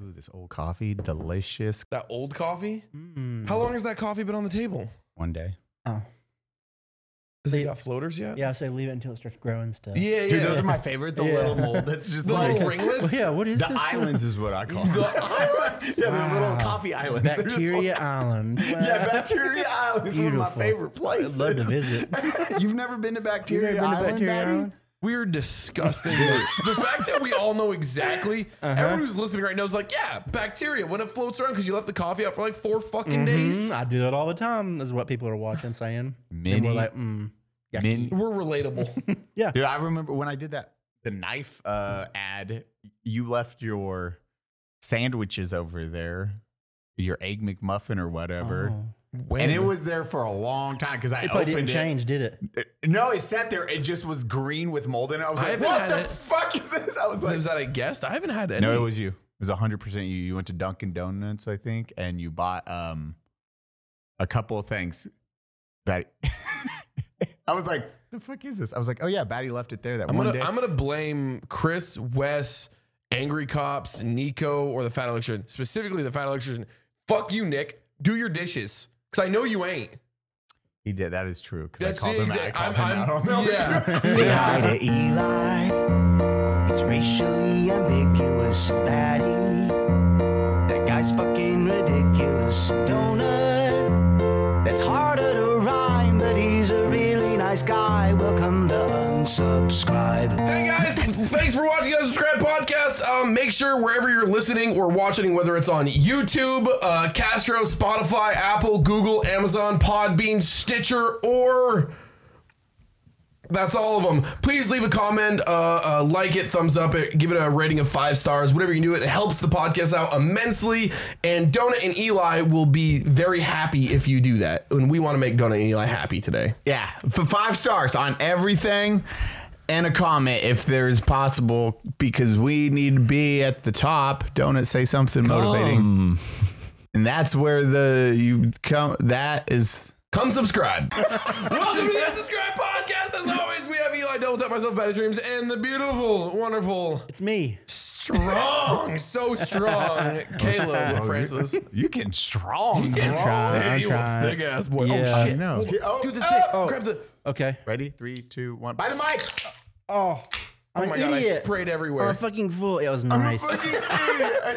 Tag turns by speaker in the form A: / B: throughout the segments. A: Ooh, this old coffee, delicious.
B: That old coffee?
C: Mm.
B: How long has that coffee been on the table?
A: One day.
C: Oh.
B: Has it
C: Wait.
B: got floaters yet?
C: Yeah, so leave it until it starts growing stuff.
B: Yeah,
A: Dude,
B: yeah.
A: those are my favorite. The
C: Yeah.
A: little mold. That's just
B: The
A: like
B: little ringlets?
C: yeah, what is
A: the
C: this?
A: islands is what I call them.
B: The islands?
A: yeah, they're little
C: Wow.
A: coffee islands. They're just-
C: Bacteria Island.
A: yeah, Bacteria Island is one of my
C: Beautiful.
A: favorite places.
C: love to visit.
A: You've never been to
C: You
A: Bacteria
C: ever been to
A: Island,
C: Bacteria
A: Maddie?
C: Island?
B: We're disgusting. dude. the fact that we all know exactly,
A: Uh-huh.
B: everyone who's listening right now is like, yeah, bacteria when it floats around because you left the coffee out for like four fucking
A: Mm-hmm.
B: days.
C: Mm, I do that all the time. Is what people are watching saying. and
A: Mini-
C: we're like, mm, yucky.
A: Min-
B: We're relatable.
A: Dude, I remember when I did that the knife uh, ad. You left your sandwiches over there, your egg McMuffin or whatever,
C: Oh.
B: when?
A: and it was there for a long time because I
C: It probably
A: opened
C: didn't
A: it.
C: change, did it?
A: No, it sat there. It just was green with mold in it. I was
B: I
A: like,
B: haven't
A: "What
B: had
A: the
B: it."
A: fuck is this?" I was like,
B: was that a guest? I haven't had any.
A: "No, it was you. It was hundred percent you. You went to Dunkin' Donuts, I think, and you bought um a couple of things." Batty, I was like, "The fuck is this?" I was like, "Oh yeah, Batty left it there that
B: I'm
A: one
B: gonna
A: day."
B: I'm gonna blame Chris, Wes, Angry Cops, Nico, or the Fat Electrician. Specifically, the Fat Electrician. Fuck you, Nick. Do your dishes, cause I know you ain't.
A: He did. That is true. Because I
B: That's
A: called
B: the
A: him. I
B: exact-
A: called
B: I'm-
A: him
B: I'm-
A: out on that.
B: yeah.
A: too.
D: Say hi to Eli. It's racially ambiguous and batty. That guy's fucking ridiculous and donut. That's harder to rhyme, but he's a really nice guy. Welcome to unsubscribe.
B: Hey guys, thanks for watching the Subscribe Podcast. Um, make sure wherever you're listening or watching, whether it's on YouTube, uh, Castro, Spotify, Apple, Google, Amazon, Podbean, Stitcher, or that's all of them. Please leave a comment, uh, uh, like it, thumbs up it, give it a rating of five stars, whatever you can do. It helps the podcast out immensely. And Donut and Eli will be very happy if you do that. And we want to make Donut and Eli happy today.
A: yeah. For five stars on everything and a comment if there is possible because we need to be at the top. Don't it say something motivating. And that's where the you come. That is.
B: Come subscribe. Welcome to the Unsubscribe Podcast. As always, we have Eli Double Tap, myself, Bad Dreams, and the beautiful, wonderful,
C: It's me.
B: strong, so strong Caleb Francis.
A: You getting strong.
B: Get
A: bro.
C: trying,
B: there,
C: Oh, I'm
B: you
C: trying.
B: thick ass boy.
C: Yeah.
B: Oh shit!
A: No.
B: Hold on.
A: Oh,
B: Do the
A: oh,
B: thing.
A: oh.
B: Grab the.
C: Okay.
A: Ready? Three, two, one. By the mic.
C: Oh,
B: Oh my god! I sprayed everywhere.
A: Oh,
C: I'm fucking full. It was nice.
A: Fucking idiot.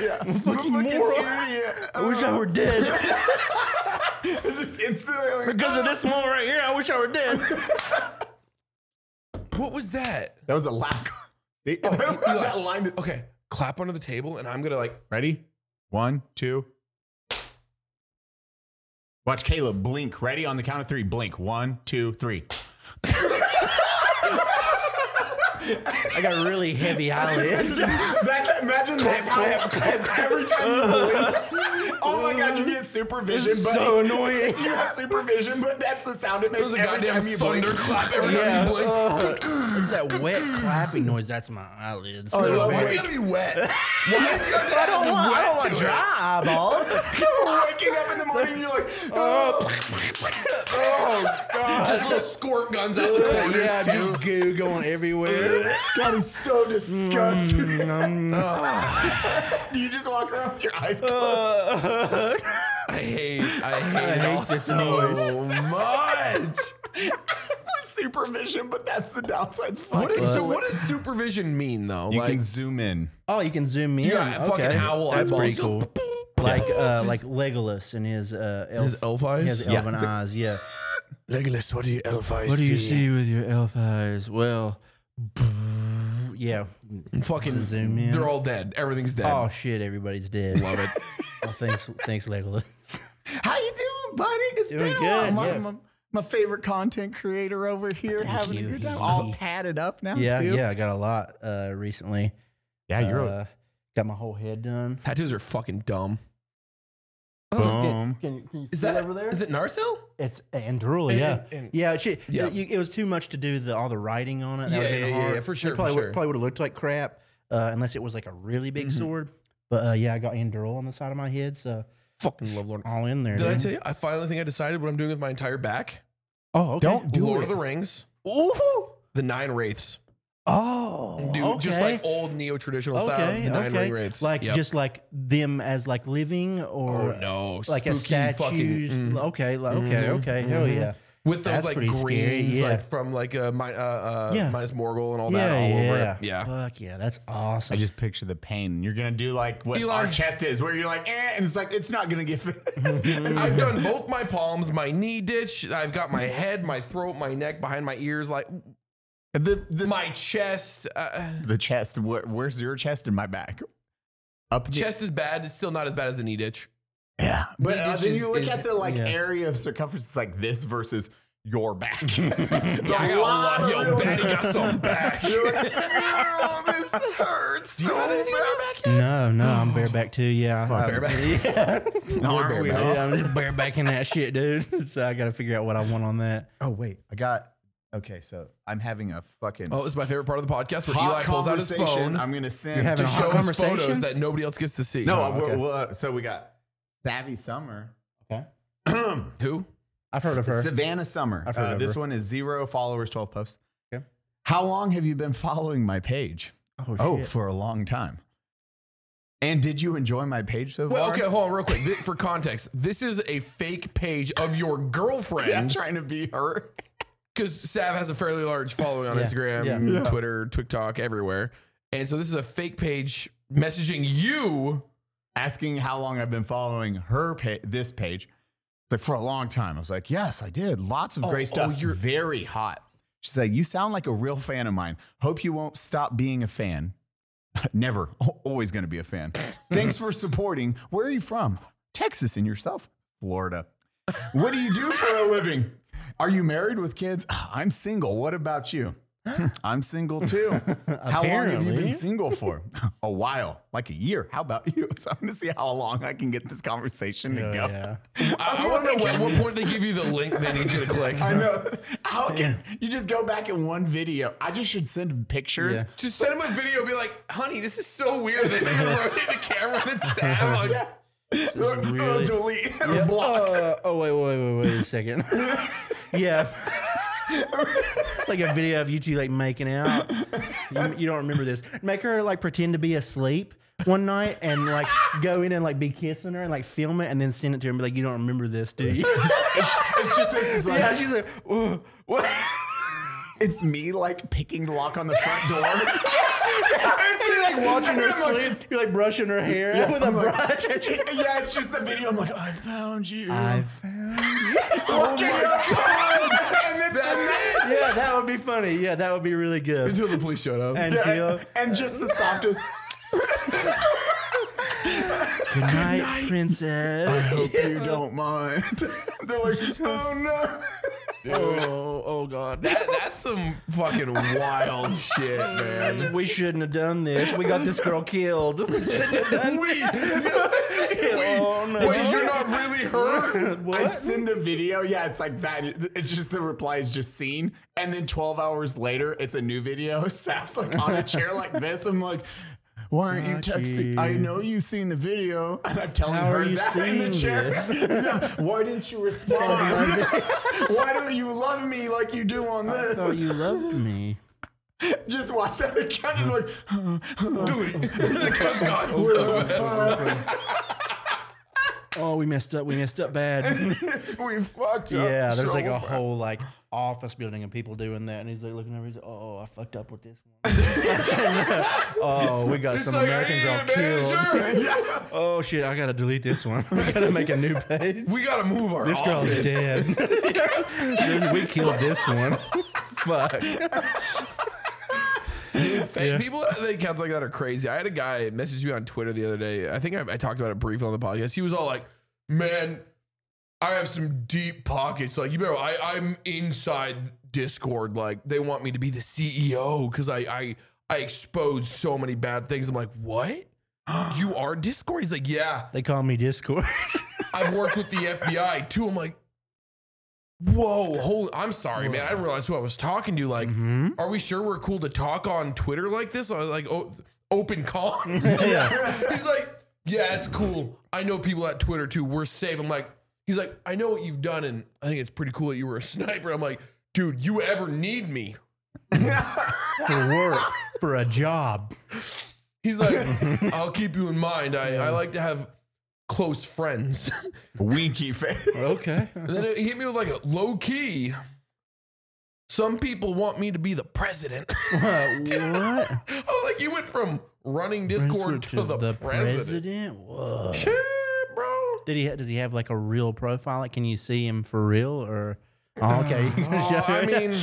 A: Yeah. I'm a fucking
C: moron.
A: idiot.
C: I wish I were dead.
A: Just instantly. like,
C: Because of this moment right here, I wish I were dead.
B: what was that?
A: That was a lack. Oh,
B: Eli.
A: that line.
B: Okay, clap under the table, and I'm gonna like.
A: Ready? One, two. Watch Caleb blink. Ready? On the count of three, blink. One, two, three.
C: I got really heavy eyelids.
A: That's, imagine that's how every time you blink. Oh my god, you get supervision,
C: It's
A: but
C: so annoying.
A: you have supervision, but that's the sound it
B: It
A: makes
B: was a
A: every
B: goddamn
A: time you blink.
B: thunderclap every time
C: Yeah.
B: you blink.
C: Oh, it's that wet clapping noise. That's my eyelids.
A: Oh,
B: Why
A: no.
B: is it gotta be wet? Why did you have to add the wet to it?
D: Ah,
C: eyeballs.
A: You're waking up in the morning, and you're like, oh god.
B: Just little squirt guns out the corners
C: yeah,
B: too.
C: just goo going everywhere.
A: God is so disgusting.
B: Mm.
C: Um,
A: you just walk around with your eyes closed.
C: uh,
B: I hate, I hate,
C: I hate this noise.
B: much.
A: supervision, but that's the downside's fun.
B: What is su- what does supervision mean though?
A: You
B: like,
A: can zoom in.
C: Oh, you can zoom in.
B: yeah,
C: okay.
B: fucking owl
C: That's
B: eyeballs.
C: pretty cool. Like uh, like Legolas and his uh, elf,
B: His elf eyes.
C: his elven eyes. Yeah.
B: Legolas, what do you elf eyes?
C: What do you see with your elf eyes? Well, yeah.
B: Fucking
C: Zoom in.
B: They're all dead. Everything's dead.
C: Oh shit! Everybody's dead. Love it. Well, thanks, thanks, Legolas.
A: How you doing, buddy? It's
C: Doing
A: been a while.
C: good,
A: My,
C: yeah.
A: my, my favorite content creator over here having
C: you.
A: a good time. All
C: Hee hee.
A: tatted up now.
C: yeah,
A: too.
C: yeah. I got a lot uh, recently.
A: yeah.
C: uh, got my whole head done.
B: Tattoos are fucking dumb. Oh,
A: Oh, boom.
C: Can, can, can you
B: Is
C: see
B: that
C: over there?
B: Is it Narcel?
C: It's Andrula,
B: And-
C: yeah.
B: and- and-
C: yeah, she,
B: Yeah.
C: You, it was too much to do the all the writing on it. That
B: Yeah,
C: would've been
B: yeah, yeah,
C: hard.
B: yeah, for sure,
C: It
B: for
C: probably
B: sure.
C: would, probably would have looked like crap uh, unless it was like a really big sword. But uh, yeah, I got Andrula on the side of my head, so
B: Fucking love Lord.
C: all in there.
B: Did I
C: dude.
B: tell you? I finally think I decided what I'm doing with my entire back.
C: Oh, okay.
A: Don't do
B: Lord
A: it.
B: of the Rings,
A: Ooh.
B: the Nine Wraiths.
C: Oh,
B: Dude,
C: okay.
B: just like old neo traditional style,
C: okay,
B: the nine
C: okay.
B: ring raids.
C: Like
B: Yep.
C: just like them as like living or
B: Oh, no.
C: like as
B: Spooky
C: statues.
B: fucking- mm.
C: Okay, like, okay, okay. Hell yeah.
B: with those
C: That's
B: like
C: pretty
B: greens,
C: scary, yeah.
B: like from like uh, mi- uh, uh
C: Yeah.
B: minus Morgul and all that
C: yeah,
B: all
C: yeah.
B: over it. Yeah.
C: Fuck yeah, that's awesome.
A: I just picture the pain. You're gonna do like what
B: Eli-
A: our chest is, where you're like, eh, and it's like it's not gonna get fit.
C: Mm-hmm.
B: I've done both my palms, my knee ditch. I've got my head, my throat, my neck, behind my ears, like
A: the this,
B: my chest. Uh,
A: the chest. Where, where's your chest and my back? Up the-
B: chest is bad. It's still not as bad as a knee ditch.
A: Yeah, but uh,
B: Knee-ditch
A: then
B: is-
A: you look
B: is-
A: at the like
C: yeah.
A: area of circumference. It's like this versus your back. it's
B: I got
A: a
B: a
A: lot.
B: lot-
A: of
B: yo,
A: real-
B: Betty got some back.
A: You're like, no, this hurts.
B: Do you
A: so
B: have anything on
A: bad."
B: your back yet?
C: no, no, I'm bareback too. Yeah, I'm-
B: Bareback.
A: No, aren't we
C: Yeah,
A: all?
C: I'm just barebacking that shit, dude. So I got to figure out what I want on that.
A: Oh wait, I got. Okay, so I'm having a fucking
B: Oh, it's my favorite part of the podcast where
A: hot
B: Eli pulls out his
A: conversation.
B: phone
A: I'm gonna send.
C: You're having
B: to
C: a hot
B: show us
C: conversation?
B: photos that nobody else gets to see.
A: No,
B: Oh,
A: we're-
C: okay.
A: we're- so we got Savvy Summer.
C: Okay,
B: who?
C: I've heard of her.
A: Savannah Summer.
C: I've heard
A: Uh,
C: of
A: this
C: her.
A: one is zero followers, 12 posts.
C: Okay.
A: How long have you been following my page?
C: Oh,
A: Oh,
C: shit.
A: for a long time. And did you enjoy my page so
B: Well,
A: far?
B: okay, hold on, real quick. Th- For context, this is a fake page of your
A: Yeah,
B: girlfriend
A: trying to be her.
B: because Sav has a fairly large following on
C: Yeah,
B: Instagram,
A: yeah. Yeah.
B: Twitter, TikTok, everywhere, and so this is a fake page messaging you.
A: Asking how long I've been following her pa- this page. It's like for a long time. I was like, yes, I did. Lots of
B: Oh, oh,
A: great stuff.
B: you're-
A: you're very hot. She's like, you sound like a real fan of mine. Hope you won't stop being a fan. Never. Al- Always going to be a fan. Thanks for supporting. Where are you from? Texas and yourself? Florida. What do you do for a living? Are you married with kids? I'm single. What about you? "Hmm, I'm single too. How long have you
C: Apparently.
A: been single for? a while, like a year. How about you? So I'm going to see how long I can get this conversation to
C: Oh,
A: go.
C: yeah.
B: I, I want to know at what point they give you the link they need you to click.
A: I know. How can you just go back in one video? I just should send pictures.
C: Yeah.
B: Just send them a video, and be like, "Honey, this is so weird." They rotate the camera and it's Sav. Like,
A: Or- or
C: really-
A: delete or block.
C: Uh, oh wait, wait, wait, wait a second. yeah, like a video of you two like making out. You, you don't remember this? Make her like pretend to be asleep one night and like go in and like be kissing her and like film it and then send it to her and be like, "You don't remember this, do you?"
A: It's, it's just this is like
C: Oh. yeah, she's like, "Ooh, what?"
A: it's me like picking the lock on the front door.
C: You're like watching her
A: I'm like-
C: sleep. You're like brushing her hair with a
A: I'm like-
C: brush. And she's
A: yeah, it's just the video. I'm like, I found you.
B: oh my god! and it's
C: yeah, that would be funny. Yeah, that would be really good.
B: Until the police showed up.
C: And
A: Yeah,
C: Jill,
A: and just the softest.
C: good night, princess.
A: Hope you don't mind. They're like, oh
C: oh, oh god.
B: That- that's some fucking wild shit, man.
C: we shouldn't have done this. We got this girl killed.
B: We, oh,
C: Oh,
B: no.
C: no.
B: you're not really her.
A: no. I send the video. Yeah, it's like that. It's just the reply is just seen. And then 12 hours later, it's a new video. Sap's like on a chair like this. I'm like, why aren't you texting? I know you've seen the video. And I'm telling
C: How are
A: her
C: you
A: that in the
C: seeing
A: chair. Yeah, Why didn't you respond? why don't you love me like you do on this?
C: thought you loved me.
A: Just watch that account and like,
B: Dude, the code's gone. So
C: Oh, we messed up. We messed up bad.
A: we fucked up.
C: yeah, there's like a
A: so
C: whole like office building of people doing that, and he's like looking over. He's like, oh, I fucked up with this one. oh, we got
B: it's
C: some
B: like,
C: American
B: hey,
C: girl
B: man,
C: killed.
B: sure.
C: Oh shit, I gotta delete this one. I gotta make a new page.
B: We gotta move our
C: This girl's
B: office.
C: dead. This girl- we killed this one. Fuck.
B: Fake People that they accounts like that are crazy. I had a guy message me on Twitter the other day. I think I, I talked about it briefly on the podcast. He was all like, "Man, I have some deep pockets. Like, you better. I, I'm inside Discord. Like, they want me to be the CEO because I, I, I expose so many bad things. I'm like, what? You are Discord? He's like, yeah.
C: They call me Discord.
B: I've worked with the FBI too. I'm like, whoa, holy, I'm sorry, man. I didn't realize who I was talking to.
C: Mm-hmm.
B: Like,
C: Hmm?
B: are we sure we're cool to talk on Twitter like this? I was like, oh, open comms.
C: Yeah.
B: he's like, yeah, it's cool. I know people at Twitter too. We're safe. I'm like, he's like, I know what you've done, and I think it's pretty cool that you were a sniper. I'm like, dude, you ever need me?
C: for work, for a job.
B: He's like, I'll keep you in mind. I, I like to have close friends.
D: Winky face.
C: Okay.
B: And then it hit me with like a low key. Some people want me to be the president.
C: what?
B: I was like, you went from running Discord to, the, president.
C: Whoa.
B: Shit, bro.
C: Did he? Does he have like a real profile? Like, can you see him for real? Or oh, okay,
B: Oh, I mean,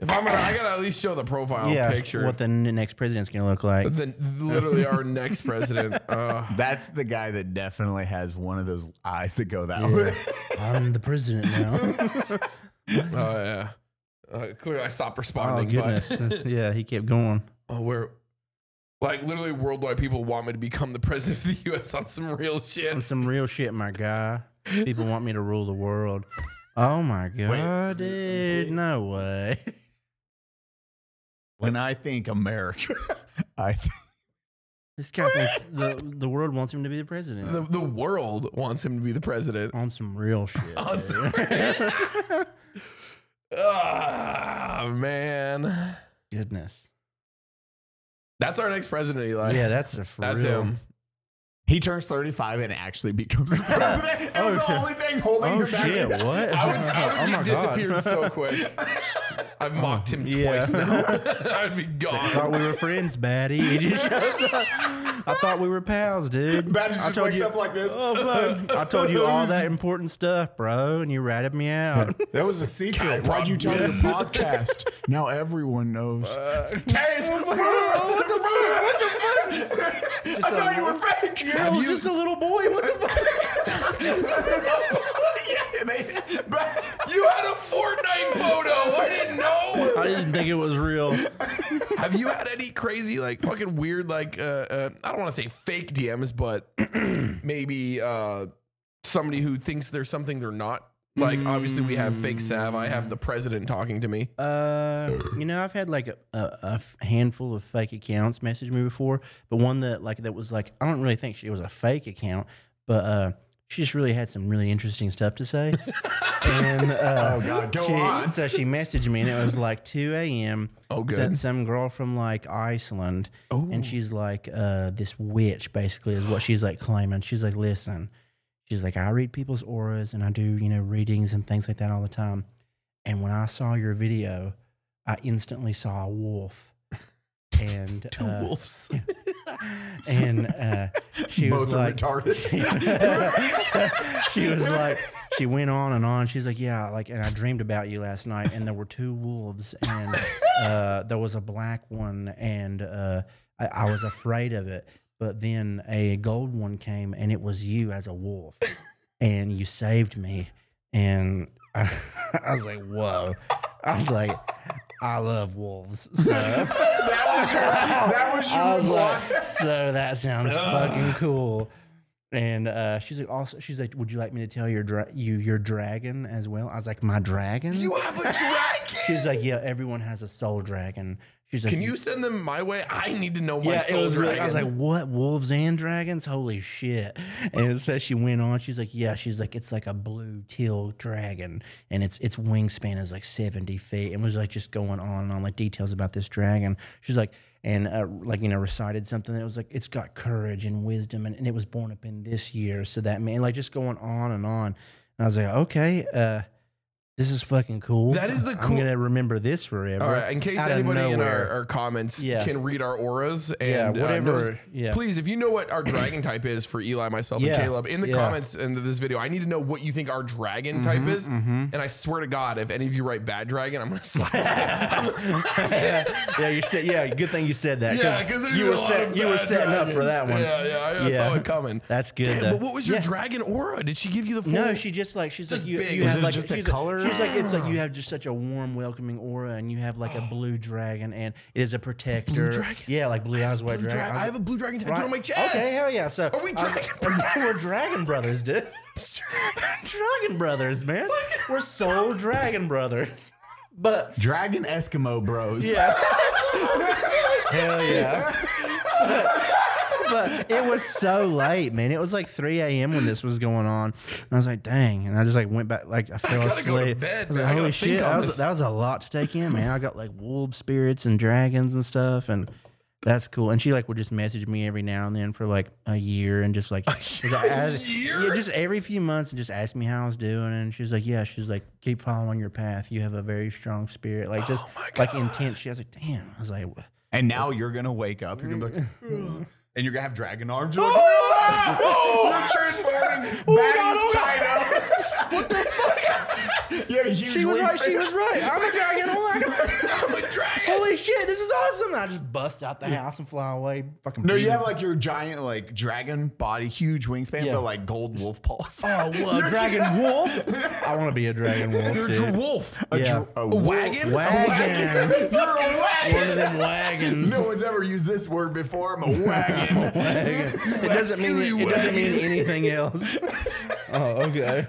B: if I'm gonna, I gotta at least show the profile
C: yeah,
B: picture.
C: what the n- next president's gonna look like?
B: then literally our next president. Uh,
D: That's the guy that definitely has one of those eyes that go that way.
C: Yeah. I'm the president now.
B: oh yeah. Uh, clearly, I stopped
C: oh
B: responding.
C: goodness.
B: but
C: yeah, he kept going.
B: oh, where, like, literally, worldwide people want me to become the president of the U.S. on some real
C: On
B: shit.
C: some real shit, my guy. People want me to rule the world. Oh my god, dude! No way.
D: When I think America, I think
C: This guy thinks the, the world wants him to be the president.
B: The, the world wants him to be the president.
C: on some real shit.
B: On some
C: dude.
B: Ah, man.
C: Goodness.
B: That's our next president, Eli.
C: Yeah, that's a for
B: That's
C: real.
B: him.
D: he turns 35 and actually becomes the president. It was the
C: Okay.
D: only thing holding
C: Oh
D: him back.
C: shit!
B: I
C: What?
B: would, I would
C: oh
B: be
C: my
B: disappeared
C: god!
B: so
C: Oh,
B: quick. I've mocked him
C: yeah.
B: twice now. I'd be
C: I
B: gone.
C: thought we were friends, baddie. He just shows up. I thought we were pals, dude.
D: Badge
C: I
D: just
C: told
D: wakes
C: you-
D: up like this.
C: Oh, fuck. I told you all that important stuff, bro, and you ratted me out.
D: That was a secret.
B: God,
D: Why'd you tell your
B: Rob.
D: podcast? Now everyone knows.
B: Taste.
C: Just uh,
B: I thought you were fake. Have you-
C: just a little boy. What the fuck?
D: Yeah, they- but-
B: you had a Fortnite photo. I didn't know.
C: I didn't think it was real.
B: Have you had any crazy, like, fucking weird, like, uh, uh I don't want to say fake DMs, but maybe uh somebody who thinks there's something they're not? Like, obviously, we have fake Sav. I have the president talking to me.
C: Uh, you know, I've had like a, a, a f- handful of fake accounts message me before, but one that like that was like I don't really think she was a fake account, but uh, she just really had some really interesting stuff to say. and uh,
D: Oh, God, go
C: she-
D: on.
C: So she messaged me, and it was like two a.m.
B: Oh,
C: It's
B: good.
C: Some girl from like Iceland, and she's like uh, this witch, basically, is what she's like claiming. She's like, listen, she's like, I read people's auras, and I do you know readings and things like that all the time. And when I saw your video, I instantly saw a wolf. And
B: Two
C: uh,
B: wolves.
C: and uh, she
D: Both
C: was
D: are
C: like,
D: retarded.
C: she was like, she went on and on. She's like, yeah, like, and I dreamed about you last night, and there were two wolves, and uh, there was a black one, and uh, I, I was afraid of it, but then a gold one came, and it was you as a wolf, and you saved me, and I, I was like, whoa, I was like. I love wolves. So.
D: That was your, that was your
C: I was
D: one.
C: like, so that sounds fucking cool. And uh, she's like, also, she's like, would you like me to tell your dra- you your dragon as well? I was like, my dragon.
B: you have a dragon.
C: she's like, yeah, everyone has a soul dragon. She's like,
B: Can you send them my way? I need to know my
C: Yeah, it
B: soul
C: was
B: dragon.
C: really. I was like, what wolves and dragons? Holy shit! And so she went on. She's like, yeah. She's like, it's like a blue teal dragon, and its its wingspan is like seventy feet, and was like just going on and on like details about this dragon. She's like, and uh, like you know recited something that was like, it's got courage and wisdom, and, and it was born up in this year, so that man like just going on and on. And I was like, okay. uh this is fucking cool.
B: That is the
C: I'm
B: cool-
C: gonna remember this forever.
B: all right, in case
C: Out of
B: anybody in our,
C: nowhere.
B: our comments
C: Yeah.
B: can read our auras and
C: Yeah,
B: uh,
C: whatever,
B: knows-
C: yeah.
B: please, if you know what our dragon type is for Eli, myself,
C: Yeah,
B: and Caleb, in the
C: yeah. Mm-hmm,
B: comments in this video, I need to know what you think our dragon type is. And I swear to God, if any of you write bad dragon, I'm gonna slap. you. I'm gonna slap you.
C: yeah, you said. Yeah, good thing you said that.
B: yeah, because
C: you were set, you were setting up for that one.
B: Yeah, yeah, I, I
C: Yeah.
B: saw it coming.
C: That's good.
B: Damn,
C: though.
B: but what was your
C: Yeah.
B: dragon aura? Did she give you the full?
C: No, she just like she's
B: Just Ah.
C: like you,
B: big.
C: you
B: Was
C: have
D: it
C: like
D: just a
C: she's
D: color?
C: Like, she's like it's like you have just such a warm, welcoming aura, and you have like a blue dragon, and it is a protector.
B: Oh. dragon?
C: Yeah, like blue eyes, white
B: Blue
C: dragon.
B: dra- I have a blue dragon tattoo
C: Right.
B: on my chest.
C: Okay, hell yeah. So
B: Are we
C: I-
B: dragon brothers?
C: We're dragon brothers, dude. dragon brothers, man. we're soul dragon brothers. But
D: Dragon Eskimo Bros.
C: Yeah. Hell yeah. but it was so late, man. It was like 3 a.m. when this was going on. And I was like, dang. And I just like went back, like I fell
B: gotta go to
C: asleep.
B: bed,
C: I was
B: man.
C: like,
B: I gotta
C: holy
B: think
C: shit.
B: on
C: That
B: this.
C: was, that was a lot to take in, man. I got like wolf spirits and dragons and stuff. And that's cool. And she like would just message me every now and then for like a year and just like, ask-
B: year?
C: yeah, just every few months and just ask me how I was doing. And she was like, yeah, she was like, keep following your path. You have a very strong spirit.
B: Oh
C: Like just like intense. She I was like, damn. I was like, "Wha-
A: And now you're gonna wake up. You're gonna be like, "Ugh," and you're gonna have dragon arms. You're like,
B: Oh, you're transforming.
C: Oh
B: Maddie's tied up.
A: you have a huge
C: She was
A: wings.
C: right. She was right. I'm a dragon. Oh my God.
B: I'm a dragon.
C: Holy shit, this is awesome. And I just bust out the house and fly away. Fucking
A: No, you
C: beat
A: have
C: it.
A: like your giant like dragon body, huge wingspan,
C: Yeah.
A: but like gold wolf paws.
C: Oh, well, a dragon wolf. I want to be a dragon wolf.
B: You're
C: dude.
B: a wolf.
A: A,
C: yeah.
A: dr- a
B: Wagon?
C: Wagon.
A: You're a
C: One of
A: wagon.
C: them wagons.
A: No one's ever used this word before. I'm a wagon.
C: Wagon. It doesn't mean
A: Rescue
C: it doesn't mean anything else. Oh, okay.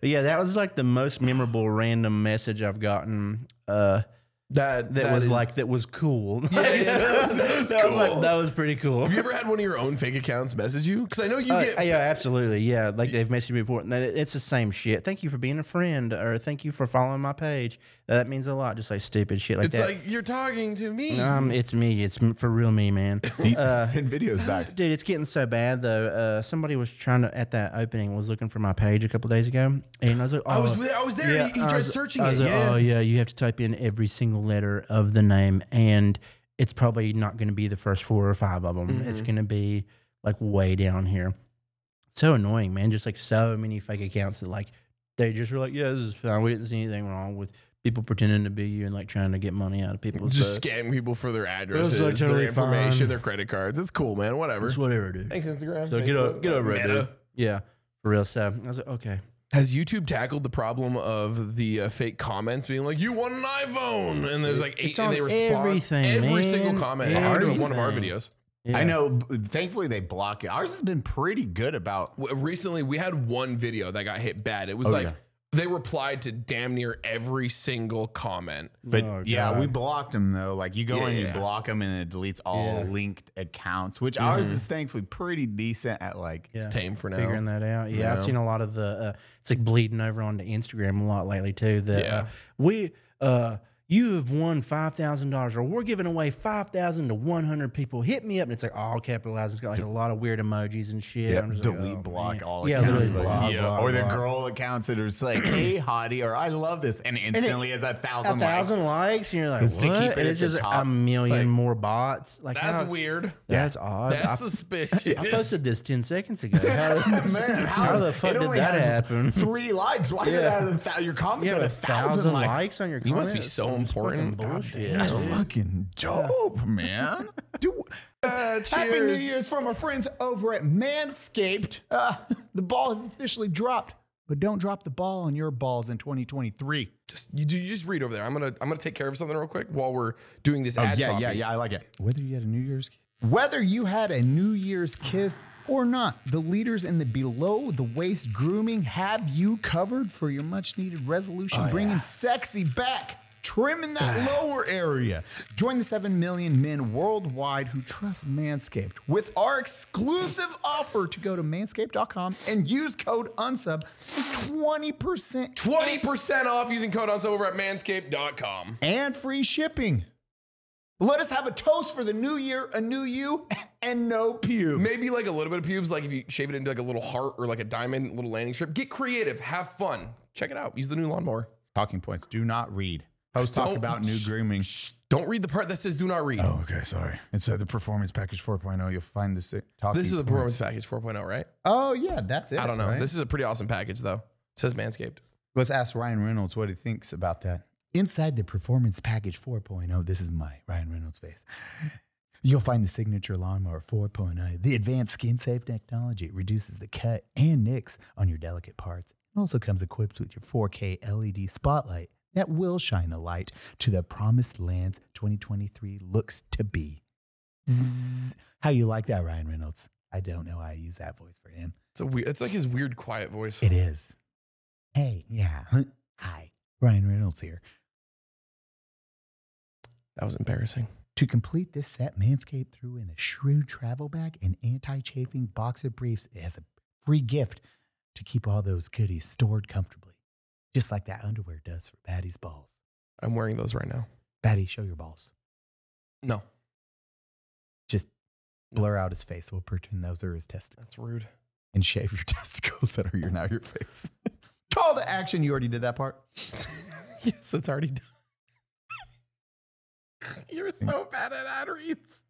C: But yeah, that was like the most memorable random message I've gotten. Uh,
B: That,
C: that, was
B: is-
C: like that was cool.
B: Yeah, yeah, that was, that was
C: that was
B: cool.
C: like that was pretty cool.
B: Have you ever had one of your own fake accounts message you? Because I know you
C: Uh,
B: get.
C: yeah, absolutely. Yeah, like they've messaged me before, and that- it's the same shit. Thank you for being a friend, or thank you for following my page. That means a lot. Just like stupid shit like
B: it's
C: that.
B: like you're talking to me.
C: um, it's me. It's m- for real, me, man. Uh,
A: send videos back.
C: Dude, it's getting so bad though. Uh, somebody was trying to at that opening was looking for my page a couple days ago, and I was like, oh,
B: I was there. I was there. he, he
C: I
B: tried
C: was-
B: searching
C: I
B: it.
C: was like,
B: yeah.
C: Oh yeah, you have to type in every single letter of the name, and it's probably not going to be the first four or five of them. It's
B: Mm-hmm.
C: going to be like way down here. So annoying, man. Just like so many fake accounts that like they just were like, yeah, this is fine. We didn't see anything wrong with people pretending to be you and like trying to get money out of people.
B: Just
C: so,
B: scam people for their addresses,
C: totally
B: their information,
C: fine.
B: their credit cards. It's cool, man. Whatever.
C: it's whatever, dude.
B: Thanks, Instagram.
C: So get o- get over it,
B: Meta.
C: dude. Yeah, for real. So I was like, okay.
B: Has YouTube tackled the problem of the uh, fake comments being like, "You want an iPhone," and there's like eight,
C: It's
B: and they
C: on
B: respond
C: everything,
B: every
C: man.
B: single comment. It happened in one of our
C: Everything.
B: videos.
C: Yeah.
A: I know. b- Thankfully, they block it. Ours has been pretty good about.
B: W- Recently, we had one video that got hit bad. It was
A: Oh,
B: like
A: yeah.
B: they replied to damn near every single comment.
A: But
C: Oh,
A: yeah, we
C: God.
A: blocked them though. Like you go
B: Yeah,
A: in,
B: yeah.
A: you block them, and it deletes all
C: Yeah.
A: linked accounts. Which ours is thankfully pretty decent at like.
C: Yeah.
B: Tame for now.
C: figuring that out. Yeah, I've
B: Yeah.
C: seen a lot of the. Uh, it's like bleeding over onto Instagram a lot lately too. That
B: Yeah.
C: uh, we uh, you have won five thousand dollars, or we're giving away five thousand to one hundred people. Hit me up, and it's like all capitalized. It's got like a lot of weird emojis and shit.
A: Yeah,
C: I'm just like,
A: delete,
C: oh,
A: block
C: man.
A: all
C: Yeah,
A: accounts.
C: literally,
A: Block,
C: block,
A: yeah.
C: block,
A: or the
C: block.
A: girl accounts that are just like, "Hey, hottie," or "I love this," and instantly has a
C: A
A: thousand likes.
C: thousand likes, and you're like,
A: It's
C: what?
A: to keep it
C: and
A: at
C: it's
A: the
C: just
A: top.
C: a
A: It's
C: million
B: like-
C: more bots. Like
B: That's
C: how-
B: weird.
C: That's odd.
B: That's
C: I,
B: suspicious.
C: I posted this ten seconds ago. How,
A: Man,
C: how the fuck
A: it
C: did
A: only
C: that
A: has
C: happen?
A: Three likes. Why is it
C: Yeah.
A: out of a thou- your comments
C: You
A: had
C: have
A: a thousand likes?
C: on your.
B: You must be
C: comments?
B: so
C: That's fucking
B: important.
C: Bullshit.
A: That's fucking dope, man. Do,
B: Uh,
A: Happy New
B: cheers.
A: Year's from our friends over at Manscaped. Uh, the ball has officially dropped, but don't drop the ball on your balls in 2023.
B: Just, you, you just read over there. I'm gonna I'm gonna take care of something real quick while we're doing this.
C: Oh,
A: Oh,
B: ad copy.
A: I like it. Whether you had a New Year's whether you had a New Year's kiss or not, the leaders in the below the waist grooming have you covered for your much needed resolution, bringing sexy back. Trimming that lower area. Join the 7 million men worldwide who trust Manscaped with our exclusive offer to go to manscaped.com and use code UNSUB for 20%
B: 20% off using code us over at manscaped.com.
A: and free shipping. Let us have a toast for the new year, a new you, and no pubes.
B: Maybe like a little bit of pubes, like if you shave it into like a little heart or like a diamond, little landing strip. Get creative, have fun. Check it out. Use the new lawnmower.
A: talking points. Do not read. Host talk
B: Don't-
A: about new grooming.
B: Don't read the part that says do not read.
A: Oh, okay, sorry. Inside the performance package 4.0, you'll find this uh, talking.
B: this is the
A: points.
B: performance package 4.0, right?
A: Oh yeah, that's it.
B: I don't know.
A: right?
B: This is a pretty awesome package though. It says Manscaped.
A: Let's ask Ryan Reynolds what he thinks about that. Inside the performance package 4.0, this is my Ryan Reynolds face. You'll find the signature lawnmower 4.0. The advanced skin safe technology reduces the cut and nicks on your delicate parts. It also comes equipped with your 4K LED E spotlight that will shine a light to the promised lands 2023 looks to be. Zzz. How you like that, Ryan Reynolds? I don't know. why I use that voice for him.
B: It's a weird it's like his weird quiet voice.
A: It is. Hey, yeah. Hi. Ryan Reynolds here.
B: That was embarrassing.
A: To complete this set, Manscaped threw in a shrewd travel bag and anti-chafing boxer briefs as a free gift to keep all those goodies stored comfortably, just like that underwear does for Batty's balls.
B: I'm wearing those right now.
A: Batty, show your balls.
B: No,
A: Just blur out his face. We'll pretend those are his testicles.
B: that's rude.
A: and shave your testicles that are your now your face. Call the action. You already did that part.
B: yes, it's already done. You're so bad at ad reads.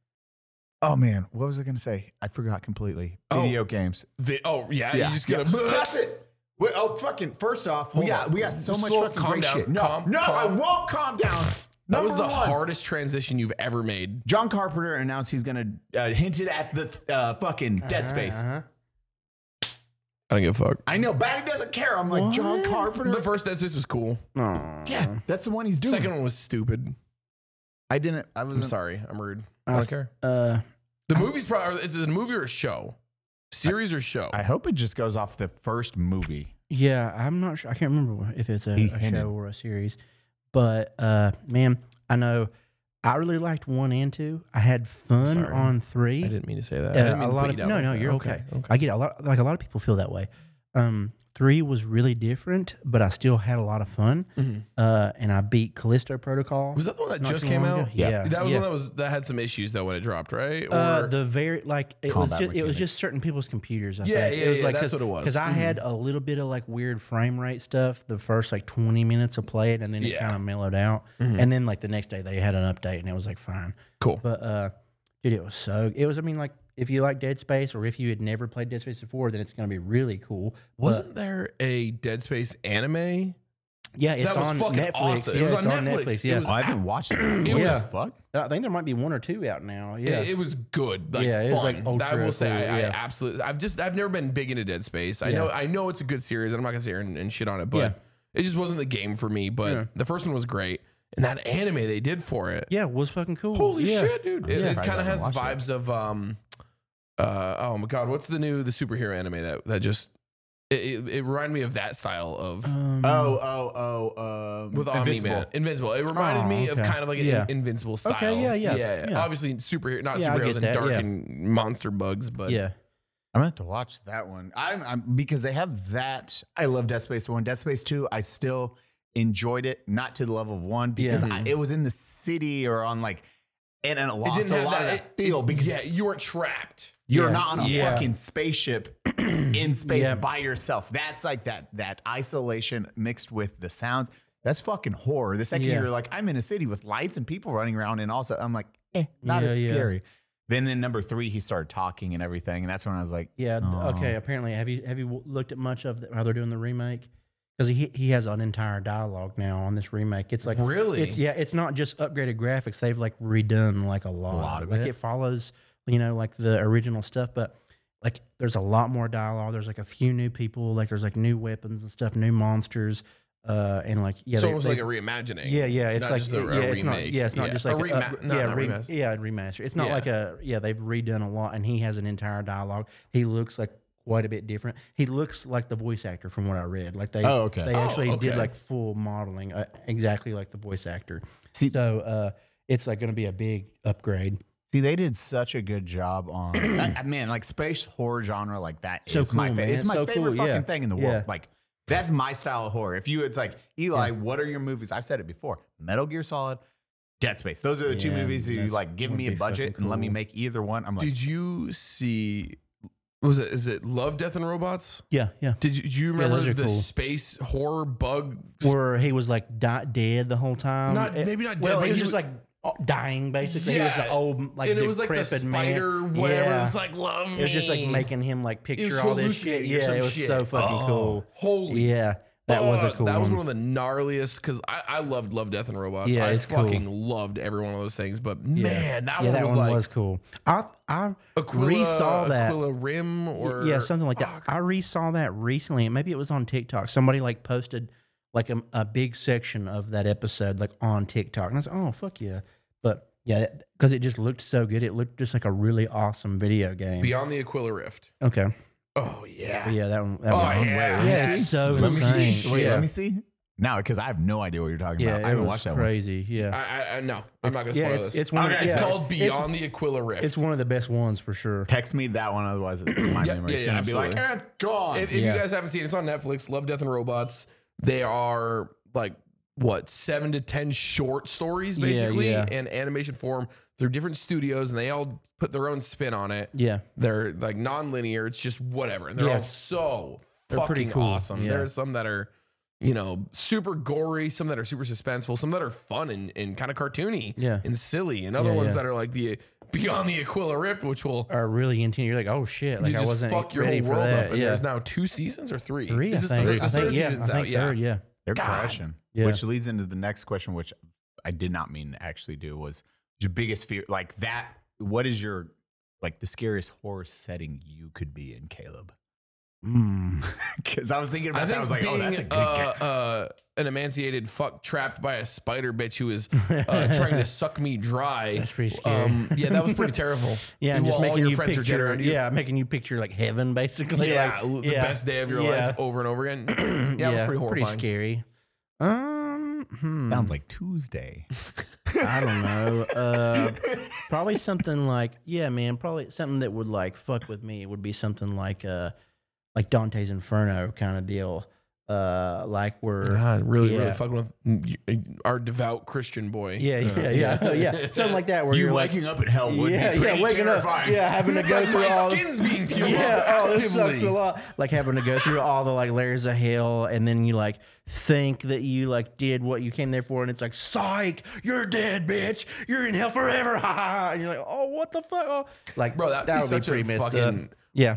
A: Oh man, what was I gonna say? I forgot completely.
B: Oh.
A: Video games.
B: Vi- oh yeah, you just gotta.
D: That's it. Wait, oh fucking! First off, we
B: Hold
D: got
B: on.
D: we got so
B: Just
D: much
B: slow-
D: fucking
B: calm
D: great
B: down.
D: shit. No,
B: Calm-
D: no,
B: calm.
D: I won't calm down.
B: That was the
D: Number one.
B: hardest transition you've ever made.
D: John Carpenter announced he's gonna uh, hinted at the uh, fucking Dead Space.
C: Uh-huh.
B: I don't give a fuck.
D: I know Batty doesn't care. I'm like John Carpenter.
B: The first Dead Space was cool.
D: yeah, that's the one he's doing.
B: Second one was stupid.
D: I didn't. I was
B: I'm sorry. I'm rude.
D: I don't care.
C: Uh,
B: The movie's probably is it a movie or a show? Series or show?
D: I hope it just goes off the first movie.
C: yeah, I'm not sure. I can't remember if it's a,
D: He
C: a
D: hinted.
C: show or a series, but uh, man, I know I really liked one and two. I had fun
B: Sorry.
C: on three.
B: I didn't mean to say that. I
C: Yeah,
B: didn't mean
C: a
B: to
C: lot
B: put
C: of
B: you down
C: no,
B: like
C: no,
B: that.
C: you're okay. I get a lot like a lot of people feel that way. Um, three was really different, but I still had a lot of fun.
B: Mhm.
C: Uh, and I beat Callisto Protocol.
B: Was that the one that
C: not
B: just
C: too
B: came
C: long
B: out?
C: ago. Yeah,
B: That was
C: yeah.
B: one that was that had some issues though when it dropped, right? Or
C: Uh, the very like it was
D: Combat
C: just it was
D: mechanics.
C: just certain people's computers. I
B: Yeah,
C: think.
B: yeah,
C: it was
B: yeah,
C: like,
B: that's what it was. Mm-hmm.
C: Because I had a little bit of like weird frame rate stuff the first like twenty minutes of play it, and then it
B: Yeah. Mm-hmm.
C: kind of mellowed out. And then like the next day they had an update, and it was like fine.
B: cool.
C: But uh, dude, it was so it was. I mean, like if you like Dead Space, or if you had never played Dead Space before, then it's gonna be really cool.
B: Wasn't there a Dead Space anime?
C: Yeah, it's
B: was
C: on
B: fucking
C: Netflix.
B: awesome. It
C: Yeah,
B: was
C: it's
B: on
C: on
B: Netflix.
C: Netflix.
B: It
C: Yeah,
B: was-
D: I haven't watched it.
B: It
D: What
B: was-
D: the fuck?
C: I think there might be one or two out now. Yeah,
B: It, it was good. Like,
C: Yeah, it was,
B: fun.
C: like, ultra
B: I will say, I,
C: cool, yeah.
B: I absolutely. I've just I've never been big into Dead Space. I
C: Yeah.
B: know I know it's a good series. And I'm not gonna sit here and, and shit on it, but
C: Yeah.
B: it just wasn't the game for me. But
C: Yeah.
B: the first one was great, and that anime they did for it.
C: yeah, it was fucking cool.
B: Holy
C: Yeah.
B: shit, dude! It,
D: Yeah.
B: it kind
D: Surprised I
B: of has
D: haven't watched
B: vibes of um, uh, oh my god, what's the new the superhero anime that that just it it, it reminded me of that style of.
C: Um,
D: Oh, oh, oh, um,
B: with Omni Man, Invincible. It reminded
C: Oh,
B: me of
C: okay.
B: kind of like an
C: Yeah.
B: Invincible style.
C: Okay, yeah, yeah,
B: yeah,
C: yeah.
B: Obviously, superhero, not
C: Yeah, I
B: superheroes
C: get
B: and
C: that,
B: dark
C: yeah.
B: and monster bugs, but
C: yeah.
D: I'm gonna have to watch that one. I'm, I'm because they have that. I love Dead Space One, Dead Space Two. I still enjoyed it, not to the level of one because
C: Yeah.
D: I, it was in the city or on like, and, and it
B: it
D: lost
B: didn't
D: a
B: have
D: lot
B: that
D: of that feel
B: it-
D: because
B: yeah, you weren't trapped.
D: you're
C: Yeah.
D: not on a
C: Yeah.
D: fucking spaceship in space
C: Yeah.
D: by yourself. That's like that that isolation mixed with the sound. That's fucking horror. The second
C: Yeah.
D: you're like, I'm in a city with lights and people running around, and also I'm like, eh, not
C: Yeah,
D: as
C: yeah.
D: scary. Then in number three, he started talking and everything, and that's when I was like,
C: Yeah. th-
D: Oh.
C: Okay. Apparently, have you have you w- looked at much of the, how they're doing the remake? Because he he has an entire dialogue now on this remake. It's like
B: Really?
C: It's yeah. It's not just upgraded graphics. They've like redone like a lot.
D: lot of
C: like
D: it.
C: it follows you know like the original stuff, but like there's a lot more dialogue. There's like a few new people. Like there's like new weapons and stuff, new monsters, uh, and like yeah.
B: it's
C: they-
B: almost
C: they-
B: like a reimagining.
C: yeah, yeah, it's
B: not
C: like
B: just a-
C: yeah,
B: a
C: it's not,
B: remake.
C: yeah, it's not
B: Yeah.
C: just
B: A
C: like
B: rema-
C: up-
B: no,
C: yeah,
B: not
C: re-
B: remaster.
C: yeah, remaster. It's not
B: Yeah.
C: like a yeah, they've redone a lot, and he has an entire dialogue. He looks like quite a bit different. He looks like the voice actor from what I read. Like they,
D: Oh, okay.
C: they
B: Oh,
C: actually did
B: okay.
C: like full modeling, uh, exactly like the voice actor.
D: See-
C: so uh, it's like going to be a big upgrade.
D: See, they did such a good job on I, I- man, like space horror genre like that is
C: So
D: my
C: cool,
D: favorite.
C: man.
D: It's my
C: So
D: favorite
C: cool,
D: fucking
C: yeah.
D: thing in the
C: Yeah.
D: world. Like that's my style of horror. If you, it's like Eli, what are your movies? I've said it before: Metal Gear Solid, Dead Space. Those are the two
C: Yeah,
D: movies that you
C: that's-
D: like. Give
C: would
D: me a
C: be
D: budget
C: fucking
D: and let me
C: cool.
D: make either one. I'm like,
B: Did you see? Was it? Is it Love, Death, and Robots?
C: Yeah, yeah.
B: Did you, do you
C: Yeah,
B: remember
C: those are
B: the
C: cool.
B: space horror bug?
C: Where he was like di- dead the whole time.
B: Not- maybe not dead,
C: Well,
B: but
C: he was
B: he
C: just
B: was-
C: like oh, dying basically. He was
B: Yeah,
C: an old like
B: and it was like the
C: decrepit man.
B: spider, whatever.
C: Yeah.
B: It was like love.
C: It was just like
B: me.
C: making him like
B: was
C: picture all this shit.
B: hallucinating or
C: Yeah,
B: some
C: it was
B: shit. Oh,
C: so fucking
D: Oh,
C: cool.
B: holy.
C: Yeah, that was a
B: fuck,
C: cool
B: Uh, That was
C: one.
B: one of the gnarliest because I, I loved Love, Death, and Robots.
C: Yeah,
B: I
C: it's cool.
B: fucking loved every one of those things. But
C: Yeah.
B: man, that
C: yeah,
B: one
C: that
B: was
C: one
B: like
C: was cool. I I
B: Aquila,
C: resaw that.
B: Aquila Rim or Ah,
C: yeah, something like that. I resaw that recently, and maybe it was on TikTok. Somebody like posted like a, a big section of that episode like on TikTok, and I was like, oh fuck yeah, but yeah, because it just looked so good. It looked just like a really awesome video game.
B: Beyond the Aquila Rift.
C: okay,
B: Oh yeah.
C: yeah, that one. That
B: Oh
C: one.
B: yeah.
C: Yeah, it's so
D: let me see.
C: insane.
D: Wait,
C: Yeah.
D: let me see. No, because I have no idea what you're talking
C: Yeah,
D: about.
C: it
D: I haven't
C: was
D: watched that one.
C: crazy.
B: I,
C: Yeah,
B: I, I no, I'm not gonna
C: yeah,
B: spoil
C: it's-
B: this.
C: it's one of
B: Okay,
C: the-
B: it's
C: yeah.
B: called
C: It's-
B: Beyond the Aquila Rift.
C: it's one of the best ones for sure.
D: Text me that one, otherwise it- my
B: Yeah,
D: memory's
B: yeah,
D: gonna be
B: absolutely.
D: like, eh, gone.
B: If, if
C: Yeah.
B: you guys haven't seen it, it's on Netflix. Love, Death, and Robots. They are like what seven to ten short stories,
C: Yeah,
B: basically,
C: yeah.
B: in animation form through different studios, and they all put their own spin on it.
C: Yeah,
B: They're like non-linear. It's just whatever. And they're
C: Yeah.
B: all so
C: They're pretty
B: fucking
C: cool.
B: awesome.
C: Yeah.
B: There are some that are, you know, super gory, some that are super suspenseful, some that are fun and, and kind of cartoony
C: Yeah.
B: and silly, and other
C: Yeah,
B: ones
C: yeah.
B: that are like the Beyond the Aquila Rift, which will
C: are really intense. You're like, oh shit, like
B: you
C: I
B: just
C: wasn't
B: fuck your
C: ready
B: whole
C: for
B: world
C: that.
B: up. And
C: yeah.
B: there's now two seasons or three.
C: three. I
B: Is this
C: think.
B: the third,
C: I
B: the
C: think.
B: third
C: Yeah,
B: season's
C: I think
B: out? Yeah.
C: third. Yeah.
D: They're
B: God.
D: crushing.
C: Yeah.
D: Which leads into the next question, which I did not mean to actually do, was your biggest fear, like that. What is your, like the scariest horror setting you could be in, Caleb?
C: Hmm.
D: Because I was thinking
B: I
D: about
B: think
D: that. I was like,
B: being
D: oh, that's a good
B: uh,
D: ca-
B: uh, an emaciated fuck trapped by a spider bitch who is uh, trying to suck me dry. Um,
C: That's pretty scary.
B: yeah, that was pretty terrible.
C: Yeah, and
B: You-
C: just
B: all
C: making
B: your
C: you
B: friends are dead
C: picture.
B: around you.
C: Yeah, making you picture like heaven, basically.
B: Yeah,
C: like,
B: the best day of your
C: Yeah.
B: life over and over again. yeah, it was pretty horrifying.
C: scary. Um, hmm,
D: Sounds like Tuesday.
C: I don't know. Uh, probably something like yeah, man. Probably something that would like fuck with me would be something like uh, like Dante's Inferno kind of deal. Uh, like we're
B: God, really, really
C: Yeah.
B: fucking with mm, y- our devout Christian boy.
C: yeah,
B: Uh,
C: yeah, yeah, yeah, something like that. Where
D: you
C: are like,
D: waking up in hell would
C: yeah,
D: be pretty
C: yeah, waking
D: terrifying.
C: up, yeah, having to
B: It's
C: go
B: like
C: through
B: my
C: all the-
B: skin's being peeled off
C: Yeah, oh, this sucks
B: actively.
C: a lot. Like having to go through all the like layers of hell, and then you like think that you like did what you came there for, and it's like, psych, you're dead, bitch, you're in hell forever, ha ha. ha." And you're like, oh, what the fuck? Oh. Like,
B: Bro, that'd be such a fucking-
C: Yeah,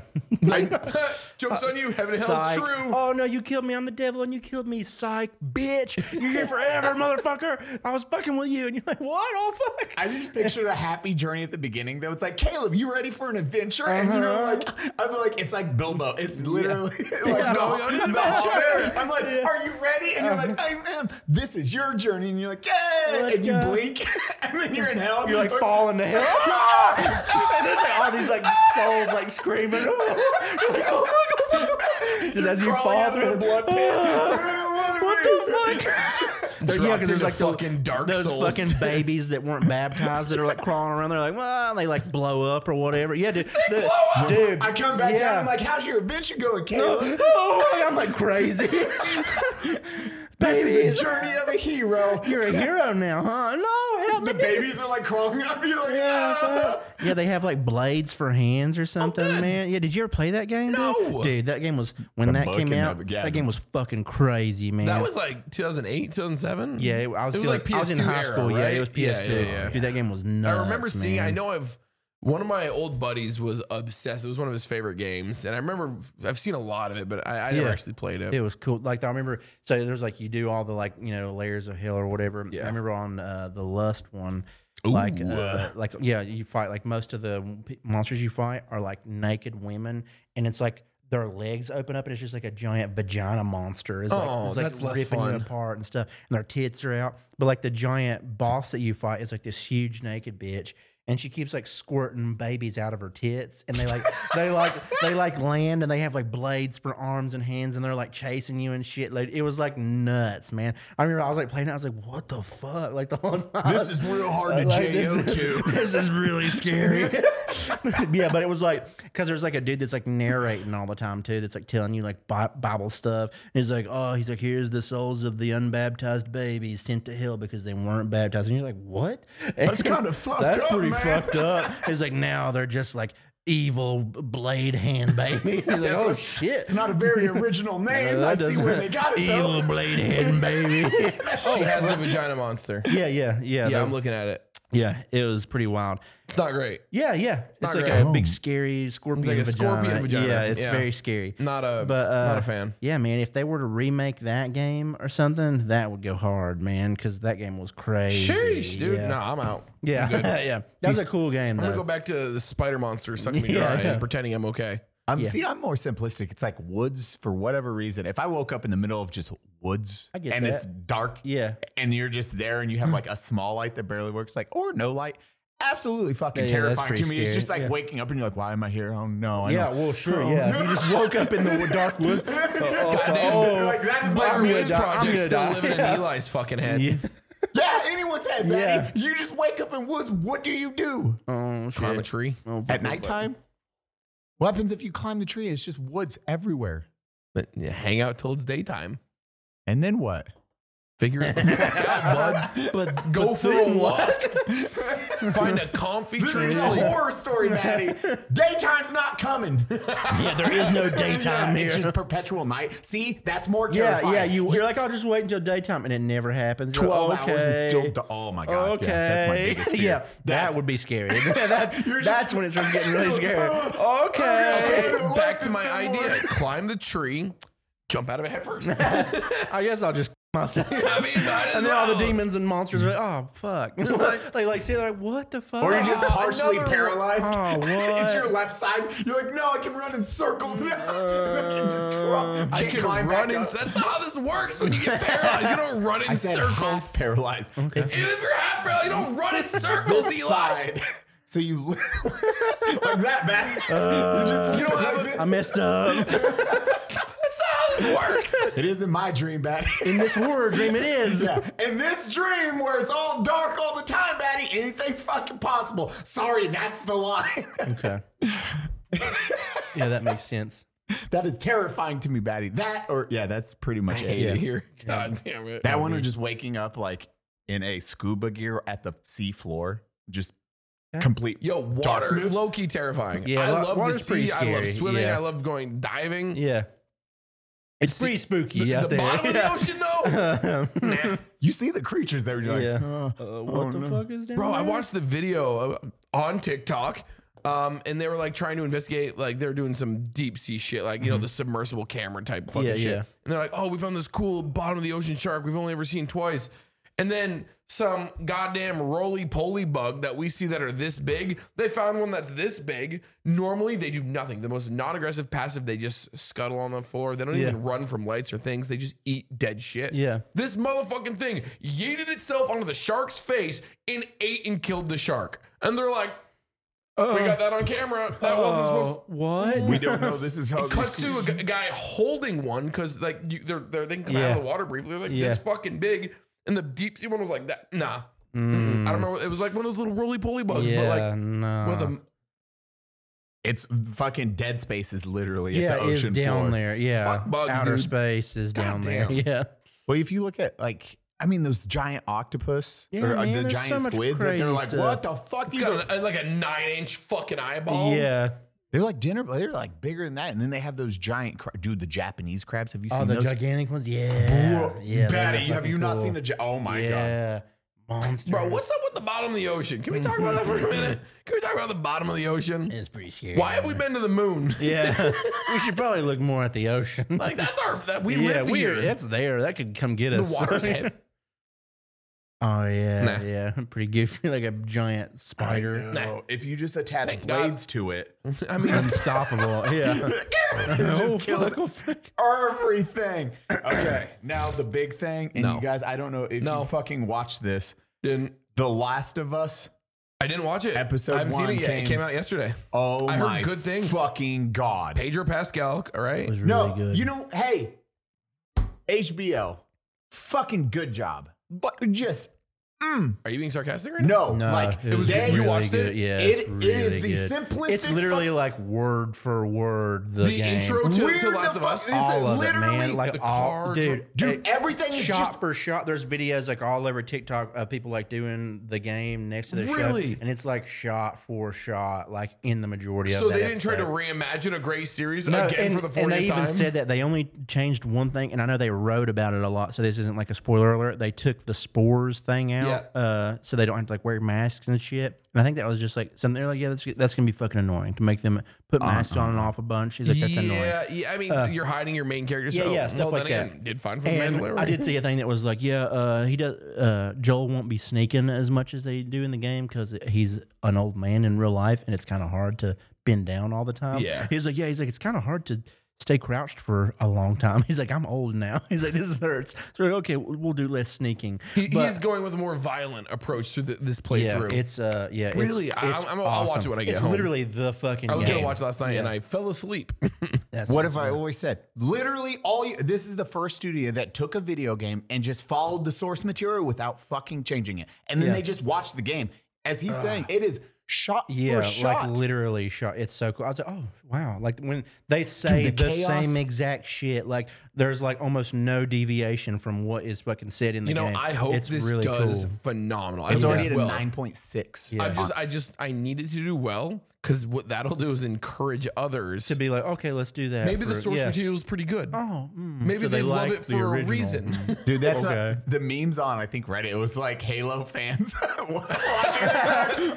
B: I- Joke's on you. Heaven and hell's
C: Uh, Psych.
B: true.
C: Oh no, you killed me. I'm the devil, and you killed me, psych, bitch. You're here forever, motherfucker. I was fucking with you, and you're like, what? Oh fuck.
D: I just picture the happy journey at the beginning, though. It's like, Caleb, you ready for an adventure? And you know, like, I'm like, it's like Bilbo. It's literally
C: Uh-huh.
D: like,
C: Yeah.
D: no,
B: Going on an
D: I'm,
B: adventure.
D: I'm like, are you ready? And you're like, I am. This is your journey. And you're like, yeah.
C: Uh-huh. Let's
D: and you
C: go.
D: blink. and then you're in hell.
C: You're like
D: Or- Ah!
C: falling to hell. and there's like all these like souls like screaming. You're like, oh, fuck, oh, fuck, oh, fuck. Dude, as you
D: crawling
C: fall
D: out of
C: through Oh, Ah!
D: the blood pit.
C: What the fuck? There- yeah,
B: Dropped
C: because there's
B: into
C: like those-
B: fucking Dark
C: those
B: Souls.
C: fucking babies that weren't baptized that are like crawling around. They're like, well, and they like blow up or whatever. Yeah, dude. They blow
D: up.
C: Dude,
D: I come back down. I'm like, how's your adventure going, Caleb?
C: oh, I'm like crazy.
D: this is
C: babies.
D: the journey of a hero.
C: You're a hero now, huh? No, help me.
D: the babies are like crawling up. You're like,
C: Yeah,
D: ah.
C: fuck. yeah, they have like blades for hands or something, man. Yeah, did you ever play that game? dude?
B: No.
C: dude, that game was when that
D: book
C: came
D: and
C: out.
D: the game.
C: That game was fucking crazy, man.
B: That was like 2008, 2007.
C: yeah. It, I was,
B: It
C: still, like, I was in high
B: PS2
C: school.
B: era,
C: Yeah, it was
B: right? Yeah,
C: PS2.
B: yeah, yeah.
C: Dude, that game was nuts.
B: I remember seeing. I
C: man.
B: know I've one of my old buddies was obsessed. It was one of his favorite games, and I remember I've seen a lot of it, but I, I never
C: Yeah.
B: actually played it.
C: It was cool. Like I remember, so there's like you do all the like you know layers of hell or whatever.
B: Yeah.
C: I remember on uh, the lust one, like uh, like yeah, you fight like most of the p- monsters you fight are like naked women, and it's like their legs open up, and it's just like a giant vagina monster. It's like,
B: Oh,
C: it's, like,
B: that's less
C: ripping
B: fun.
C: it apart and stuff, and their tits are out. But like the giant boss that you fight is like this huge naked bitch. And she keeps like squirting babies out of her tits, and they like they like they like land, and they have like blades for arms and hands, and they're like chasing you and shit. Like it was like nuts, man. I remember I was like playing, it, I was like, what the fuck, like the whole time.
D: This is real hard to
C: Like, this
D: JO
C: is-
D: to.
C: This is really scary. yeah, but it was like because there's like a dude that's like narrating all the time too. That's like telling you like Bi- Bible stuff. And he's like, oh, he's like, here's the souls of the unbaptized babies sent to hell because they weren't baptized. And you're like, what?
D: That's kinda fucked
C: That's
D: up,
C: pretty
D: man.
C: fucked up. He's like, now they're just like evil blade hand babies. You're like, oh shit. Uh,
D: It's not a very original name. I see where they got it
C: Evil
D: though.
C: blade hand baby.
B: she has a vagina monster.
C: yeah, yeah, yeah.
B: Yeah,
C: Yeah,
B: I'm looking at it.
C: yeah, it was pretty wild.
B: It's not great.
C: Yeah, yeah. It's,
B: not
C: like
B: great.
C: a big scary scorpion.
B: like a
C: vagina.
B: scorpion vagina,
C: Yeah, it's
B: yeah.
C: very scary.
B: Not a
C: But uh,
B: not a fan.
C: Yeah, man. If they were to remake that game or something, that would go hard, man. Because that game was crazy.
B: Sheesh, dude.
C: Yeah,
B: No, I'm out.
C: yeah, yeah. That was a cool game.
B: I'm
C: Though.
B: gonna go back to the spider monster sucking me
C: Yeah.
B: dry and pretending I'm okay.
D: I'm see, I'm more simplistic. It's like woods for whatever reason. If I woke up in the middle of just woods
C: I get
D: and
C: that.
D: it's dark
C: yeah,
D: and you're just there and you have like a small light that barely works, like or no light, absolutely
C: Yeah,
D: fucking
C: yeah, that's
D: terrifying to
C: pretty
D: me. It's
C: scary.
D: just like
C: Yeah.
D: waking up and you're like, why am I here? Oh no, I
C: Yeah,
D: know.
C: well, sure, yeah. You just woke up in the dark woods. Oh, oh,
B: Goddamn.
C: oh,
D: Like, that is my
C: I'm
B: Blair
C: gonna
B: Witch
C: die. I'm
B: Project
C: gonna
B: still
C: die.
B: living in Eli's fucking head.
C: Yeah.
D: Yeah, anyone's head, Maddie.
C: Yeah.
D: You just wake up in woods. What do you do
C: Oh, shit.
B: Climb a tree.
D: at nighttime? What happens if you climb the tree? It's just woods everywhere.
B: But yeah, hang out till it's daytime.
D: And then what?
B: Figure it the fuck out, bud.
C: But
B: Go
C: but
B: for a
C: then
B: walk. Find a comfy
D: This
B: tree.
D: is
B: to
D: a
B: sleep.
D: horror story, Maddie. Daytime's not coming.
C: Yeah, there is no daytime
D: Yeah, It's
C: here.
D: just perpetual night. See, that's more
C: Yeah,
D: terrifying.
C: yeah. You, you're like, I'll just wait until daytime, and it never happens. You're
D: twelve
C: like,
D: hours is still.
C: okay.
D: da- oh my god.
C: okay.
D: Yeah, that's my biggest fear.
C: Yeah,
D: That's-
C: that would be scary. Yeah, that's
D: You're just-
C: that's when it starts getting really scary.
B: Okay,
C: Okay.
D: I like
B: back to
D: this
B: my
D: thing
B: idea.
D: more.
B: Climb the tree, jump out of it head first.
C: I guess I'll just myself.
B: I mean, might as
C: And then all the
B: well.
C: demons and monsters are like, oh fuck. they like see they're like, what the fuck?
D: Or you're just
B: Ah,
D: partially
B: another
D: paralyzed.
C: one. Oh,
D: it's your
C: what?
D: left side. You're like, no, I can run in circles now. I can just
C: Uh,
D: crawl.
B: I
D: Can't
B: can
D: climb back
B: run in.
D: up.
B: That's not how this works. When you get paralyzed, you don't run in
D: I said half
B: circles.
D: paralyzed. It's
B: If you're half paralyzed, you don't run in circles,
D: this
B: Eli.
D: side. So you like that, man. you just you don't have
C: I messed up.
B: That's not how this works.
D: It isn't my dream, Batty.
C: In this horror dream it is.
D: Yeah. In this dream where it's all dark all the time, Batty, anything's fucking possible. Sorry, that's the line.
C: Okay. yeah, that makes sense.
D: that is terrifying to me, Batty. That or yeah, that's pretty much it.
B: hate
D: Yeah.
B: it here. God damn it.
D: That one of just waking up like in a scuba gear at the sea floor, just complete.
B: Yo, water
D: Darkness.
B: low key terrifying.
C: Yeah,
B: I
C: wa-
B: love the
C: water's pretty
B: sea. I love
C: scary,
B: swimming.
C: yeah.
B: I love going diving.
C: Yeah. It's,
B: See,
C: pretty spooky
B: The,
C: out
B: the
C: there.
B: bottom of the
C: Yeah.
B: ocean, though. Nah.
D: You see the creatures there. You're like,
C: Yeah.
D: "Oh,
C: Uh, what
D: oh
C: the
D: no."
C: fuck is down
B: Bro, I
C: there?
B: watched the video uh, on TikTok. Um, and they were like trying to investigate, like they were doing some deep sea shit, like you know the submersible camera type fucking
C: Mm-hmm. Yeah,
B: shit.
C: yeah.
B: And they're like, "Oh, we found this cool bottom of the ocean shark we've only ever seen twice." And then some goddamn roly poly bug that we see that are this big. They found one that's this big. Normally they do nothing. The most non aggressive passive, they just scuttle on the floor. They don't
C: Yeah.
B: even run from lights or things. They just eat dead shit.
C: Yeah.
B: This motherfucking thing yeeted itself onto the shark's face and ate and killed the shark. And they're like, we got that on camera. That wasn't supposed
C: Oh, what?
D: We don't know. This is how
B: to. Cuts to a gu- guy holding one because like you, they're, they're they can come out
C: Yeah.
B: of the water briefly. They're like
C: Yeah.
B: this fucking big, and the deep sea one was like that. Nah,
C: Mm-hmm.
B: Mm-mm. I don't know. It was like one of those little roly poly bugs,
C: yeah,
B: but like
C: no.
B: with a
D: It's fucking dead space is literally
C: yeah,
D: at the
C: it's
D: ocean
C: down
D: floor.
C: there. Yeah,
B: Fuck bugs,
C: outer
B: dude.
C: space is down there.
B: Goddamn.
C: Yeah,
D: Well, if you look at like, I mean, those giant octopus
C: Yeah,
D: or uh,
C: man,
D: the
C: there's
D: giant
C: so much
D: squids, that they're
C: crazy
D: like,
C: stuff.
D: what the fuck?
B: it's
D: These are,
B: got a, like a nine inch fucking eyeball.
C: yeah.
D: they're like dinner. They're like bigger than that, and then they have those giant cra- dude. The Japanese crabs. Have you
C: Oh,
D: seen
C: the
D: those?
C: gigantic ones. Yeah,
D: Whoa,
C: yeah. those are
D: Batty, have
C: fucking
D: you not
C: cool.
D: seen a? Gi- oh my god.
C: yeah. monster?
B: Bro, what's up with the bottom of the ocean? Can we talk about that for
C: Mm-hmm.
B: a minute? Can we talk about the bottom of the ocean?
C: It's pretty scary.
B: Why have we been to the moon?
C: Yeah, we should probably look more at the ocean.
B: Like that's our that we
C: yeah,
B: live
C: we
B: here.
C: are. That's there. That could come get
B: the
C: us.
B: water's heavy.
C: Oh yeah,
B: Nah.
C: yeah. Pretty goofy, like a giant spider.
D: No, if you just attach
B: Thank God.
D: blades to it,
B: I mean, it's-
C: Unstoppable. Yeah.
D: it
C: Oh,
D: just kills
C: fuck, oh, fuck.
D: everything. Okay, now the big thing, and
B: No.
D: you guys, I don't know if
B: No.
D: you fucking watched this.
B: didn't
D: The Last of Us.
B: I didn't watch it.
D: Episode
B: I haven't
D: one
B: seen it yet.
D: came-
B: It came out yesterday.
D: Oh
B: I heard
D: my
B: good things.
D: fucking god.
B: Pedro Pascal. All right.
C: It was really
D: no,
C: good.
D: you know, hey, HBO, fucking good job. But just mm,
B: Are you being sarcastic right
D: no,
C: No,
D: like
C: it was
D: they-
B: good.
D: you
B: You
C: really
B: watched
C: good.
B: it?
C: Yeah,
D: it
C: it's
D: is
C: really
D: the
C: good.
D: simplistic.
C: It's literally like word for word the,
B: now? The
C: game.
B: intro to,
D: Weird
B: to
D: the
B: Last of
D: fuck-
B: Us.
D: it's
C: all of it,
D: literally
C: man. Like
B: the
C: all,
B: car-
C: dude,
D: dude,
C: it-
D: everything is
C: shot
D: just
C: for shot. There's videos like all over TikTok of people like doing the game next to the
B: Really?
C: show, and it's like shot for shot, like in the majority of.
B: So
C: that
B: they didn't try to
C: episode.
B: reimagine a great series
C: No,
B: again
C: and,
B: for the
C: and they
B: fortieth
C: even
B: time.
C: said that they only changed one thing, and I know they wrote about it a lot. So this isn't like a spoiler alert. They took the spores thing out, uh, so they don't have to like wear masks and shit. And I think that was just like something. They're like, yeah, that's that's gonna be fucking annoying to make them put
B: Uh-huh.
C: masks on and off a bunch. She's like, that's annoying.
B: yeah, yeah. I mean, you're hiding your main character.
C: yeah,
B: so,
C: yeah, stuff
B: well,
C: like
B: then
C: that.
B: again, Did fine for
C: And
B: Mandalorian.
C: I did see a thing that was like, yeah, uh, he does. Uh, Joel won't be sneaking as much as they do in the game because he's an old man in real life, and it's kind of hard to bend down all the time.
B: Yeah.
C: he was like, yeah, he's like, it's kind of hard to stay crouched for a long time. He's like, I'm old now. He's like, this hurts. So we're like, okay, we'll we'll do less sneaking.
B: He,
C: But-
B: he's going with a more violent approach to th- this
C: yeah,
B: playthrough.
C: it's uh, yeah, it's-
B: Really? I-
C: it's
B: I'm- I'll watch it when I get
C: it's
B: home.
C: Literally the fucking.
B: I was
C: game.
B: gonna watch last night and I fell asleep.
C: That's
D: What if I always said, literally all you, this is the first studio that took a video game and just followed the source material without fucking changing it. And then
C: Yeah.
D: they just watched the game. As he's saying, it is shot
C: Yeah,
D: for shot.
C: like literally shot. It's so cool. I was like, oh wow! Like when they say
D: the
C: the
D: chaos.
C: same exact shit, like there's like almost no deviation from what is fucking said in the
B: You know,
C: game.
B: I hope
C: eh, it's
B: this
C: really
B: does
C: cool.
B: phenomenal.
D: it's
B: I
D: already at
B: well.
D: a 9.6.
B: I just, I just, I need it to do well because what that'll do is encourage others
C: to be like, okay, let's do that.
B: Maybe the
C: for-
B: source
C: yeah.
B: material is pretty good.
C: Oh, mm.
B: Maybe
C: So
B: they, love
C: like
B: it
C: the
B: for a
C: original.
B: reason.
D: Dude, that's what-
C: Okay.
D: the memes on, I think, Reddit. It was like Halo fans watching this.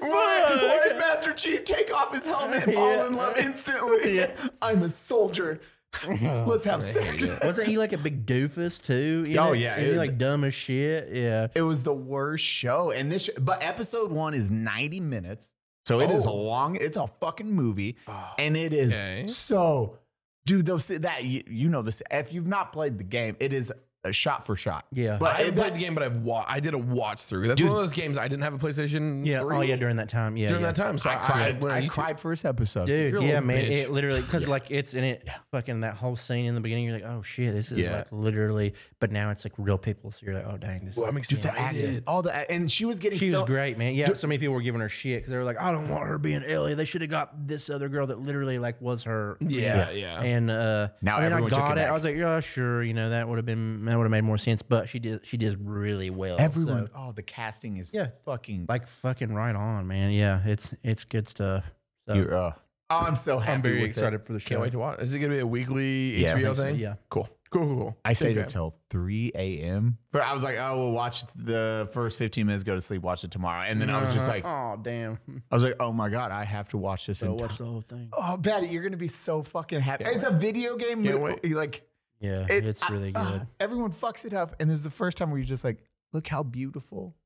D: why, why Master Chief take off his helmet and fall in love instantly? I'm a soldier.
B: Oh,
D: Let's have sex.
C: Wasn't he like a big doofus too? in
D: Oh,
C: it?
D: yeah,
C: Isn't he
D: it-
C: like dumb as shit. Yeah,
D: It was the worst show. And this, sh- but episode one is 90 minutes. So it is a
B: Oh.
D: long, it's a fucking movie. and it is
B: okay.
D: so, dude, those, that, you, you know, this, if you've not played the game, it is a shot for shot.
C: yeah,
D: But
B: I haven't
D: it-
B: played the game, but I've wa- I did a watch through. That's one of those games I didn't have a PlayStation.
C: yeah.
B: 3
C: Oh yeah, during that time. Yeah,
B: during
C: yeah.
B: that time, so I,
D: I cried.
B: when
D: I,
B: you-
D: cried first episode.
C: Dude,
B: You're a
C: yeah,
B: little
C: man.
B: bitch.
C: It literally because like it's in it, fucking that whole scene in the beginning. You're like, oh shit, this is
B: Yeah.
C: like literally. But now it's like real people, so you're like, oh dang, this.
B: Well, I'm
C: is
D: Dude, the
B: excited.
D: acting, all the, act- and she was getting
C: she
D: so,
C: was great, man. Yeah, so many people were giving her shit because they were like, I don't want her being Ellie. They should have got this other girl that literally like was her.
B: Yeah, yeah.
C: And uh,
D: Now
C: I mean, I
D: everyone took
C: got it.
D: it back.
C: I was like, yeah, sure. You know, that would have been that would have made more sense. But she did she did really well. so-
D: Everyone, oh, the casting is
C: Yeah.
D: fucking.
C: like fucking right on, man. Yeah, it's it's good stuff. So
D: You're, uh, oh, I'm so happy.
C: I'm very
D: with it.
C: excited for the show.
B: Can't wait to watch. Is it gonna be a weekly
D: Yeah, I
B: HBO
D: think so,
B: thing?
C: yeah.
B: Cool. Cool. Cool. cool.
D: I
B: Big
D: stayed
B: fan.
D: up till 3 a.m. But I was like, oh, we'll watch the first 15 minutes, go to sleep, watch it tomorrow. And then I was just like, I
C: oh damn.
D: was like, oh my God, I have to watch this.
C: So
D: in
C: watch
D: time.
C: the whole thing.
D: Oh, Betty, you're going to be so fucking happy. it's a video game.
B: Can't
D: mo- Like,
C: Yeah,
D: it-
C: it's
D: I-
C: really
D: ah,
C: good.
D: everyone fucks it up. And this is the first time where you're just like, look how beautiful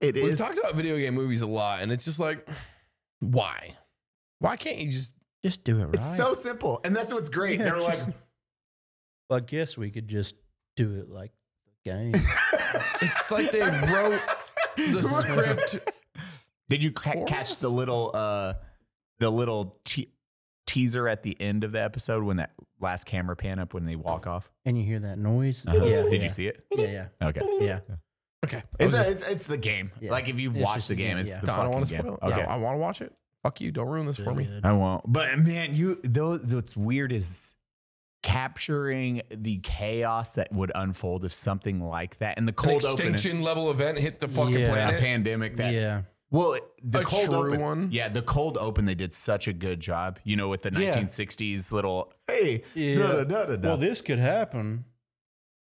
D: it
B: We've
D: is.
B: talked about video game movies a lot, and it's just like, why? Why can't you just?
C: Just do it right.
D: It's so simple. And that's what's great. They're like,
C: I guess we could just do it like the game.
B: It's like they wrote the script.
D: Did you ca-
B: Or
D: catch
B: else.
D: the little uh the little te- teaser at the end of the episode when that last camera pan up when they walk off?
C: and you hear that noise?
D: Yeah.
C: Yeah.
D: Did
C: yeah.
D: you see it?
C: Yeah, yeah,
D: Okay.
C: yeah.
B: Okay, I was
D: It's, a-
B: just-
D: it's it's the game.
C: Yeah.
D: Like if you
C: It's
D: watch
C: just
D: the
C: the
D: game,
C: game,
D: it's
C: yeah.
D: the
B: No, I don't
D: fucking
B: want to
D: game.
B: spoil. it.
D: Okay.
B: I, want to watch it. Fuck you! Don't ruin this for me.
D: I won't. But man, you those what's weird is capturing the chaos that would unfold if something like that and the
B: An
D: cold open
B: extinction level event hit the fucking
C: Yeah.
D: a
B: planet.
D: pandemic that
C: Yeah,
D: Well, it- the
B: A
D: cold
B: true
D: open
B: one?
D: Yeah, the cold open. They did such a good job. You know, with the
C: Yeah.
D: 1960s little hey,
C: Yeah.
D: da, da, da, da, da.
C: Well, this could happen.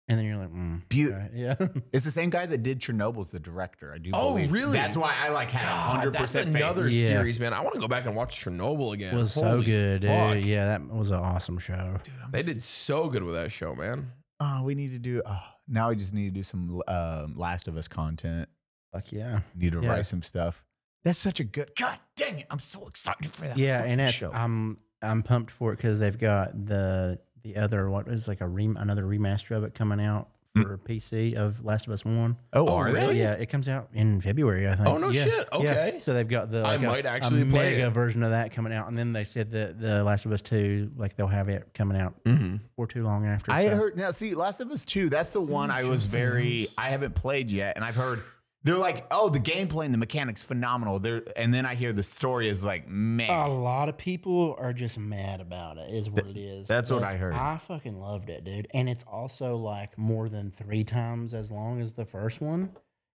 C: And then you're like, mm,
D: Bu-
C: alright, yeah.
D: it's the same guy that did Chernobyl's the director. I do.
B: Oh,
D: believe.
B: really?
D: That's why I like had
B: God,
D: hundred
B: that's
D: percent
B: another
C: Yeah.
B: series, man. I want to go back and watch Chernobyl again.
C: was so
B: Holy
C: good. dude.
B: fuck.
C: Yeah, that was an awesome show.
B: They did so good with that show, man.
D: Oh, we need to do. Oh, now we just need to do some um, Last of Us content.
C: Fuck yeah.
D: Need to
C: Yeah.
D: write some stuff. That's such a good. God dang it! I'm so excited for that.
C: Yeah,
D: fucking
C: and that's
D: show.
C: I'm I'm pumped for it because they've got the the other what is like a rem, another remaster of it coming out
D: Mm.
C: for PC of Last of Us One.
D: oh,
B: oh,
D: are they?
B: really?
C: Yeah, it comes out in February, I think.
B: Oh, no
C: Yeah,
B: shit.
C: yeah.
B: Okay.
C: So they've got the
B: I
C: like a-
B: might
C: a
B: actually play
C: mega
B: it.
C: version of that coming out, and then they said that the Last of Us Two, like they'll have it coming out
B: Mm-hmm.
C: before too long after.
D: I
C: so-
D: heard now. See, Last of Us Two. That's the one I was very. I haven't played yet, and I've heard they're like, oh, the gameplay and the mechanics phenomenal. There, and then I hear the story is like, man,
C: a lot of people are just mad about it. Is what it is.
D: that's what I heard.
C: I fucking loved it, dude. And it's also like more than three times as long as the first one.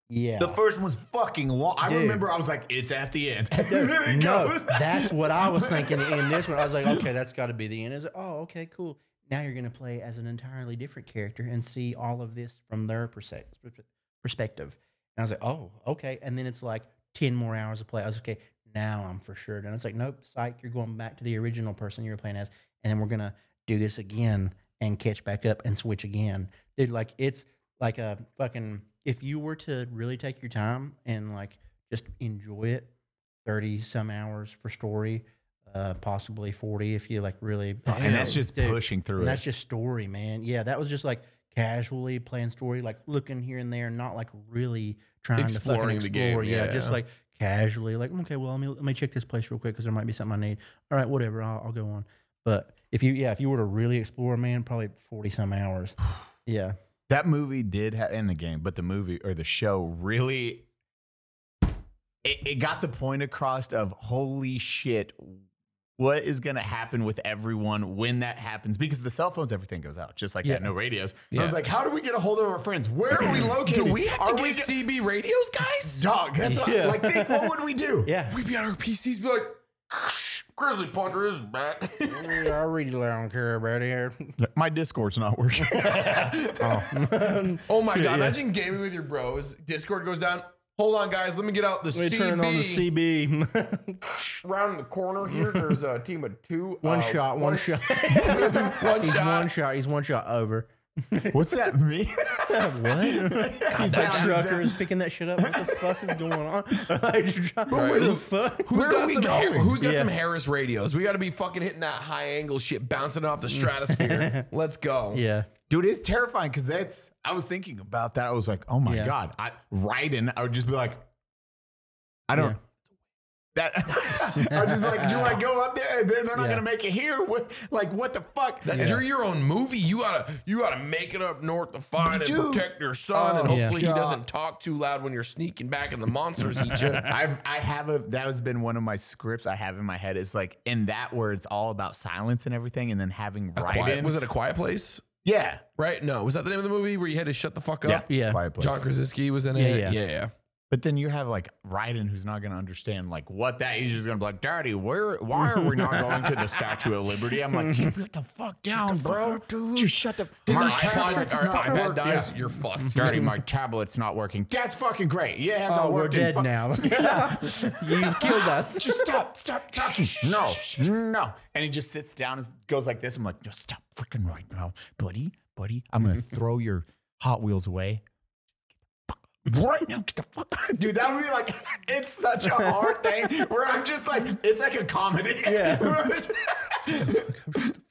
C: Yeah.
D: the first one's fucking long. I
C: Dude.
D: remember I was like, it's at the end. There it
C: no,
D: goes.
C: that's what I was thinking in this one. I was like, okay, that's got to be the end. Is oh, okay, cool. Now you're gonna play as an entirely different character and see all of this from their perse- perspective. And I was like, oh, okay. And then it's like ten more hours of play. I was like, okay, now I'm for sure. And it's like, nope, psych. You're going back to the original person you were playing as, and then we're gonna do this again and catch back up and switch again, dude. Like it's like a fucking. If you were to really take your time and like just enjoy it 30 some hours for story uh, possibly 40 if you like really.
D: And that's just
C: Dude,
D: pushing through
C: and
D: it.
C: that's just story, man. Yeah, that was just like casually playing story, like looking here and there, not like really trying to fucking
B: Exploring the game,
C: explore. yeah, just
B: yeah.
C: like casually, like okay, well, let me let me check this place real quick because there might be something I need. All right, whatever, I'll, I'll go on. But if you, yeah, if you were to really explore, man, probably forty some hours. Yeah,
D: That movie did ha- in the game, but the movie or the show really it, it got the point across of holy shit, what is gonna happen with everyone when that happens? Because the cell phones, everything goes out, just like that, no radios. And I was
B: Yeah.
D: like, how do we get a hold of our friends? Where are we located?
B: Do we have
D: are
B: to
D: we
B: get CB radios, guys?
D: dog? That's
C: Yeah.
D: what, like think what would we do?
C: yeah.
B: We'd be on our PCs, be like, Grizzly Punter is back.
C: I really don't care about here.
D: My Discord's not working.
B: Oh my
C: Shit,
B: god!
C: yeah.
B: Imagine gaming with your bros. Discord goes down. Hold on, guys. Let me get out the
C: Let
B: CB.
C: me turn on the CB.
B: Round the corner here. There's a team of two.
C: one
B: Uh,
C: shot, one, shot.
B: one
C: He's
B: shot.
C: one shot. He's one shot over.
D: What's that mean?
C: what?
D: He's
C: That
D: down, he's
C: trucker
D: down.
C: is picking that shit up. What the fuck is going on? Like, what the fuck?
B: Who's
D: Where
B: got
D: are we
B: some Ha-
D: going?
B: who's got
C: Yeah.
B: some Harris radios? We got to be fucking hitting that high angle shit, bouncing off the stratosphere. Let's go.
C: Mm. Yeah.
D: Dude, it's terrifying because that's. I was thinking about that. I was like, oh my
C: Yeah.
D: god, I Raiden. I would just be like, I don't. That I would just be like, do I go up there? They're, they're not
C: Yeah.
D: gonna make it here. What? Like, what the fuck?
B: That- You're your own movie. You gotta you gotta make it up north to find and
D: Dude.
B: protect your son, and
D: Oh,
B: hopefully
D: yeah.
B: he doesn't talk too loud when you're sneaking back and the monsters eat you.
D: I've I have a that has been one of my scripts I have in my head. Is like in that where it's all about silence and everything, and then having
B: Quiet-
D: Raiden.
B: was it a quiet place?
D: yeah,
B: Right? No. Was that the name of the movie where you had to shut the fuck up?
D: yeah,
C: Yeah.
D: Quiet place.
B: John Krasinski was in
C: Yeah,
B: it.
C: yeah.
B: yeah.
D: But then you have like Raiden, who's not going to understand like what that. He's just going to be like, "Daddy, where? Why are we not going to the Statue of Liberty?" I'm like, "Keep it the fuck down, bro. Just shut the."
B: His
D: my
B: iPod,
D: tablet's
B: or
D: not
B: iPad
D: working.
B: dies,
D: Yeah.
B: you're fucked.
D: Daddy, my tablet's not working. That's fucking great. Yeah, it hasn't
C: Oh, we're
D: worked in
C: dead
D: fuck-
C: now. You've killed us.
D: Just stop, stop talking. No, no. And he just sits down and goes like this. I'm like, just stop freaking right now, buddy, buddy. I'm gonna throw your Hot Wheels away. Get the fuck- Right now, get the fuck, dude. That would be like, it's such a hard thing where I'm just like, it's like a comedy.
C: Yeah.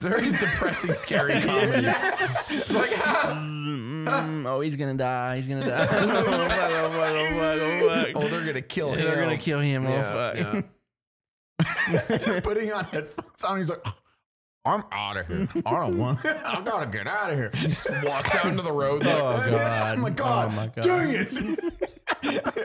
B: Very depressing, scary comedy. It's like, ah.
C: Mm, oh, he's gonna die. He's gonna die. oh, fuck, oh, fuck, oh, fuck, oh,
B: oh, they're gonna kill
C: fuck.
B: him.
C: They're gonna kill him.
B: Yeah,
C: oh, fuck.
B: yeah.
D: just putting on headphones on. He's like, I'm out of here. I don't want. I gotta get out of here.
B: Walks out into the road.
C: Oh,
B: Like,
C: God.
D: I'm like, God,
C: Oh, my God.
D: dang it.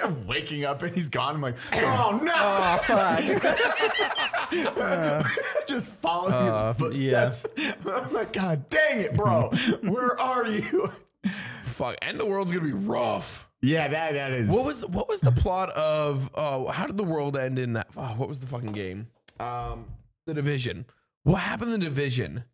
D: I'm waking up and he's gone. I'm like, oh no.
C: Oh, fuck.
D: Just following
C: Uh,
D: his footsteps. I'm like, God dang it, bro. Where are you?
B: fuck. End of world's gonna be rough.
D: Yeah, that that is.
B: What was what was the plot of? Oh, how did the world end in that? Oh, what was the fucking game? Um, the division. What happened in the division?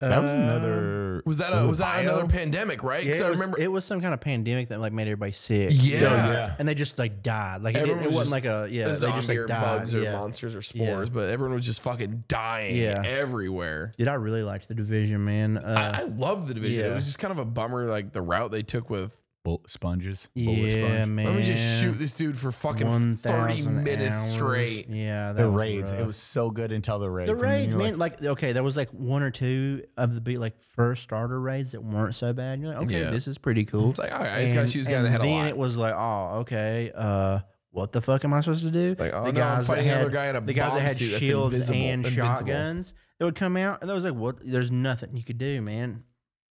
D: that? Was another.
B: Was that a, was that
D: Bio?
B: another pandemic? Right?
C: Uh, Yeah,
B: Because
C: it,
B: I
C: was,
B: remember.
C: it was some kind of pandemic that like made everybody sick.
B: Yeah.
D: Yeah.
C: And they just like died. Like it, it,
B: Everyone was
C: wasn't
B: just
C: like a yeah.
B: a
C: They
B: zombie
C: just like
B: or
C: died.
B: bugs or
C: yeah.
B: monsters or spores, but everyone was just fucking dying
C: Yeah.
B: everywhere.
C: Dude, I really liked the division, man. Uh,
B: I, I love the division. It
C: yeah.
B: was just kind of a bummer, like the route they took with.
D: Bullet sponges. Bullet
C: yeah, man.
B: Let me just shoot this dude for fucking thirty
C: 1,000
B: minutes
C: hours.
B: straight.
C: Yeah, that
D: The
C: was
D: raids. It
C: rough.
D: was so good until the raids.
C: the
D: And then
C: raids,
D: you're
C: man. Like, okay, there was like one or two of the be like first starter raids that weren't so bad. And you're like, okay,
B: Yeah.
C: this is pretty cool.
B: It's like, all right, I just gotta choose a guy
C: and
B: that had a
C: then
B: lot.
C: it was like, oh, okay, uh, what the fuck am I supposed to do?
B: Like, oh,
C: the
B: no, I'm fighting
C: that
B: another guy in a
C: the guys
B: bomb
C: that had
B: suit that's
C: shields
B: invisible-
C: and
B: invincible.
C: shotguns that would come out, and I was like, what? There's nothing you could do, man.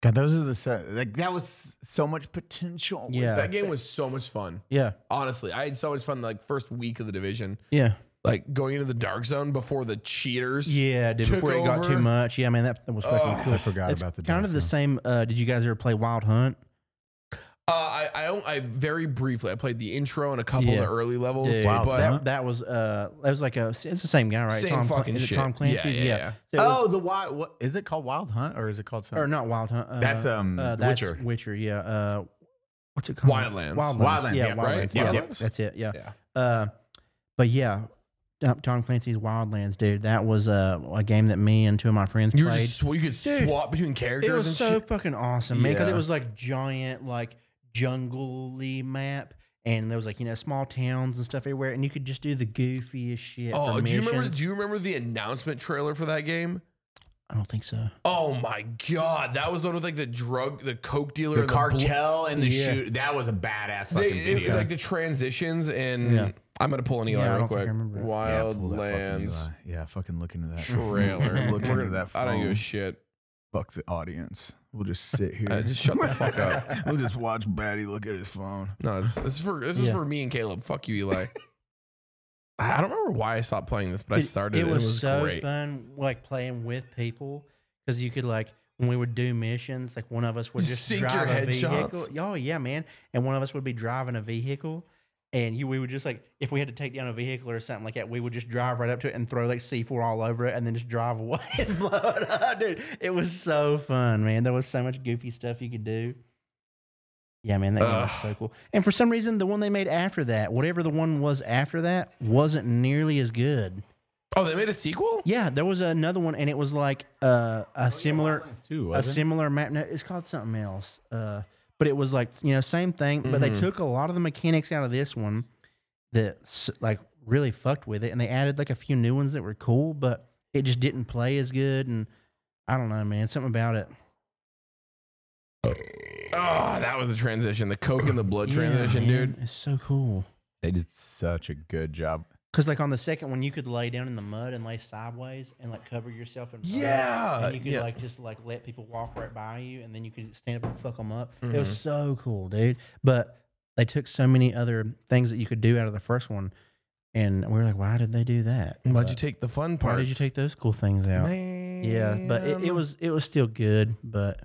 D: God, those are the so- like that was so much potential. with
C: Yeah.
D: that.
B: That game was so much fun.
C: Yeah,
B: Honestly, I had so much fun like first week of the division,
C: yeah,
B: like going into the dark zone before the cheaters.
C: yeah. Dude,
B: Took
C: before it got
B: over.
C: too much, yeah, man, that, that was fucking
B: Oh,
C: cool.
D: I forgot
C: It's
D: about the
C: kind
D: dark
C: of the
D: zone.
C: same. Uh, did you guys ever play Wild Hunt?
B: Uh, I I, don't, I very briefly I played the intro and a couple of
C: Yeah.
B: the early levels,
C: Dude,
D: Wild
B: but
D: Huh?
C: That, that was uh, that was like a. It's the same guy, right?
B: Same
C: Tom, Cl-
B: fucking
C: is it
B: shit.
C: Tom
B: Yeah,
C: Clancy's,
B: yeah,
C: yeah.
B: yeah.
C: So it was-
D: Oh, the wild. What is it called? Wild Hunt or is it called something?
C: or not Wild Hunt. Uh,
D: That's, um,
C: uh, that's
D: Witcher.
C: Witcher, yeah. Uh, what's it called?
B: Wildlands.
C: Wildlands.
D: Wildlands,
C: yeah,
D: yeah,
C: Wildlands.
D: right?
C: Yeah,
B: Yeah.
C: yep, that's it. Yeah.
B: yeah.
C: Uh, but yeah, Tom- Tom Clancy's Wildlands, dude. That was uh, a game that me and two of my friends
B: You were
C: played.
B: just sw- you could
C: Dude,
B: swap between characters.
C: It was
B: and
C: so
B: shit.
C: fucking awesome, man, because
B: Yeah.
C: it was like giant, like jungly map. and there was like you know small towns and stuff everywhere, and you could just do the goofiest shit.
B: Oh,
C: for
B: do you remember?
C: missions.
B: Do you remember the announcement trailer for that game?
C: I don't think so.
B: Oh my god, that was one of like the drug, the coke dealer,
D: The
B: and
D: cartel and the
C: Yeah.
D: shoot. That was a badass
B: bl- they,
D: fucking
B: it-
D: video.
B: like the transitions and
C: Yeah.
B: I'm gonna pull an Eli
C: Yeah, I
B: real
C: don't think I
B: quick.
C: remember it.
D: Yeah, pull that fucking
B: Wildlands
D: Eli. Yeah, fucking look into that.
B: trailer.
D: Look
B: We're
D: into that
B: I don't give a
D: phone.
B: shit.
D: Fuck the audience. We'll just sit here.
B: Uh, just shut the fuck up.
D: we'll just watch Batty look at his phone.
B: No, it's, this is for this is
C: Yeah.
B: for me and Caleb. Fuck you, Eli. I I don't remember why I stopped playing this, but I
C: It-
B: started.
C: It,
B: and
C: was,
B: it was
C: so
B: great.
C: fun, like playing with people, because you could like when we would do missions, like one of us would
B: You
C: just
B: sync your
C: drive a vehicle.
B: headshots.
C: Oh yeah, man! And one of us would be driving a vehicle, and you we would just like if we had to take down a vehicle or something like that, we would just drive right up to it and throw like C four all over it, and then just drive away and blow it up, dude. It was so fun, man. There was so much goofy stuff you could do. Yeah, man, that game was so cool. And for some reason, the one they made after that, whatever the one was after that, wasn't nearly as good.
B: Oh, they made a sequel.
C: Yeah, there was another one, and it was like uh,
B: Oh,
C: a similar, a similar map. No, it's called something else. Uh, but it was like you know same thing, but
B: Mm-hmm.
C: they took a lot of the mechanics out of this one that s- like really fucked with it, and they added like a few new ones that were cool, but it just didn't play as good. And I don't know, man, something about it.
B: Oh, that was the transition. The coke and the blood transition,
C: Yeah,
B: dude.
C: man, It's so cool.
D: They did such a good job.
C: Cause like on the second one, you could lay down in the mud and lay sideways and like cover yourself in mud.
B: Yeah,
C: and you could
B: Uh, yeah.
C: like just like let people walk right by you, and then you could stand up and fuck them up. It
B: Mm-hmm.
C: was so cool, dude. But they took so many other things that you could do out of the first one, and we were like, why did they do that?
B: Why'd
C: But
B: you take the fun
C: Why
B: part?
C: did uh, you take those cool things out?
B: Man.
C: Yeah, but it, it was it was still good. But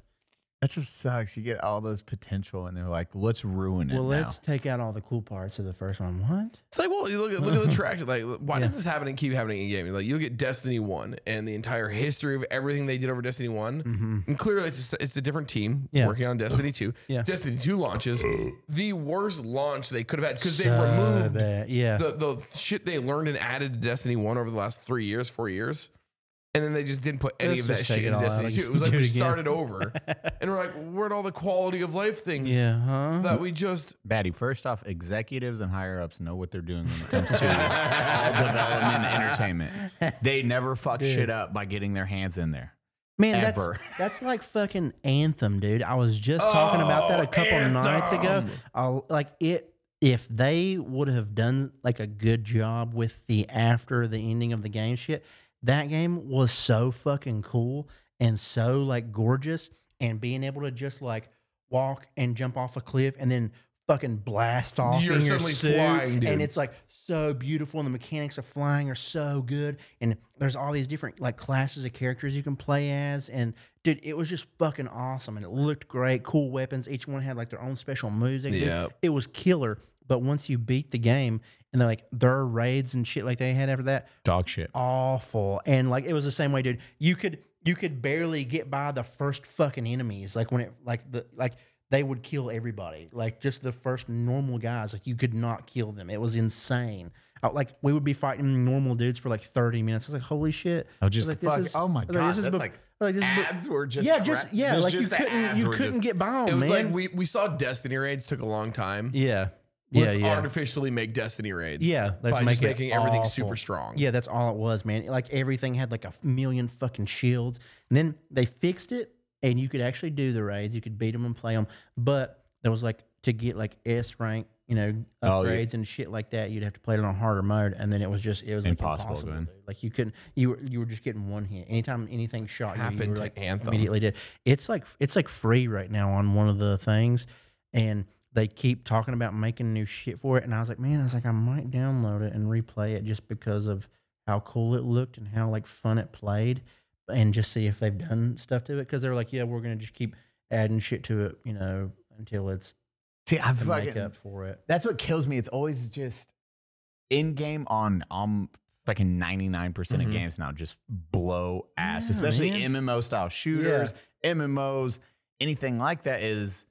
D: That just sucks. You get all those potential, and they're like, "Let's ruin it."
C: well,
D: now.
C: let's take out all the cool parts of the first one. What?
B: It's like, well, you look at look at the traction. Like, why does
C: Yeah.
B: this happen and keep happening in gaming? Like, you'll get Destiny One and the entire history of everything they did over Destiny One. And clearly, it's a, it's a different team
C: Yeah.
B: working on Destiny Two.
C: Yeah.
B: Destiny Two launches the worst launch they could have had because they
C: So
B: removed
C: bad. Yeah.
B: the the shit they learned and added to Destiny One over the last three years, four years, and then they just didn't put any
C: Let's
B: of that
C: just take
B: shit
C: it
B: in
C: all out
B: Destiny
C: again.
B: Two. It was like
C: Do it
B: we
C: again.
B: started over, and we're like, where'd all the quality of life things
C: yeah. Huh.
B: that we just
D: Batty, first off, executives and higher ups know what they're doing when it comes to all development and entertainment. They never fuck shit up by getting their hands in there.
C: Man,
D: Ever.
C: that's that's like fucking Anthem, dude. I was just talking about
B: Oh,
C: that a couple nights ago. I'll, like it, if they would have done like a good job with the after the ending of the game shit, that game was so fucking cool and so like gorgeous, and being able to just like walk and jump off a cliff and then fucking blast off
B: You're
C: in your
B: suddenly
C: suit,
B: flying, dude.
C: and it's like so beautiful and the mechanics of flying are so good and there's all these different like classes of characters you can play as and dude it was just fucking awesome and it looked great cool weapons each one had like their own special moves they could do.
B: Yep.
C: it was killer but once you beat the game and they're like their raids and shit like they had after that
D: Dog shit.
C: awful. And like it was the same way, dude. You could you could barely get by the first fucking enemies. Like when it like the like they would kill everybody. Like just the first normal guys. Like you could not kill them. It was insane. Uh, like we would be fighting normal dudes for like thirty minutes. I was like, holy shit.
D: Oh, just
C: I was like,
D: fuck. Oh my
C: I was
D: God,
C: this is
D: that's
C: bef-
D: like
C: I was like, this is bef-
D: ads were just
C: yeah, just
D: tra-
C: yeah.
D: just-
C: like
D: just
C: you
D: the
C: couldn't
D: ads
C: you
D: were
C: couldn't
D: just-
C: get by 'em,
B: it was
C: Oh, man.
B: like we we saw Destiny raids took a long time.
C: yeah. Yeah,
B: Let's
C: yeah.
B: artificially make Destiny raids.
C: Yeah, let's
B: by just
C: make it
B: making everything
C: awful.
B: super strong.
C: Yeah, that's all it was, man. Like everything had like a million fucking shields. And then they fixed it, and you could actually do the raids. You could beat them and play them. But there was like to get like S rank, you know,
D: Oh, yeah.
C: upgrades and shit like that. You'd have to play it on harder mode, and then it was just it was like,
D: Impossible,
C: impossible.
D: man.
C: dude. like you couldn't. You were you were just getting one hit. Anytime anything shot you, you
B: Happened
C: were
B: to
C: like
B: Anthem.
C: immediately did. It's like it's like free right now on one of the things, and they keep talking about making new shit for it. And I was like, man, I was like, I might download it and replay it just because of how cool it looked and how like fun it played, and just see if they've done stuff to it. Because they're like, yeah, we're gonna just keep adding shit to it, you know, until it's
D: See, I
C: the
D: fucking.
C: makeup for it.
D: That's what kills me. It's always just in game on um fucking ninety nine percent of
B: Mhm.
D: games now just blow ass,
C: Yeah,
D: especially
C: man.
D: MMO style shooters, MMOs, anything like that is.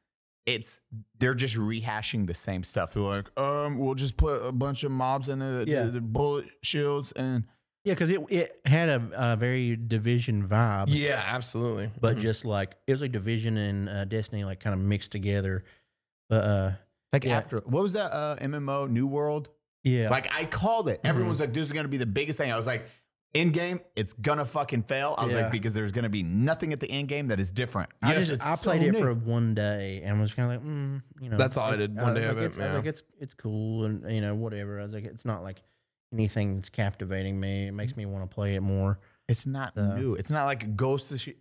D: It's they're just rehashing the same stuff. They're like, um, we'll just put a bunch of mobs in the,
C: Yeah.
D: the, the bullet shields and
C: Yeah, because it it had a, a very division vibe.
B: Yeah, absolutely.
C: but
B: Mhm.
C: just like it was like division and uh, destiny like kind of mixed together but uh
D: Like
C: Yeah.
D: after what was that uh, MMO New World?
C: Yeah. Mm-hmm.
D: Like I called it. Everyone's like, "This is gonna be the biggest thing." I was like, "End game, it's gonna fucking fail." I was
C: Yeah.
D: like, "Because there's gonna be nothing at the end game that is different."
C: I
D: Yes,
C: just
D: it's
C: I
D: so
C: played it
D: new.
C: for one day and was kind of like, mm, you know.
B: That's all I
C: it's-
B: did, one
C: was
B: day
C: like,
B: of it,
C: it's- I was
B: yeah.
C: like, it's it's cool and you know whatever. I was like, it's not like anything that's captivating me. It makes me want to play it more.
D: It's not
C: So-
D: new. It's not like Ghost of Shi-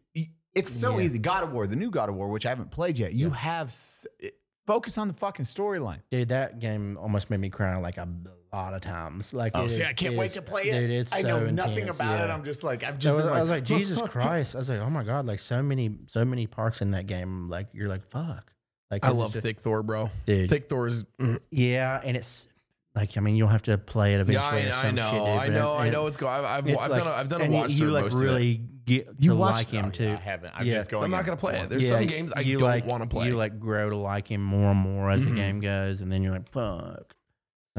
D: It's so
C: Yeah.
D: easy. God of War, the new God of War, which I haven't played yet. You have s- it- focus on the fucking storyline.
C: Dude, that game almost made me cry like a lot of times. Like,
D: Oh,
C: it
D: see,
C: is-
D: I can't
C: it
D: wait
C: is-
D: to play it.
C: Dude, it's
D: I
C: so
D: know nothing
C: intense,
D: about it.
C: yeah.
D: I'm just like, I've
C: I
D: just
C: was,
D: been like,
C: I was like, Jesus Christ! I was like, oh my god! Like so many, so many parts in that game. Like you're like, fuck! Like
B: I
C: it's
B: love
C: just-
B: Thick Thor, bro.
C: dude.
B: Thick Thor is. mm.
C: Yeah, and it's like I mean, you'll have to play it
B: Yeah,
C: eventually.
B: I,
C: or
B: I
C: some
B: know,
C: shit, dude,
B: I
C: but
B: know, I
C: it-
B: know. It's going. I've, I've,
C: it's
B: I've
C: like-
B: done. A, I've done a
C: and you-
B: watch
C: you,
B: through
C: like
B: most of it.
C: really get to
D: you
C: like
D: watched
C: him
D: oh, yeah,
C: too.
D: I haven't. I'm
C: Yeah.
D: just going.
B: I'm not gonna play it. There's
C: Yeah,
B: some games I
C: you
B: don't
C: like,
B: want to play.
C: You like grow to like him more and more as
B: Mhm.
C: the game goes, and then you're like, fuck.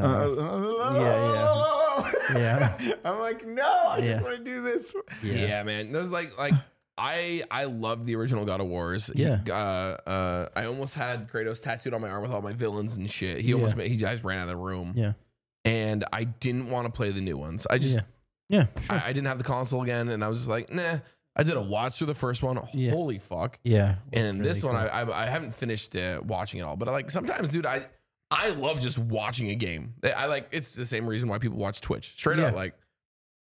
C: Mm-hmm. Uh,
D: yeah,
C: Yeah.
D: I'm like, no, I just
C: Yeah.
D: want to do this.
B: yeah. man. There's like like I I love the original God of Wars. He-
C: Yeah.
B: uh, uh, I almost had Kratos tattooed on my arm with all my villains and shit. He almost
C: Yeah.
B: made, he just ran out of room.
C: Yeah.
B: And I didn't want to play the new ones. I just
C: Yeah. Yeah, sure.
B: I, I didn't have the console again, and I was just like, nah. I did a watch through the first one.
C: Yeah.
B: Holy fuck!
C: yeah.
B: And then
C: really
B: this one,
C: cool.
B: I, I I haven't finished uh, watching it all, but like sometimes, dude, I I love just watching a game. I, I like it's the same reason why people watch Twitch. Straight
C: Yeah.
B: up, like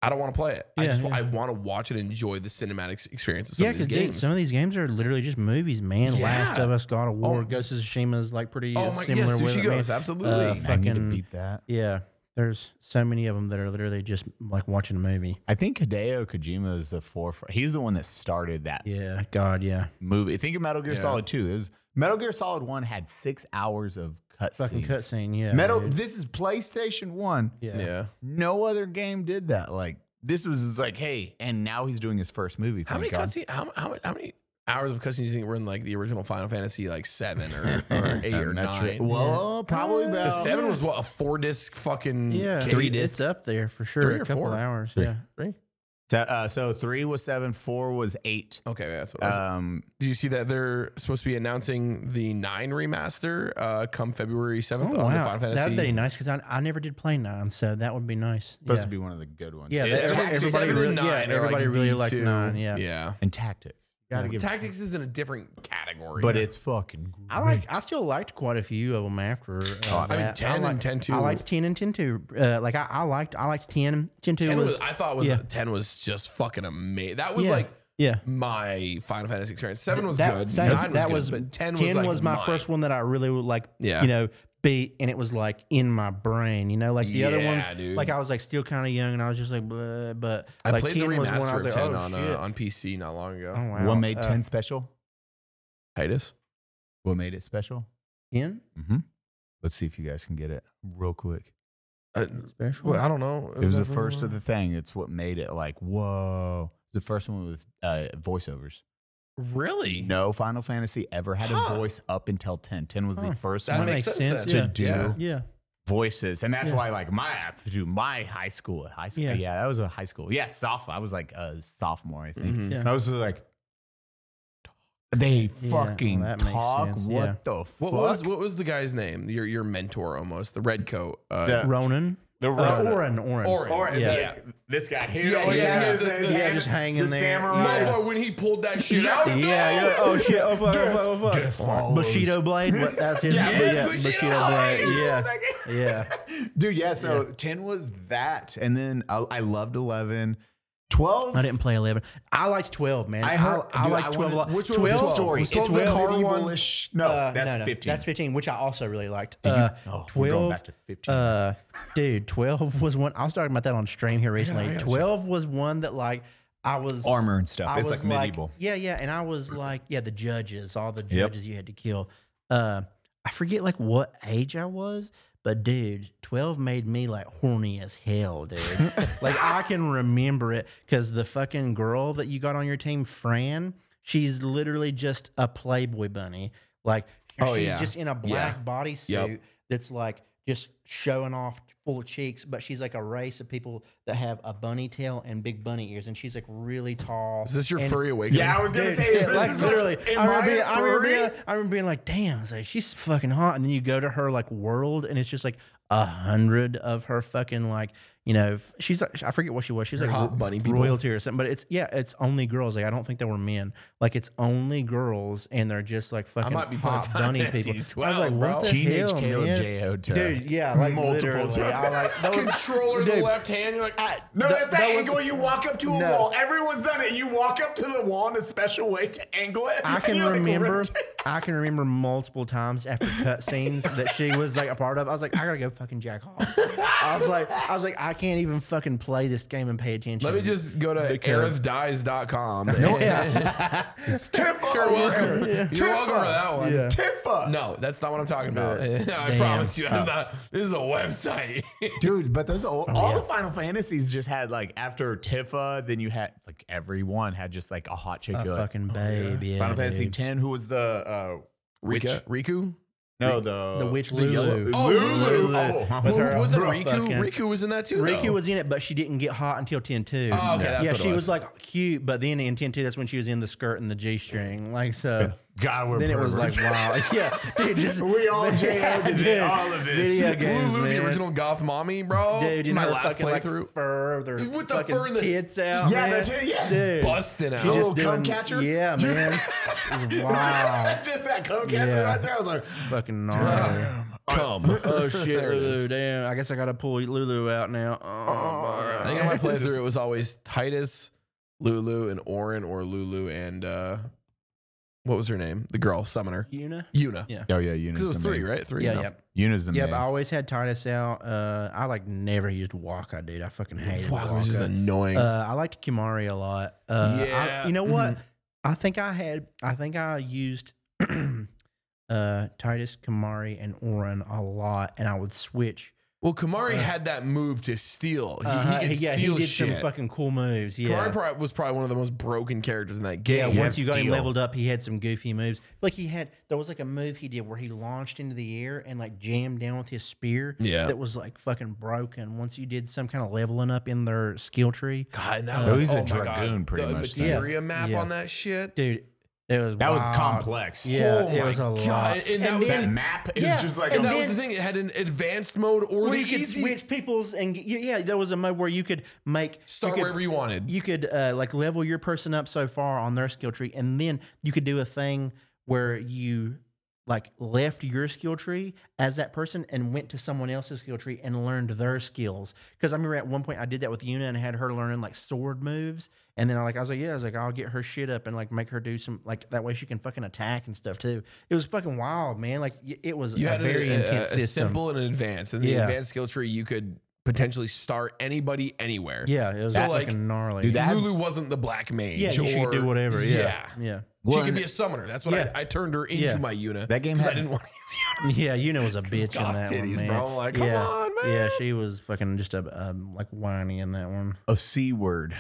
B: I don't want to play it. I
C: Yeah,
B: just
C: yeah.
B: I want to watch it, and enjoy the cinematic s- experience of some
C: yeah,
B: of these
C: because dude,
B: games.
C: some of these games are literally just movies, man.
B: Yeah.
C: Last of Us, God of War,
B: Oh.
C: Ghost of Tsushima is like pretty
B: oh
C: uh,
B: my god, yeah,
C: similar. with
B: sushi
C: it, man.
B: goes absolutely.
C: Uh,
D: I need to
C: fucking-
D: beat that.
C: Yeah, there's so many of them that are literally just like watching a movie.
D: I think Hideo Kojima is the forefront. He's the one that started that
C: Yeah, God, yeah,
D: movie. Think of Metal Gear
B: Yeah.
D: Solid 2. It was, Metal Gear Solid 1 had six hours of
C: fucking
D: cutscenes.
C: cutscene. Yeah,
D: Metal.
C: dude.
D: This is PlayStation 1.
C: Yeah.
B: yeah.
D: No other game did that. Like, this was like, hey, and now he's doing his first movie.
B: How many
D: thank God.
B: cutscenes? How, how many- how many hours of cutscenes do you think were in like the original Final Fantasy, like seven or, or eight or
D: I'm not
B: nine?
D: sure. Well, uh, probably
C: Uh,
D: about.
B: Because Uh, seven was what a four disc fucking
C: Yeah,
B: three
C: it-
B: disc
C: It's up there for sure.
B: Three
C: a
B: or
C: couple
B: four?
C: hours. Yeah.
B: three.
D: So, uh, so three was seven, four was eight.
B: Okay, that's
C: Uh,
B: what. I was
D: Um,
B: Do you see that they're supposed to be announcing the nine remaster uh, come February seventh
C: Oh,
B: on the Final Fantasy?
C: that'd be nice because I, I never did play nine, so that would be nice.
D: supposed
C: yeah.
D: to be one of the good ones.
C: Yeah,
B: Dude,
C: that-
B: every-
C: everybody
B: seven
C: really-
B: and nine
C: yeah,
B: are, like,
C: everybody really
B: the
C: liked
B: two.
C: nine, yeah.
B: yeah.
D: and tactics. Gotta give,
B: Tactics is in a different category,
D: but it's fucking. Great.
C: I like. I still liked quite a few of them after. Uh,
B: Oh, I mean,
C: that.
B: 10 and
C: liked-
B: 10 too.
C: I liked ten and ten two. Uh, like I, I liked. I liked ten. Ten two
B: ten
C: was,
B: was, I thought was
C: yeah.
B: ten was just fucking amazing. That was
C: yeah,
B: like
C: yeah.
B: my Final Fantasy experience. Seven was
C: that,
B: good.
C: That,
B: nine
C: that
B: was,
C: was,
B: good, but ten,
C: 10
B: was, like
C: my
B: mine.
C: first one that I really would like,
B: Yeah.
C: you know, beat. And it was like in my brain, you know, like the other
B: Yeah,
C: ones,
B: dude.
C: like I was like still kind of young and I was just like, bleh, but
B: I
C: like
B: played the
C: 10 was one I
B: remaster
C: was
B: of
C: like,
B: ten
C: oh,
B: on uh,
C: shit.
B: on PC not long ago.
C: Oh, wow.
D: what made
C: Uh,
D: ten special?
B: Titus,
D: What made it special?
C: 10?
D: Mm-hmm. Let's see if you guys can get it real quick.
B: uh,
C: Special?
B: well, I don't know.
D: It was the first of the thing. It's what made it like whoa. The first one with uh, voiceovers.
B: really.
D: No Final Fantasy ever had
B: Huh.
D: a voice up until ten. Ten was
C: Huh.
D: the first
B: That
D: one
B: makes sense
D: to
C: yeah.
D: do
B: Yeah.
C: Yeah.
D: voices, and that's
C: Yeah.
D: why like my dude, my high school, uh, high school,
C: Yeah.
D: yeah. that was a high school. Yeah, sophomore. I was like a sophomore, I think.
B: Mhm.
D: And I was just like, they
C: well,
D: fucking
C: that makes
D: talk.
C: sense,
D: What
C: yeah.
D: the fuck?
B: What was what was the guy's name? Your your mentor almost the red coat. Uh,
D: Yeah.
C: Ronan.
D: the
C: Uh,
D: road?
C: Oren. Oren.
B: Oren.
D: Or
C: Yeah.
D: yeah. this guy here.
B: Yeah,
D: always
B: yeah.
D: had his-
B: Yeah,
D: his
B: yeah,
D: hand-
C: just hanging
D: the
C: there.
D: Samurai.
B: Motherfucker, when he pulled that shit out.
C: Yeah, yeah. Oh shit! Oh fuck! Oh fuck! Oh fuck!
D: Death follows.
C: Bushido blade. What, that's his.
B: Yes, Bushido
C: blade.
B: blade.
C: Yeah. Yeah.
D: Dude, yeah. So 10 was that. And then I, I loved 11. 12.
C: I didn't play eleven. I liked twelve, man.
D: I heard.
C: I, I
D: dude,
C: liked twelve. a
D: wanted-
C: lot.
B: which one was
D: It's
C: twelve
D: a
B: 12?
D: story.
B: Was
D: It's
B: 12 the
D: the
B: car one?
D: medievalish. No,
C: Uh,
D: that's
C: no, no,
D: 15.
C: That's 15, which I also really liked.
D: Did you-
C: uh,
D: Oh, we're
C: 12,
D: going back to 15.
C: Uh, dude, 12 was one. I was talking about that on stream here recently. 12 was one that, like, I was.
D: Armor and stuff.
C: I
D: It's
C: was
D: like medieval.
C: Yeah, yeah. And I was like, yeah, the judges, all the judges you had to kill. Uh, I forget, like, what age I was. But dude, twelve made me like horny as hell, dude. like I can remember it because the fucking girl that you got on your team, Fran, she's literally just a Playboy bunny. Like
B: Oh,
C: she's
B: yeah.
C: just in a black bodysuit
B: Yep.
C: that's like just showing off full cheeks, but she's like a race of people that have a bunny tail and big bunny ears, and she's like really tall.
B: Is this your
C: and-
B: furry awakening?
D: Yeah, I was gonna
C: Dude,
D: say, is
C: yeah,
D: this
C: like
D: is
C: literally,
D: Like, am
C: I, remember
D: I
C: being, I, remember
D: furry?
C: being, I remember being like, "Damn!" I was like, "She's fucking hot." And then you go to her like world, and it's just like a hundred of her fucking like, you know, f- she's like, I forget what she was. She's like
B: hot
C: ro-
B: bunny people.
C: royalty or something. But it's yeah, it's only girls. Like I don't think there were men. Like it's only girls, and they're just like fucking
B: might be
C: hot
B: playing
C: bunny
B: Final Fantasy
C: people. I was
B: 12,
C: like,
B: bro.
C: "What the
D: Teenage
C: hell,
D: Caleb
C: man?
D: J. Hotel.
C: Dude, yeah, like
D: Multiple
C: multiple
D: times.
C: times. I like that was-
B: Controller in
C: dude,
B: the left hand. You're like,
D: No,
C: Th- that
D: that's that,
C: was-
D: angle. You walk up to a
C: No.
D: wall. Everyone's done it. You walk up to the wall in a special way to angle it.
C: I
D: and
C: can
D: you're, like,
C: remember.
D: rotating.
C: I can remember multiple times after cutscenes that she was like a part of. I was like, I gotta go fucking jack off. I was like, I was like, I can't even fucking play this game and pay attention.
B: let me just go to
C: Because-
B: aerithdies.com. No,
D: It's Tifa.
B: You're welcome. You're
D: Tifa.
B: welcome for that one.
C: Yeah.
D: Tifa.
B: No, that's not what I'm talking about. I
C: Damn.
B: promise you, that's not. This is a website.
D: Dude, but those all, all the Final Fantasies just had like after Tifa, then you had like everyone had just like a hot chick.
C: a
D: you're like,
C: fucking babe. Yeah,
D: Final Fantasy
C: dude.
D: X, who was the uh,
B: Rika, Riku.
D: No, the
C: the witch
D: the yellow-
C: Lulu.
B: Oh, Lulu.
D: Lulu. Oh,
C: With
B: Well,
C: her-
B: was it
C: bro,
B: Riku?
C: fucking-
B: Riku was in that too.
C: Riku
B: though.
C: was in it, but she didn't get hot until 10 2.
B: Oh, okay, that's
C: yeah,
B: what it
C: she
B: was.
C: was like cute, but then in 10 2, that's when she was in the skirt and the G string. Like, so
D: God, we're
C: oh. then it was like,
D: perverts.
C: wow. Yeah, dude, just,
D: we all jammed
C: dude,
D: did all of this.
C: Video games,
B: Lulu, the
C: man.
B: original goth mommy, bro.
C: Dude, you
B: my
C: know,
B: last
C: fucking, like,
B: playthrough,
C: fur with her
B: With the
C: fucking
B: fur and the-
C: tits Oh, out.
D: Yeah,
C: man.
D: the tit- yeah.
C: Dude,
B: busting out.
C: she just
D: little
C: doing,
D: cum catcher?
C: Yeah, man. It was wild.
D: just that coke
C: Yeah.
D: after right there. I was like,
C: fucking gnarly.
B: come.
C: Oh shit,
B: There it is.
C: Lulu! Damn, I guess I gotta pull Lulu out now. Oh,
B: I think on my playthrough, it was always Titus, Lulu, and Orin, or Lulu and uh, what was her name? The girl summoner,
C: you know?
B: Yuna.
C: Yeah.
D: oh yeah, Unis.
B: Because it was three, right? Three.
C: Yeah,
B: no.
C: yeah.
D: Unis the
C: Yeah, but I always had Titus out. Uh, I like never used Waka, dude. I fucking hated
B: Wow, it was just
C: Waka.
B: annoying.
C: Uh, I liked Kimari a lot. Uh, I-
B: Yeah. Mm-hmm.
C: you know what? I think I had. I think I used uh, Titus, Kimari, and Oren a lot, and I would switch.
B: well, Kamari had that move to steal. Oh, He,
C: Uh,
B: he could
C: yeah,
B: steal
C: uh, he did
B: shit.
C: some fucking cool moves. Yeah.
B: Kamari prob- was probably one of the most broken characters in that
C: yeah,
B: game.
C: once you got him
D: steal.
C: leveled up, he had some goofy moves. Like he had, there was like a move he did where he launched into the air and like jammed down with his spear.
B: Yeah.
C: that was like fucking broken. Once you did some kind of leveling up in their skill tree,
B: God, and that
D: Oh,
B: was
D: he's a
B: oh my God.
D: dragoon, pretty
B: the
D: much,
B: The
D: then.
B: materia map
C: Uh, Yeah.
B: on that shit.
C: dude, it was
D: That was
C: wild.
D: complex.
C: Yeah,
B: Oh
C: it
B: my
C: was a
B: God,
C: lot.
B: and that was
D: That
B: Yeah.
D: map is
C: Yeah,
D: just like
B: And,
D: a-
B: that was the
C: then-
B: thing; it had an advanced mode or
C: Where
B: the
C: you could
B: easy
C: switch peoples and y- yeah, there was a mode where you could make
B: start
C: you could,
B: wherever you wanted.
C: you could uh, like level your person up so far on their skill tree, and then you could do a thing where you like left your skill tree as that person and went to someone else's skill tree and learned their skills. Because I remember at one point I did that with Yuna and had her learning like sword moves, and then I like I was like yeah, I was like I'll get her shit up and like make her do some like that way she can fucking attack and stuff too. It was fucking wild, man. Like y- it was
B: you
C: a
B: had a-
C: very
B: a,
C: intense
B: a
C: system.
B: simple and an advanced. And the
C: Yeah.
B: advanced skill tree, you could potentially start anybody anywhere.
C: Yeah, it was
B: So, like,
C: fucking gnarly.
D: dude, that-
B: Lulu wasn't the black mage.
C: yeah, you should
B: or-
C: do whatever. Yeah, yeah,
B: She
D: Well,
B: could
D: and-
B: be a summoner. That's what
C: Yeah.
B: I, I turned her into
C: Yeah.
B: my Yuna.
D: That game
B: 'cause I
D: had-
B: didn't want to use Yuna.
C: yeah. You know, was a bitch in
B: goth
C: that
B: titties,
C: one, man.
B: bro. Like, come
C: yeah.
B: on,
C: Yeah,
B: man.
C: she was fucking just a um, like whiny in that one.
D: a c word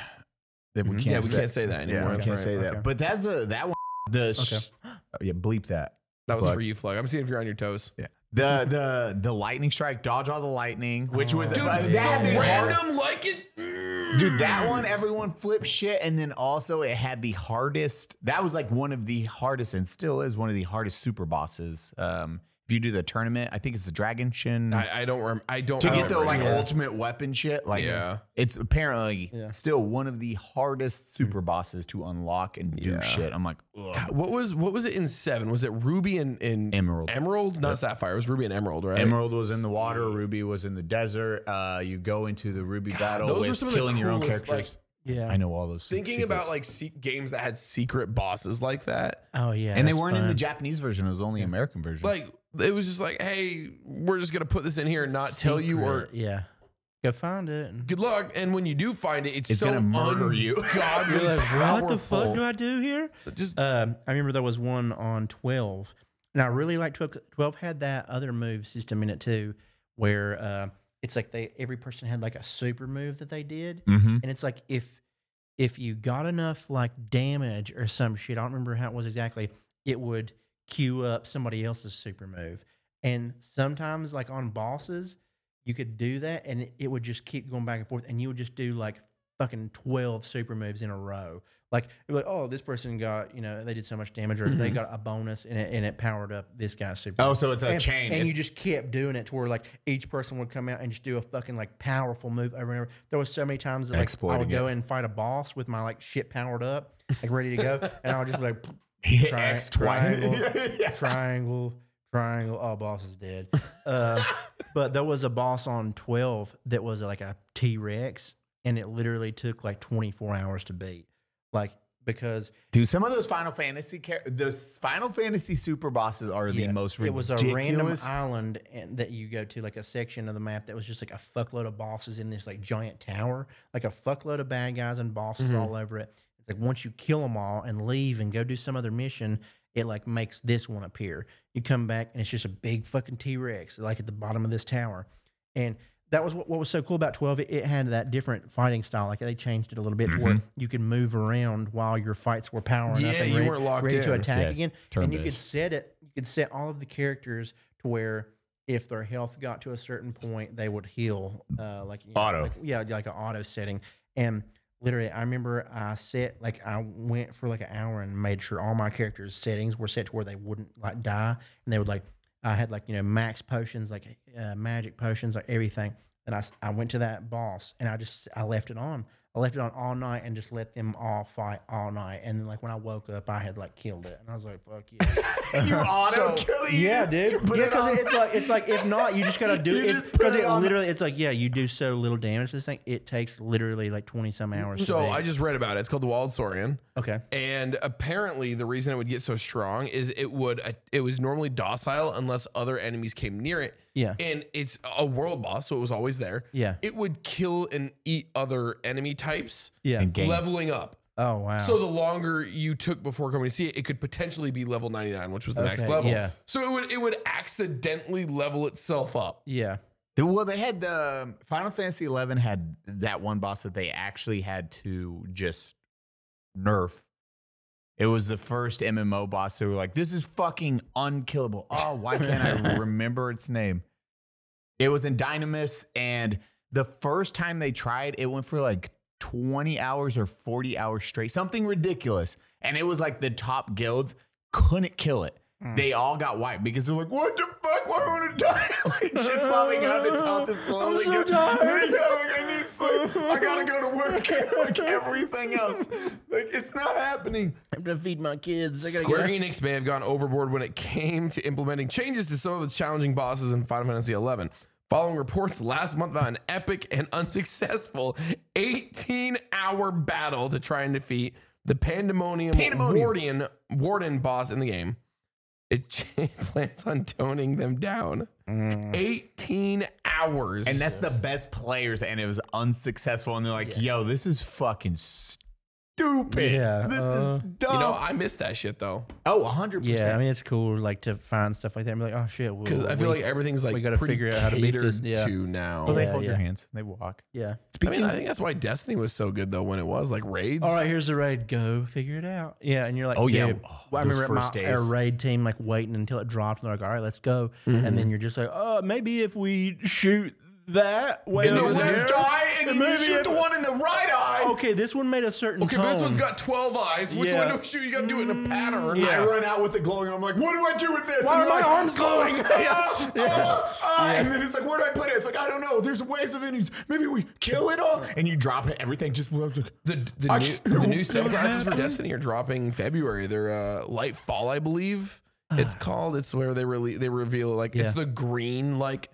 D: that we
B: Mhm.
D: can't.
B: Yeah, we
D: say.
B: can't say that
D: Yeah,
B: anymore.
D: we
B: That's
D: can't
B: right.
D: say
C: Okay.
D: that. But that's the that one. The sh-
C: Okay.
D: oh, yeah, bleep that.
B: That was
D: Fuck.
B: for you, Flug. I'm seeing if you're on your toes.
D: Yeah. The the the lightning strike, dodge all the lightning, which was
B: Oh. Dude,
D: uh,
B: the
D: that had the hard-
B: random like it. Mm.
D: Dude, that one everyone flipped shit, and then also it had the hardest. That was like one of the hardest, and still is one of the hardest super bosses. Um, if you do the tournament, I think it's the dragon shin
B: I, I don't remember. I don't
D: to
B: I
D: get
B: don't
D: the like
B: remember.
D: ultimate weapon shit. Like,
B: Yeah.
D: it's apparently
C: Yeah.
D: still one of the hardest super bosses to unlock and do
B: Yeah.
D: shit. I'm like, ugh.
B: God, what was what was it in seven? Was it Ruby and, and
D: Emerald.
B: Emerald, not Sapphire. It was Ruby and Emerald, right?
D: Emerald was in the water. Ruby was in the desert. Uh, you go into the Ruby battle.
B: those
D: with
B: are some of the
D: killing your own
B: coolest, like,
D: characters.
C: Yeah.
D: I know all those.
B: Thinking
D: secrets.
B: about like se- games that had secret bosses like that,
C: Oh yeah.
D: and they
C: that's
D: weren't in the
C: fun.
D: Japanese version. It was only American version.
B: like it was just like, hey, we're just gonna put this in here and not tell you or
C: Secret, yeah. Go find it. and-
B: good luck. And when you do find it, it's,
D: It's
B: so
D: gonna murder you.
B: ungodly
C: You're like, what
B: powerful.
C: the fuck do I do here?
B: Just
C: Um, I remember there was one on 12, and I really liked 12. 12 had that other move system in it too, where uh, it's like they every person had like a super move that they did,
D: mm-hmm.
C: and it's like if if you got enough like damage or some shit, I don't remember how it was exactly, it would queue up somebody else's super move. And sometimes, like on bosses, you could do that and it- it would just keep going back and forth. And you would just do like fucking 12 super moves in a row. Like, you're like oh, this person got, you know, they did so much damage or they got a bonus and it, and it powered up this guy's super.
D: Mm-hmm. Oh,
C: move.
D: so it's a
C: and,
D: chain.
C: And you
D: It's-
C: just kept doing it to where like each person would come out and just do a fucking like powerful move over and over. There was so many times that like I would
D: Exploiting
C: go and fight a boss with my like shit powered up, like ready to go. and I would just be like,
D: Hit
C: tri-
D: X twice.
C: triangle, triangle, triangle. Oh, boss is dead. Uh, but there was a boss on 12 that was like a T Rex, and it literally took like 24 hours to beat. Like, because
D: Dude, some of those Final Fantasy char- those Final Fantasy super bosses are
C: yeah,
D: the most
C: it was a random
D: ridiculous.
C: island and that you go to, like a section of the map that was just like a fuckload of bosses in this like giant tower, like a fuckload of bad guys and bosses
B: Mm-hmm.
C: all over it. It's like once you kill them all and leave and go do some other mission, it like makes this one appear. You come back and it's just a big fucking T Rex like at the bottom of this tower, and that was what, what was so cool about 12 it, it had that different fighting style like they changed it a little bit to where you could move around while your fights were powering
B: Mm-hmm.
C: up
B: Yeah,
C: and
B: you
C: ready,
B: weren't locked
C: ready to
B: in.
C: attack again and you could
E: turn-based.
C: set it you could set all of the characters to where if their health got to a certain point they would heal uh, like you know,
D: Auto.
C: like- yeah like an auto setting and literally i remember i set like i went for like an hour and made sure all my characters settings were set to where they wouldn't like die and they would like i had like you know max potions like uh, magic potions like everything and I, s- I went to that boss and i just i left it on i left it on all night and just let them all fight all night and then like when i woke up i had like killed it and i was like fuck yeah
D: you auto kill you
C: yeah,
D: just
C: dude.
D: put
C: Yeah,
D: it
C: because
D: on.
C: it's like it's like if not, you just gotta do
D: You
C: it
D: just put
C: because
D: it
C: it,
D: on-
C: literally it's like yeah, you do so little damage to this thing. It takes literally like twenty some hours.
B: So
C: to beat.
B: I just read about it. It's called the Wild Saurian.
C: okay.
B: And apparently, the reason it would get so strong is it would uh, it was normally docile unless other enemies came near it.
C: Yeah.
B: And it's a world boss, so it was always there.
C: Yeah.
B: It would kill and eat other enemy types,
C: Yeah.
E: And game.
B: leveling up.
C: Oh wow.
B: So the longer you took before coming to see it, it could potentially be level 99, which was the next
C: Okay,
B: level.
C: yeah.
B: So it would it would accidentally level itself up.
C: yeah.
D: Dude, Well, they had the Final Fantasy Eleven had that one boss that they actually had to just nerf. It was the first MMO boss. They were like, "This is fucking unkillable." Oh, why can't I remember its name? It was in Dynamis, and the first time they tried, it went for like twenty hours or forty hours straight, something ridiculous. And it was like the top guilds couldn't kill it.
C: Hmm.
D: They all got wiped because they're like, "What the fuck? Why want to die?" like shit's popping up. It's all this slowly.
C: so
D: go-
C: tired.
D: I need sleep. I gotta go to work. like everything else, like it's not happening.
C: I have to feed my kids. I gotta
B: Square Enix may have gone overboard when it came to implementing changes to some of its challenging bosses in Final Fantasy XI. Following reports last month about an epic and unsuccessful 18 hour battle to try and defeat the Pandemonium, Warden, Warden boss in the game, it plans on toning them down.
C: Mm.
B: 18 hours.
D: And that's the best players, and it was unsuccessful. And they're like, "Yo, this is fucking stupid.
C: Yeah,
D: this
C: uh,
D: is dumb."
B: You know, I miss that shit though.
D: oh, hundred
C: Yeah, I
D: percent.
C: mean it's cool like to find stuff like that. I'm like, oh shit, well,
B: Because I feel
C: we-
B: like everything's like
C: we gotta
B: pretty
C: figure out how to beat
B: catered
C: this, yeah.
B: to now.
D: Well, they
C: Yeah,
D: hold your
C: yeah.
D: hands. They walk.
C: yeah.
B: I mean, I think that's why Destiny was so good though when it was like raids.
C: All right, here's the raid. Go figure it out. Yeah, and you're like,
D: Oh, yeah.
C: dude,
D: Oh,
C: I
D: those
C: remember at my,
D: first
C: our
D: days.
C: raid team like waiting until it dropped, and they're like, all right, let's go. And then you're just like, oh, maybe if we shoot that way
B: And the
C: over
B: left
C: there,
D: eye, and
C: maybe
D: you shoot
C: if-
D: the one in the right eye.
C: Okay, this one made a certain.
B: Okay, but this
C: tone.
B: one's got 12 eyes. Which
C: Yeah.
B: one do we shoot? You gotta do it in a pattern.
C: Yeah.
D: I run out with the glowing. I'm like, what do I do with this?
C: Why
D: And
C: are my
D: they're like,
C: arms glowing?
D: Ah, ah, ah. And then it's like, where do I put it? It's like, I don't know. There's waves of enemies. Maybe we kill it all. And you drop it. Everything just moves. Like,
B: The, the,
D: I
B: new,
D: can't-
B: the new subclasses for
D: happened?
B: Destiny are dropping February. They're uh, Light Fall, I believe. It's called. It's where they really they reveal like
C: Ah. Yeah.
B: it's the green like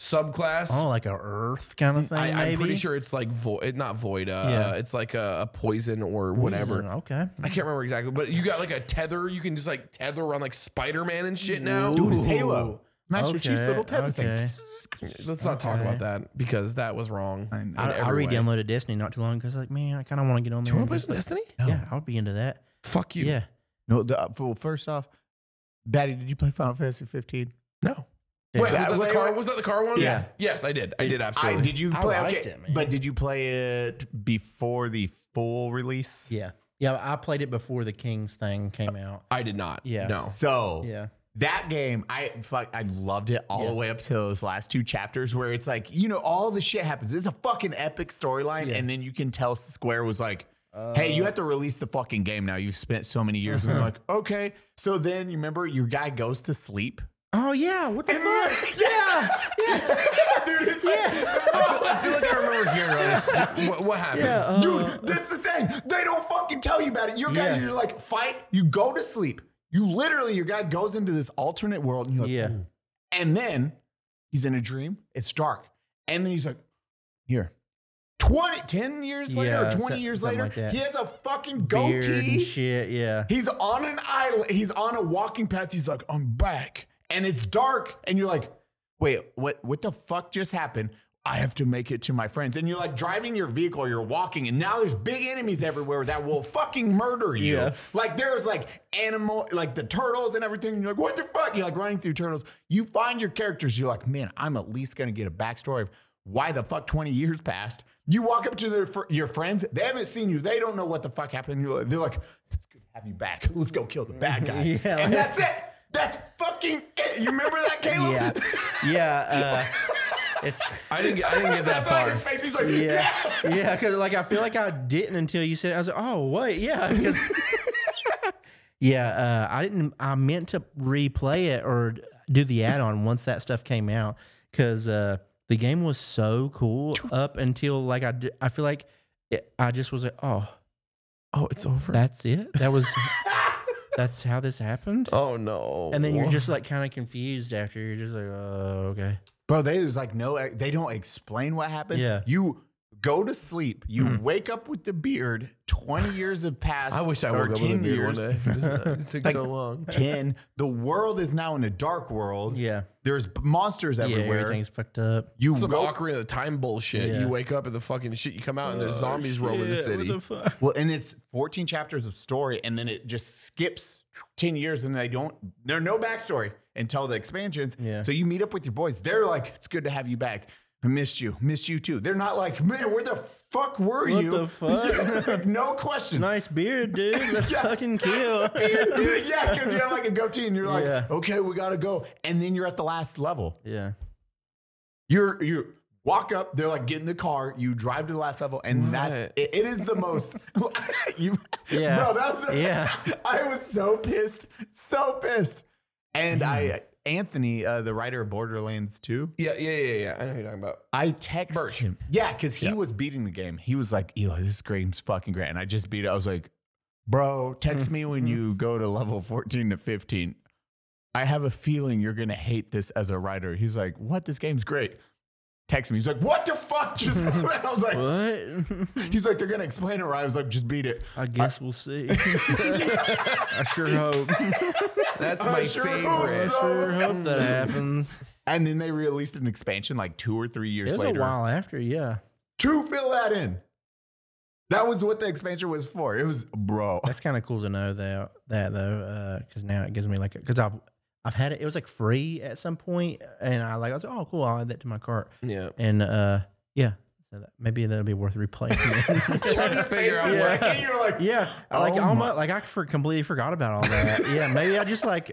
B: subclass.
C: Oh, like a Earth kind of thing.
B: I, I'm pretty
C: maybe?
B: sure it's like void, not void. Uh,
C: Yeah.
B: It's like a, a poison or whatever.
C: Mm, Okay.
B: I can't remember exactly, but you got like a tether. You can just like tether around like Spider Man and shit now.
D: Dude, it's Halo. Master
C: Okay,
D: Chief's little tether
C: okay.
D: thing.
B: Let's not talk
C: Okay.
B: about that because that was wrong. in
C: I, I
B: every way.
C: re-downloaded Destiny not too long because like, man, I kind of want to get on
B: Do
C: there.
B: you want
C: and
B: to play
C: just,
B: some
C: like-
B: Destiny?
C: Yeah, I would be into that.
B: Fuck you.
C: Yeah.
D: No, the, uh, well, first off, Batty, did you play Final Fantasy 15?
B: No. Wait,
D: Yeah,
B: was that the
D: wait,
B: car?
D: wait.
B: Was that the car one?
C: Yeah.
B: Yes, I did. I did absolutely.
D: I, did you
C: I
D: play
C: liked
D: okay,
C: it, man.
D: But did you play it before the full release?
C: Yeah. Yeah. I played it before the Kings thing came out.
B: I did not.
C: Yeah.
B: No.
D: So
C: Yeah.
D: That game, I fuck, I loved it all the way up to those last two chapters where it's like, you know, all the shit happens. It's a fucking epic storyline, and then you can tell Square was like, "Hey, you have to release the fucking game now. You've spent so many years." and they're like, "Okay." So then you remember your guy goes to sleep.
C: Oh yeah, what the fuck? yeah,
D: Dude, it's like-
B: I feel, I feel like I remember hearing about this. What, what happened?
C: yeah. uh,
D: Dude, that's the thing. They don't fucking tell you about it. Your guy,
C: Yeah.
D: you're like, fight, you go to sleep. You literally, your guy goes into this alternate world and you're like,
C: yeah.
D: and then he's in a dream. It's dark. And then he's like, here. 20, 10 years later,
C: Yeah,
D: or 20
C: so-
D: years
C: something
D: later,
C: like that.
D: he has a fucking
C: Beard and
D: goatee.
C: shit. Yeah.
D: He's on an island. He's on a walking path. He's like, I'm back. And it's dark. And you're like, wait, what, what the fuck just happened? I have to make it to my friends. And you're like driving your vehicle, you're walking, and now there's big enemies everywhere that will fucking murder you.
C: Yeah.
D: Like there's like animal, like the turtles and everything. And you're like, what the fuck? You're like running through turtles. You find your characters. You're like, man, I'm at least gonna get a backstory of why the fuck 20 years passed. You walk up to their fr- your friends. They haven't seen you. They don't know what the fuck happened. You're like, they're like, it's good to have you back. Let's go kill the bad guy.
C: Yeah.
D: and that's it. That's fucking it. You remember that, Caleb?
C: Yeah. Yeah. Uh, it's
B: I didn't. Get, I didn't get that
D: That's like
B: far.
D: his face. He's like,
C: yeah. Yeah, because like I feel like I didn't until you said it. I was like, oh wait, yeah. 'cause- yeah, uh, I didn't. I meant to replay it or do the add-on once that stuff came out because uh, the game was so cool up until like I. d- I feel like it, I just was like, oh,
B: Oh, it's over.
C: that's it. That was. that's how this happened.
B: Oh no.
C: And then you're just like kind of confused after. You're just like, oh, okay.
D: Bro, they there's like no eh, they don't explain what happened.
C: Yeah.
D: You go to sleep, you wake up with the beard, 20 years have passed.
B: Hmm. I wish I
D: or
B: woke up with a
D: 10
B: beard one
D: years.
B: day. It takes
D: Like-
B: so long.
D: 10. The world is now in a dark world.
C: Yeah.
D: There's b- monsters
C: Yeah,
D: everywhere.
C: everything's fucked up.
D: you
B: Some
D: woke,
B: Ocarina of the Time bullshit.
C: Yeah.
B: You wake up and the fucking shit. You come out and there's zombies roaming the city.
D: well, and it's 14 chapters of story, and then it just skips 10 years, and they don't there are no backstory until the expansions.
C: Yeah.
D: So you meet up with your boys. They're like, it's good to have you back. I missed you. Missed you too. They're not like, man, where the fuck were
C: What
D: you?
C: the fuck?
D: Like, no questions.
C: nice beard, dude. Let's
D: Yeah.
C: fucking kill.
D: yeah, because you have like a goatee and you're like,
C: Yeah.
D: okay, we gotta go. And then you're at the last level.
C: yeah.
D: You're you walk up, they're like, get in the car, you drive to the last level, and that's
B: What?
D: it, it is the most you
C: Yeah.
D: bro, that was
C: Yeah.
D: I was so pissed, so pissed. And
B: Hmm.
D: I Anthony, uh, the writer of Borderlands 2,
B: Yeah, yeah, yeah, yeah. I know who you're talking about.
D: I text
B: Birch.
D: him. Yeah, because he
B: Yeah.
D: was beating the game. He was like, Eli, this game's fucking great. And I just beat it. I was like, bro,
B: Hmm.
D: text me when you go to level 14 to 15. I have a feeling you're going to hate this as a writer. He's like, what? This game's great. Text me. He's like, what the fuck just happened? I was like,
C: What?
D: he's like, they're going to explain it right. I was like, just beat it.
C: I guess we'll see. I sure hope.
B: That's
D: I
B: my
D: sure hope
B: favorite.
D: so.
C: Sure hope that happens.
D: And then they released an expansion like two or three
C: It
D: years
C: was
D: later.
C: a while after, yeah.
D: To fill that in. That was what the expansion was for. It was, bro.
C: That's kind of cool to know that that though, because now it gives me like because I've I've had it. It was like free at some point, and I like I was like, oh cool, I'll add that to my cart,
B: Yeah.
C: and uh yeah, so that, maybe that'll be worth replaying.
B: Trying to figure out
D: Faces
B: what.
D: like it, you're like,
C: Yeah, I like
D: Oh my-
C: almost like I for, completely forgot about all that. yeah, maybe I just like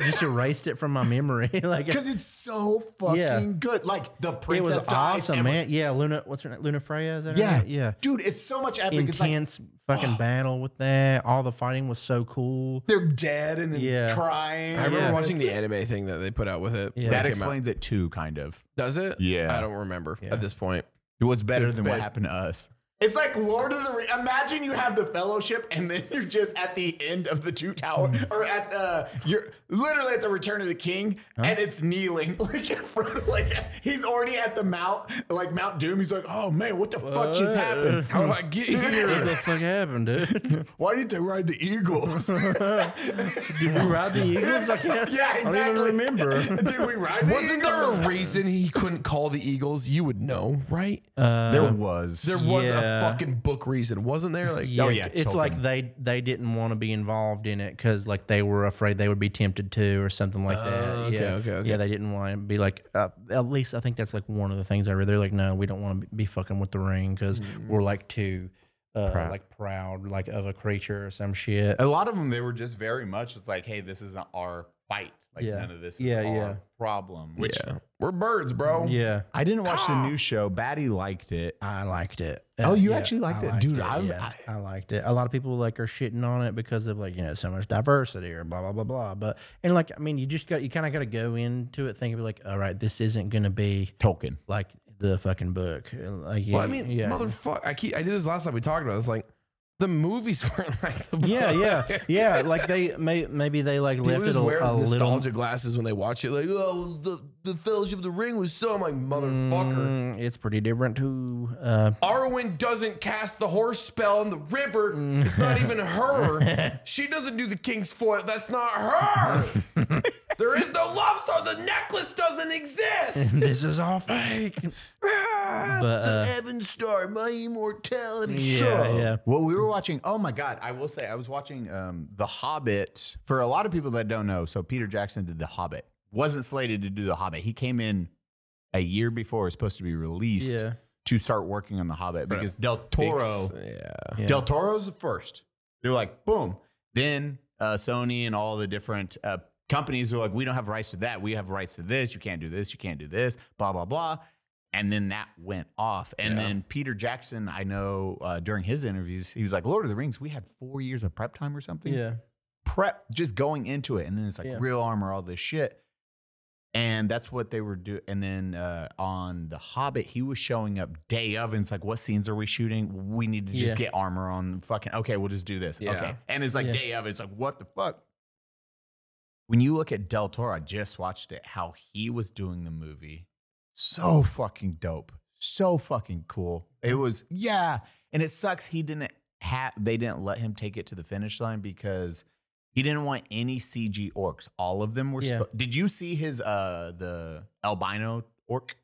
C: just erased it from my memory. like it
D: Because it's so fucking
C: Yeah.
D: good. Like the
C: was
D: princess dies.
C: awesome,
D: and-
C: man. Yeah, Luna, what's her name? Luna Freya, is that her
D: Yeah.
C: name? yeah.
D: Dude, it's so much epic. It's like
C: Intense fucking battle with that. All the fighting was so cool.
D: they're dead and then
C: Yeah.
D: it's crying.
B: I remember
C: Yeah.
B: watching the anime thing that they put out with it.
C: Yeah.
B: when
C: That
B: it came out.
D: it too, kind of.
B: Does it?
D: Yeah.
B: I don't remember
C: Yeah.
B: at this point.
D: It was better
B: It's
D: than what
B: bad.
D: happened to us. It's like Lord of the Rings. Imagine you have the Fellowship, and then you're just at the end of the two tower, or at the you're literally at the Return of the King, and it's kneeling like in front, of, like he's already at the Mount, like Mount Doom. He's like, oh man, what the fuck just happened?
B: How do I get
C: What
B: here?
C: the fuck happened, dude?
D: Why did they ride the eagles?
C: Did we ride the Eagles? I can't.
D: Yeah,
C: I don't
D: exactly.
C: even remember.
D: Did we ride the
B: Wasn't there
D: Eagles?
B: a reason he couldn't call the Eagles? You would know, right?
C: Uh,
D: there was.
B: There was
C: yeah.
B: a fucking book reason, wasn't there? Like,
C: Yeah,
D: Oh, yeah,
C: it's
D: told
C: like
D: them.
C: they they didn't want to be involved in it because like they were afraid they would be tempted to or something like that.
B: Oh, okay,
C: yeah,
B: okay, okay.
C: yeah, they didn't want to be like. Uh, at least I think that's like one of the things I read. They're like, no, we don't want to be fucking with the ring because
B: Mm.
C: we're like too. Uh, like proud like of a creature or some shit
B: Oh.
D: a lot of them, they were just very much. It's like, hey, this isn't our fight. Like
C: Yeah.
D: none of this is
C: Yeah,
D: our
C: yeah.
D: problem. Which
B: yeah, we're birds, bro.
C: Yeah.
D: I didn't watch the new show. Batty liked it.
C: I liked it.
D: Oh, you actually liked it? Dude, I've-
C: yeah, I, liked it. A lot of people like are shitting on it because of like you know so much diversity or blah blah blah blah. But and like I mean, you just got you kind of got to go into it thinking like, all right, this isn't gonna be
D: Tolkien.
C: like the fucking book. And, Like, yeah,
B: Well, I mean,
C: yeah.
B: motherfucker, I keep I did this last time we talked about. It. It's like the movies weren't like the book.
C: yeah, yeah, yeah. Like they may, maybe they like
B: People
C: left it
B: just
C: a,
B: wear
C: a little.
B: nostalgia glasses when they watch it. Like, oh, the, the Fellowship of the Ring was so my motherfucker.
C: Mm, it's pretty different too. Uh,
B: Arwen doesn't cast the horse spell in the river.
C: Mm.
B: It's not even her. she doesn't do the king's foil. That's not her. there is no love star. The necklace doesn't exist.
C: this is all fake.
B: Ah,
C: uh,
B: the Ebon Star, my immortality. Shut
C: Yeah,
B: up.
C: yeah.
D: Well, we were watching. Oh my God! I will say, I was watching um, The Hobbit. For a lot of people that don't know, so Peter Jackson did The Hobbit. Wasn't slated to do The Hobbit. He came in a year before it was supposed to be released
C: Yeah.
D: to start working on The Hobbit because Del Toro,
B: Yeah.
C: Yeah.
D: Del Toro's the first. They're like, boom. Then uh, Sony and all the different uh, companies are like, we don't have rights to that. We have rights to this. You can't do this. You can't do this. Blah blah blah. And then that went off. And
B: Yeah.
D: then Peter Jackson, I know uh, during his interviews, he was like, Lord of the Rings, we had four years of prep time or something.
C: Yeah.
D: Prep just going into it. And then it's like
C: Yeah.
D: real armor, all this shit. And that's what they were doing. And then uh, on The Hobbit, he was showing up day of, and it's like, what scenes are we shooting? We need to just
C: Yeah.
D: get armor on fucking. Okay, we'll just do this.
B: Yeah.
D: Okay. And it's like
C: Yeah.
D: day of, it's like, what the fuck? When you look at Del Toro, I just watched it, how he was doing the movie. So fucking dope. So fucking cool. It was, yeah. And it sucks he didn't have, they didn't let him take it to the finish line because he didn't want any CG orcs. All of them were.
C: Yeah.
D: spo- Did you see his uh the albino orc?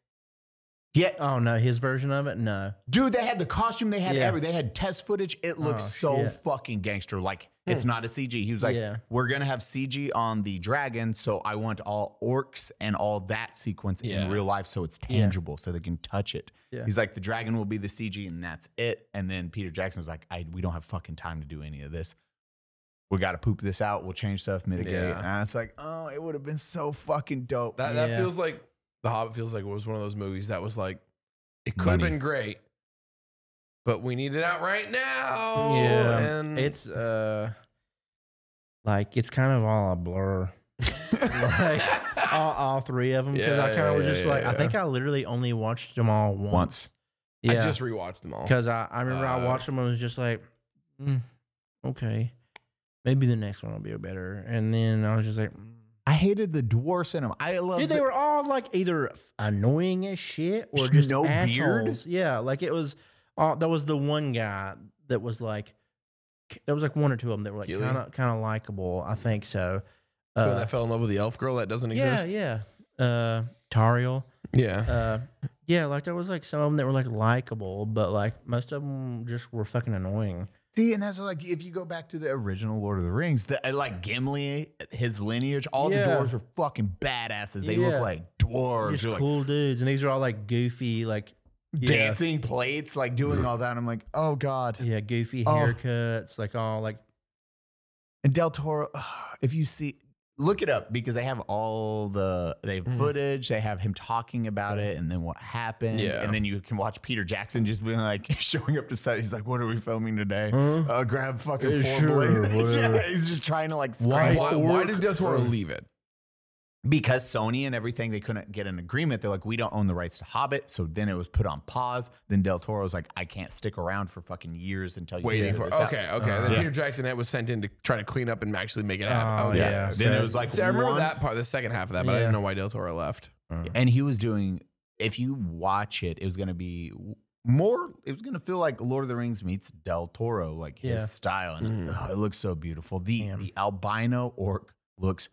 D: Yeah,
C: Oh no, his version of it. No.
D: dude, they had the costume, they had
C: Yeah.
D: every, they had test footage. It looked
C: Oh,
D: so
C: shit. Hmm.
D: fucking gangster. Like it's not a CG. He was like,
C: Yeah.
D: "We're gonna have CG on the dragon, so I want all orcs and all that sequence
B: Yeah.
D: in real life, so it's
C: Yeah.
D: tangible, so they can touch it."
C: Yeah.
D: He's like, "The dragon will be the CG, and that's it." And then Peter Jackson was like, "I we don't have fucking time to do any of this." We got to poop this out. We'll change stuff, mitigate.
B: Yeah.
D: And I was like, oh, it would have been so fucking dope.
B: That, that
C: Yeah.
B: feels like The Hobbit feels like it was one of those movies that was like, it could have
D: Money.
B: been great, but we need it out right now.
C: Yeah.
B: And
C: It's uh like it's kind of all a blur. like all, all three of them because
B: Yeah,
C: I kind
B: yeah,
C: of was
B: yeah,
C: just
B: yeah,
C: like I
B: yeah.
C: think I literally only watched them all once.
D: once.
C: Yeah,
B: I just rewatched them all.
C: because I, I remember I
B: Uh,
C: watched them and was just like, "Mm, okay, maybe the next one will be better. And then I was just like, mm.
D: I hated the dwarfs in them. I love.
C: dude, they
D: the-
C: were all like either annoying as shit or just
D: No
C: no
D: beard?
C: assholes. Yeah, like it was. Uh, that was the one guy that was like, there was like one or two of them that were like
B: Gilly?
C: kind of kind of likable. I think so.
B: When
C: Uh,
B: I fell in love with the elf girl that doesn't
C: yeah,
B: exist.
C: yeah. Uh, Tariel.
B: Yeah.
C: Uh, yeah, like there was like some of them that were like likable, but like most of them just were fucking annoying.
D: See, and that's like if you go back to the original Lord of the Rings, the, uh, like Gimli, his lineage, all
C: Yeah.
D: the dwarves are fucking badasses. They look
C: Yeah.
D: like dwarves.
C: Just
D: You're
C: cool dudes, and these are all like goofy, like
D: like
C: yeah,
D: dancing plates, like doing all that. And I'm like, oh god.
C: yeah, goofy
D: Oh.
C: haircuts, like all like
D: And Del Toro, if you see, look it up because they have all the they have
B: Mhm.
D: footage. They have him talking about it and then what happened.
B: Yeah.
D: and then you can watch Peter Jackson just being like showing up to set. He's like, "What are we filming today?"
C: Huh?
D: Uh, grab fucking
C: Yeah,
D: four
C: sure,
D: blades.
C: whatever.
D: yeah, he's just trying to like
C: Why-
D: scramble
B: Why, why
C: orc
B: did Del Toro
C: or-
B: leave it?
D: because Sony and everything, they couldn't get an agreement. They're like, we don't own the rights to Hobbit. So then it was put on pause. Then Del Toro's like, I can't stick around for fucking years until you
B: Waiting
D: figure
B: for
D: this out."
B: okay, okay. then
D: Uh-huh. Yeah.
B: Peter Jackson that was sent in to try to clean up and actually make it
C: Oh,
B: happen.
D: Yeah.
B: okay.
C: Yeah,
D: then
C: so-
D: it was like,
B: See, I remember
D: one-
B: that part, the second half of that, but I
C: Yeah.
B: didn't know why Del Toro left.
D: And he was doing, if you watch it, it was going to be more, it was going to feel like Lord of the Rings meets Del Toro, like his
C: Yeah. Mm-hmm.
D: style. And
B: Mhm.
D: oh, it looks so beautiful. The,
C: Damn.
D: the albino orc looks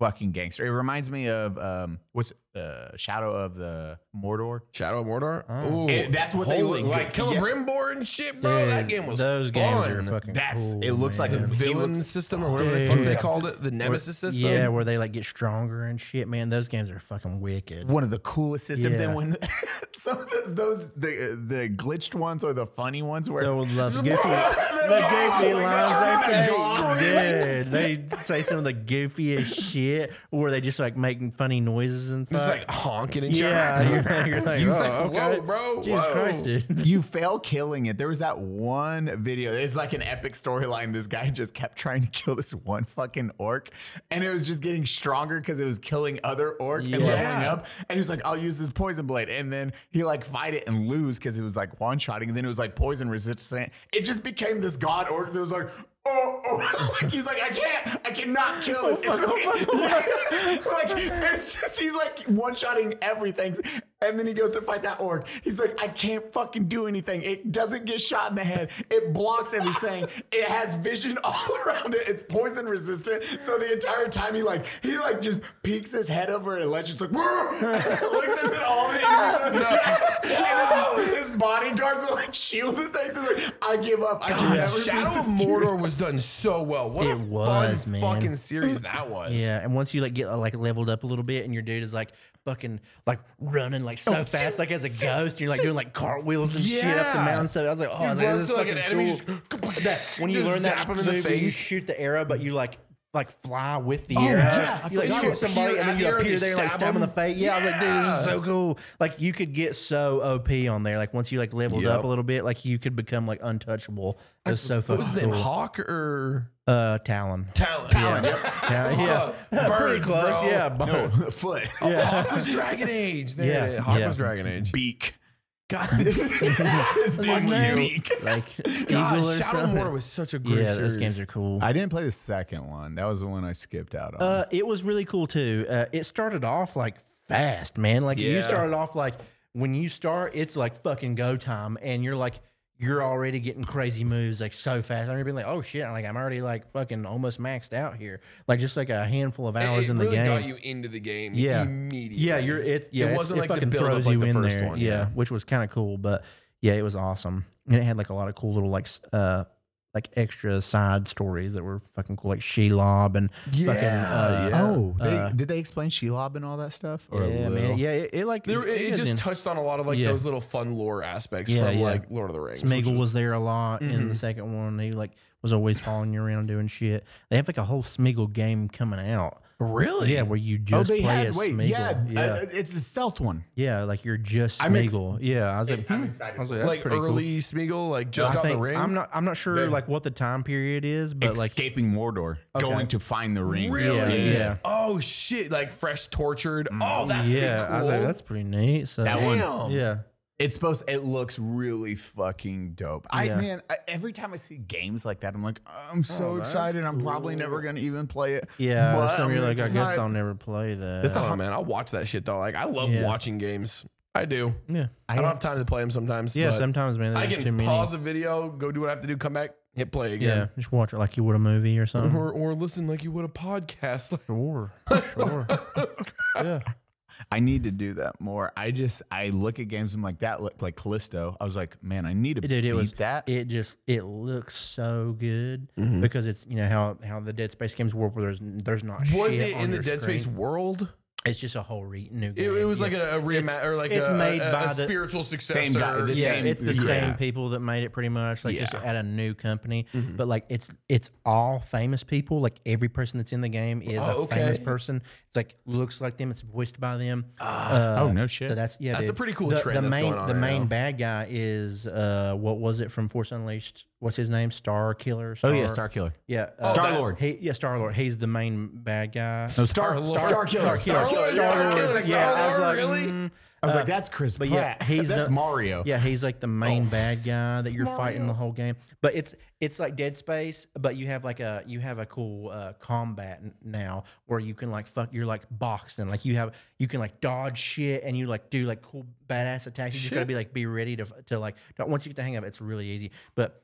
D: fucking gangster. It reminds me of, um, what's uh, Shadow of the Mordor.
B: Shadow of Mordor.
C: Oh.
B: Ooh,
D: It- that's what they
B: holy
D: look like.
B: good. Kill
D: Yeah.
B: Brimbor and shit, bro. that game was
C: those games
B: fun.
C: are fucking.
D: That's
C: cool,
D: it. Looks
C: man.
D: like
B: the
D: he
B: villain
D: looks-
B: system or whatever the fuck
C: Dude.
B: they called it, the Nemesis system.
C: Yeah, where they like get stronger and shit, man. Those games are fucking wicked.
D: one of the coolest systems.
C: Yeah.
D: And when some of those, those the the glitched ones or the funny ones where
C: They would love the goofy, the goofy lines
D: God.
C: they say. Dude, they say some of the goofiest shit where they just like making funny noises and stuff.
B: Just like honking and shit.
C: yeah, you're, you're like,
B: You
C: oh,
B: think,
C: okay.
B: whoa, bro,
C: Jesus
B: whoa.
C: Christ, dude.
D: you fail killing it. There was that one video. It's like an epic storyline. This guy just kept trying to kill this one fucking orc, and it was just getting stronger because it was killing other orc and leveling
B: Yeah.
D: up. And he's like, "I'll use this poison blade," and then he like fight it and lose because it was like one shotting. And then it was like poison resistant. It just became this god orc that was like. Oh, oh. like he's like, I can't, I cannot kill this. It's like, like, it's just he's like one shotting everything, and then he goes to fight that orc. He's like, I can't fucking do anything. It doesn't get shot in the head. It blocks everything. it has vision all around it. It's poison resistant. So the entire time he like he like just peeks his head over and like just like looks at it all the enemies. are- and his, his bodyguards are like shielded things. He's like, I give up. I can never beat
B: Shadow of
D: this dude."
B: Mordor was done so well. What a
C: It was,
B: fun
C: man.
B: fucking series that was.
C: Yeah, and once you like get uh, like leveled up a little bit, and your dude is like fucking like running like so
B: Oh,
C: fast, like as a ghost, and you're like doing like cartwheels and shit up the
B: Yeah.
C: mountain. So I was like, oh, I was like,
B: runs
C: this is
B: to, like,
C: fucking
B: an enemy,
C: cool.
B: just-
C: that when you
B: just
C: learn that
B: zap him in the
C: move where you
B: face. Oh,
C: shoot the arrow, but you like like fly with the arrow.
D: yeah, I
C: You like
B: forgot.
C: shoot somebody
B: Appear
C: and then
B: at
C: you
B: the arrow and
C: appear
B: you
C: there and like
B: stab
C: stab 'em in
B: him.
C: the face. Yeah, I was like, dude, this is
B: Yeah.
C: so cool. Like you could get so OP on there. Like once you like leveled
B: Yep.
C: up a little bit, like you could become like untouchable. It was so fucking
B: What was his name?
C: cool.
B: Hawk or
C: Uh, Talon.
B: Talon? Talon.
C: Talon, yeah. Pretty
B: Birds,
C: close,
B: bro.
C: yeah. but-
D: Oh, foot,
B: Hawk was Dragon Age. There
C: Yeah.
B: it is. Hawk
C: Yeah.
B: was Dragon Age.
D: beak.
B: God,
D: His
C: Wasn't
D: damn
C: it?
D: beak.
C: like Eagle
B: God
C: or
B: Shadow of
C: something.
B: Mordor was such a great
C: Yeah,
B: series.
C: those games are cool.
D: I didn't play the second one. That was the one I skipped out on.
C: Uh, it was really cool too. Uh, it started off like fast, man. Like you
B: Yeah.
C: started off like when you start, it's like fucking go time, and you're like you're already getting crazy moves like so fast. I'm being like, oh shit, like I'm already like fucking almost maxed out here. Like just like a handful of hours
B: it
C: in the
B: really
C: game.
B: got you into the game
C: Yeah.
B: immediately.
C: yeah, you're it. Yeah,
B: It
C: it's-
B: wasn't
C: it
B: like the
C: fucking
B: build-up
C: throws
B: like
C: you
B: the
C: in
B: first
C: there.
B: one,
C: Yeah,
B: yeah.
C: which was kind of cool, but yeah, it was awesome, and it had like a lot of cool little like s- uh like extra side stories that were fucking cool, like Shelob and fucking uh,
B: yeah.
D: oh, they,
C: uh,
D: did they explain Shelob and all that stuff? Or a
C: yeah,
D: little?
C: man, yeah, it, it like
B: There, it, it
C: goes
B: just
C: in.
B: touched on a lot of like
C: Yeah.
B: those little fun lore aspects
C: Yeah,
B: from
C: yeah.
B: like Lord of the Rings. which
C: Smeagol was,
B: was- Mm-hmm.
C: there a lot in the second one. He like was always following you around doing shit. They have like a whole Smeagol game coming out.
B: really
C: Yeah, where you just
D: Oh, they
C: play
D: had
C: as
D: wait,
C: Smeagol.
D: yeah,
C: yeah,
D: uh, it's a stealth one.
C: Yeah, like you're just
D: I'm ex-
C: Smeagol. yeah, I was like, hmm. I was like, that's
B: like
C: pretty cool.
B: early Smeagol, like just
C: I
B: got the
C: think-
B: ring.
C: I'm not. I'm not sure
D: Yeah.
C: like what the time period is, but like
D: Escaping Mordor, going to find the ring.
B: really.
C: Yeah, yeah. Mm.
B: Oh shit! Like fresh tortured. Oh, that's
C: yeah,
B: pretty cool.
C: I was like, that's pretty neat. So
D: That one-
B: Damn.
C: yeah,
D: It's supposed. It looks really fucking dope. I
C: Yeah.
D: man, I, every time I see games like that, I'm like, I'm so excited. I'm probably never gonna even play it.
C: yeah.
D: But
C: so
D: I'm
C: you're like, I guess
D: excited.
C: I'll never play that.
B: Oh man, I'll watch that shit though. Like I love
C: Yeah.
B: watching games. I do.
C: yeah,
B: I don't have time to play them sometimes.
C: yeah.
B: but
C: Sometimes man,
B: I
C: there's too
B: can
C: many.
B: pause a video, go do what I have to do, come back, hit play
C: yeah,
B: again,
C: just watch it like you would a movie or something.
B: or or listen like you would a podcast. Like,
C: um, Sure. Sure. yeah.
D: I need to do that more. I just I look at games. I'm like that looked like Callisto. I was like, man, I need to
C: Dude,
D: beat
C: it was
D: that.
C: It just it looks so good
B: Mm-hmm.
C: because it's you know how how the Dead Space games work where there's there's not
B: was
C: shit
B: it
C: on
B: in the
C: your
B: Dead
C: screen.
B: Space world?
C: It's just a whole re- new
B: It,
C: game.
B: it was
C: yeah.
B: like a, a reimagine or like
C: it's
B: a,
C: made
B: a,
C: by
B: a
C: the-
B: spiritual successor.
D: Same guy, the
C: yeah,
D: same-
C: it's the
D: yeah.
C: same people that made it pretty much, like just
B: Yeah.
C: at a new company.
B: Mm-hmm.
C: But like it's it's all famous people. Like every person that's in the game is a
B: Oh,
C: famous
B: okay.
C: person. It's like looks like them. It's voiced by them. Uh,
D: oh, no shit.
C: So that's yeah.
B: Ah. That's a
C: dude.
B: pretty cool
C: the,
B: trend
C: The
B: that's
C: main
B: going on
C: the
B: right
C: main
B: now.
C: bad guy is uh what was it from Force Unleashed? What's his name? Star Killer. Star,
D: oh yeah, Star Killer.
C: Yeah.
B: Oh,
C: Uh,
D: Star-Lord.
C: He, yeah, Star Lord. He's the main bad guy.
D: Star
B: Star-Lord.
D: Killer. Star
B: Star-Lord.
D: Killer.
B: Star-Lord.
C: Lord.
B: Star-Lord.
C: Yeah, I was
B: Star-Lord,
C: like,
B: really?
C: mm,
D: I was like, that's Chris
C: but yeah,
D: Pratt.
C: he's
D: that's
C: the-
D: Mario. Oh,
C: Yeah, he's like the main bad guy that you're fighting the whole game. But it's it's like Dead Space, but you have like a you have a cool uh, combat n- now where you can like fuck you're like boxing. Like you have you can like dodge shit and you like do like cool badass attacks. You just gotta be like be ready to to like once you get the hang of it, it's really easy. But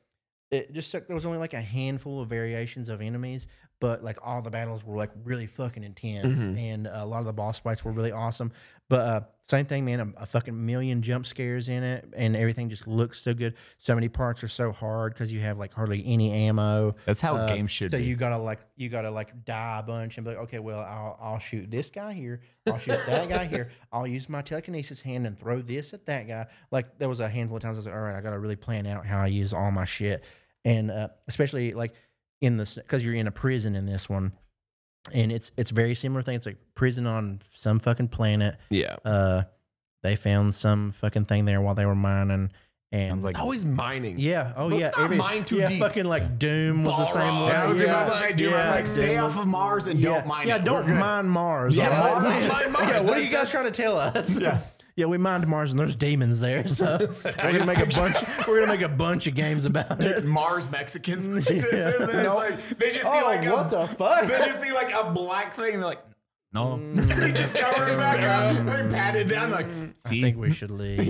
C: it just took, there was only like a handful of variations of enemies, but like all the battles were like really fucking intense, and a lot of the boss fights were really awesome. But uh, same thing, man, a, a fucking million jump scares in it, and everything just looks so good. So many parts are so hard because you have like hardly any ammo.
D: That's how
C: Uh,
D: games should
C: so
D: be.
C: you gotta like you gotta like die a bunch and be like, okay, well, I'll I'll shoot this guy here, I'll shoot that guy here, I'll use my telekinesis hand and throw this at that guy. Like there was a handful of times I was like, all right, I gotta really plan out how I use all my shit, and uh, especially like in the because you're in a prison in this one, and it's it's very similar thing. It's like prison on some fucking planet.
B: Yeah.
C: Uh, they found some fucking thing there while they were mining, and
D: Sounds like
B: Always mining.
C: yeah, oh
B: Let's
C: yeah,
B: not mine too
C: yeah,
B: deep.
C: Fucking like Doom was the same
B: Balrog.
C: way.
D: That was
C: yeah.
D: another thing, dude. I was
C: yeah,
D: like, stay
C: Doom.
D: off of Mars and
C: yeah.
D: don't mind
C: Yeah,
D: it.
C: don't
D: We're good.
C: mind Mars.
D: Yeah,
C: all right?
D: Mars is
B: mine Mars.
C: Yeah, what are you
B: That-
C: guys trying to tell us? Yeah. Yeah, we mined Mars and there's demons there, so we're gonna
D: just
C: make a
D: picture-
C: bunch. We're gonna make a bunch of games about it.
D: Mars Mexicans. Like this is, and it's like they just see
C: Oh,
D: like
C: what
D: a,
C: the fuck?
D: They just see like a black thing. And they're like, no. they just cover it back up. They pat it down. Like,
C: I
D: see,
C: think we should leave.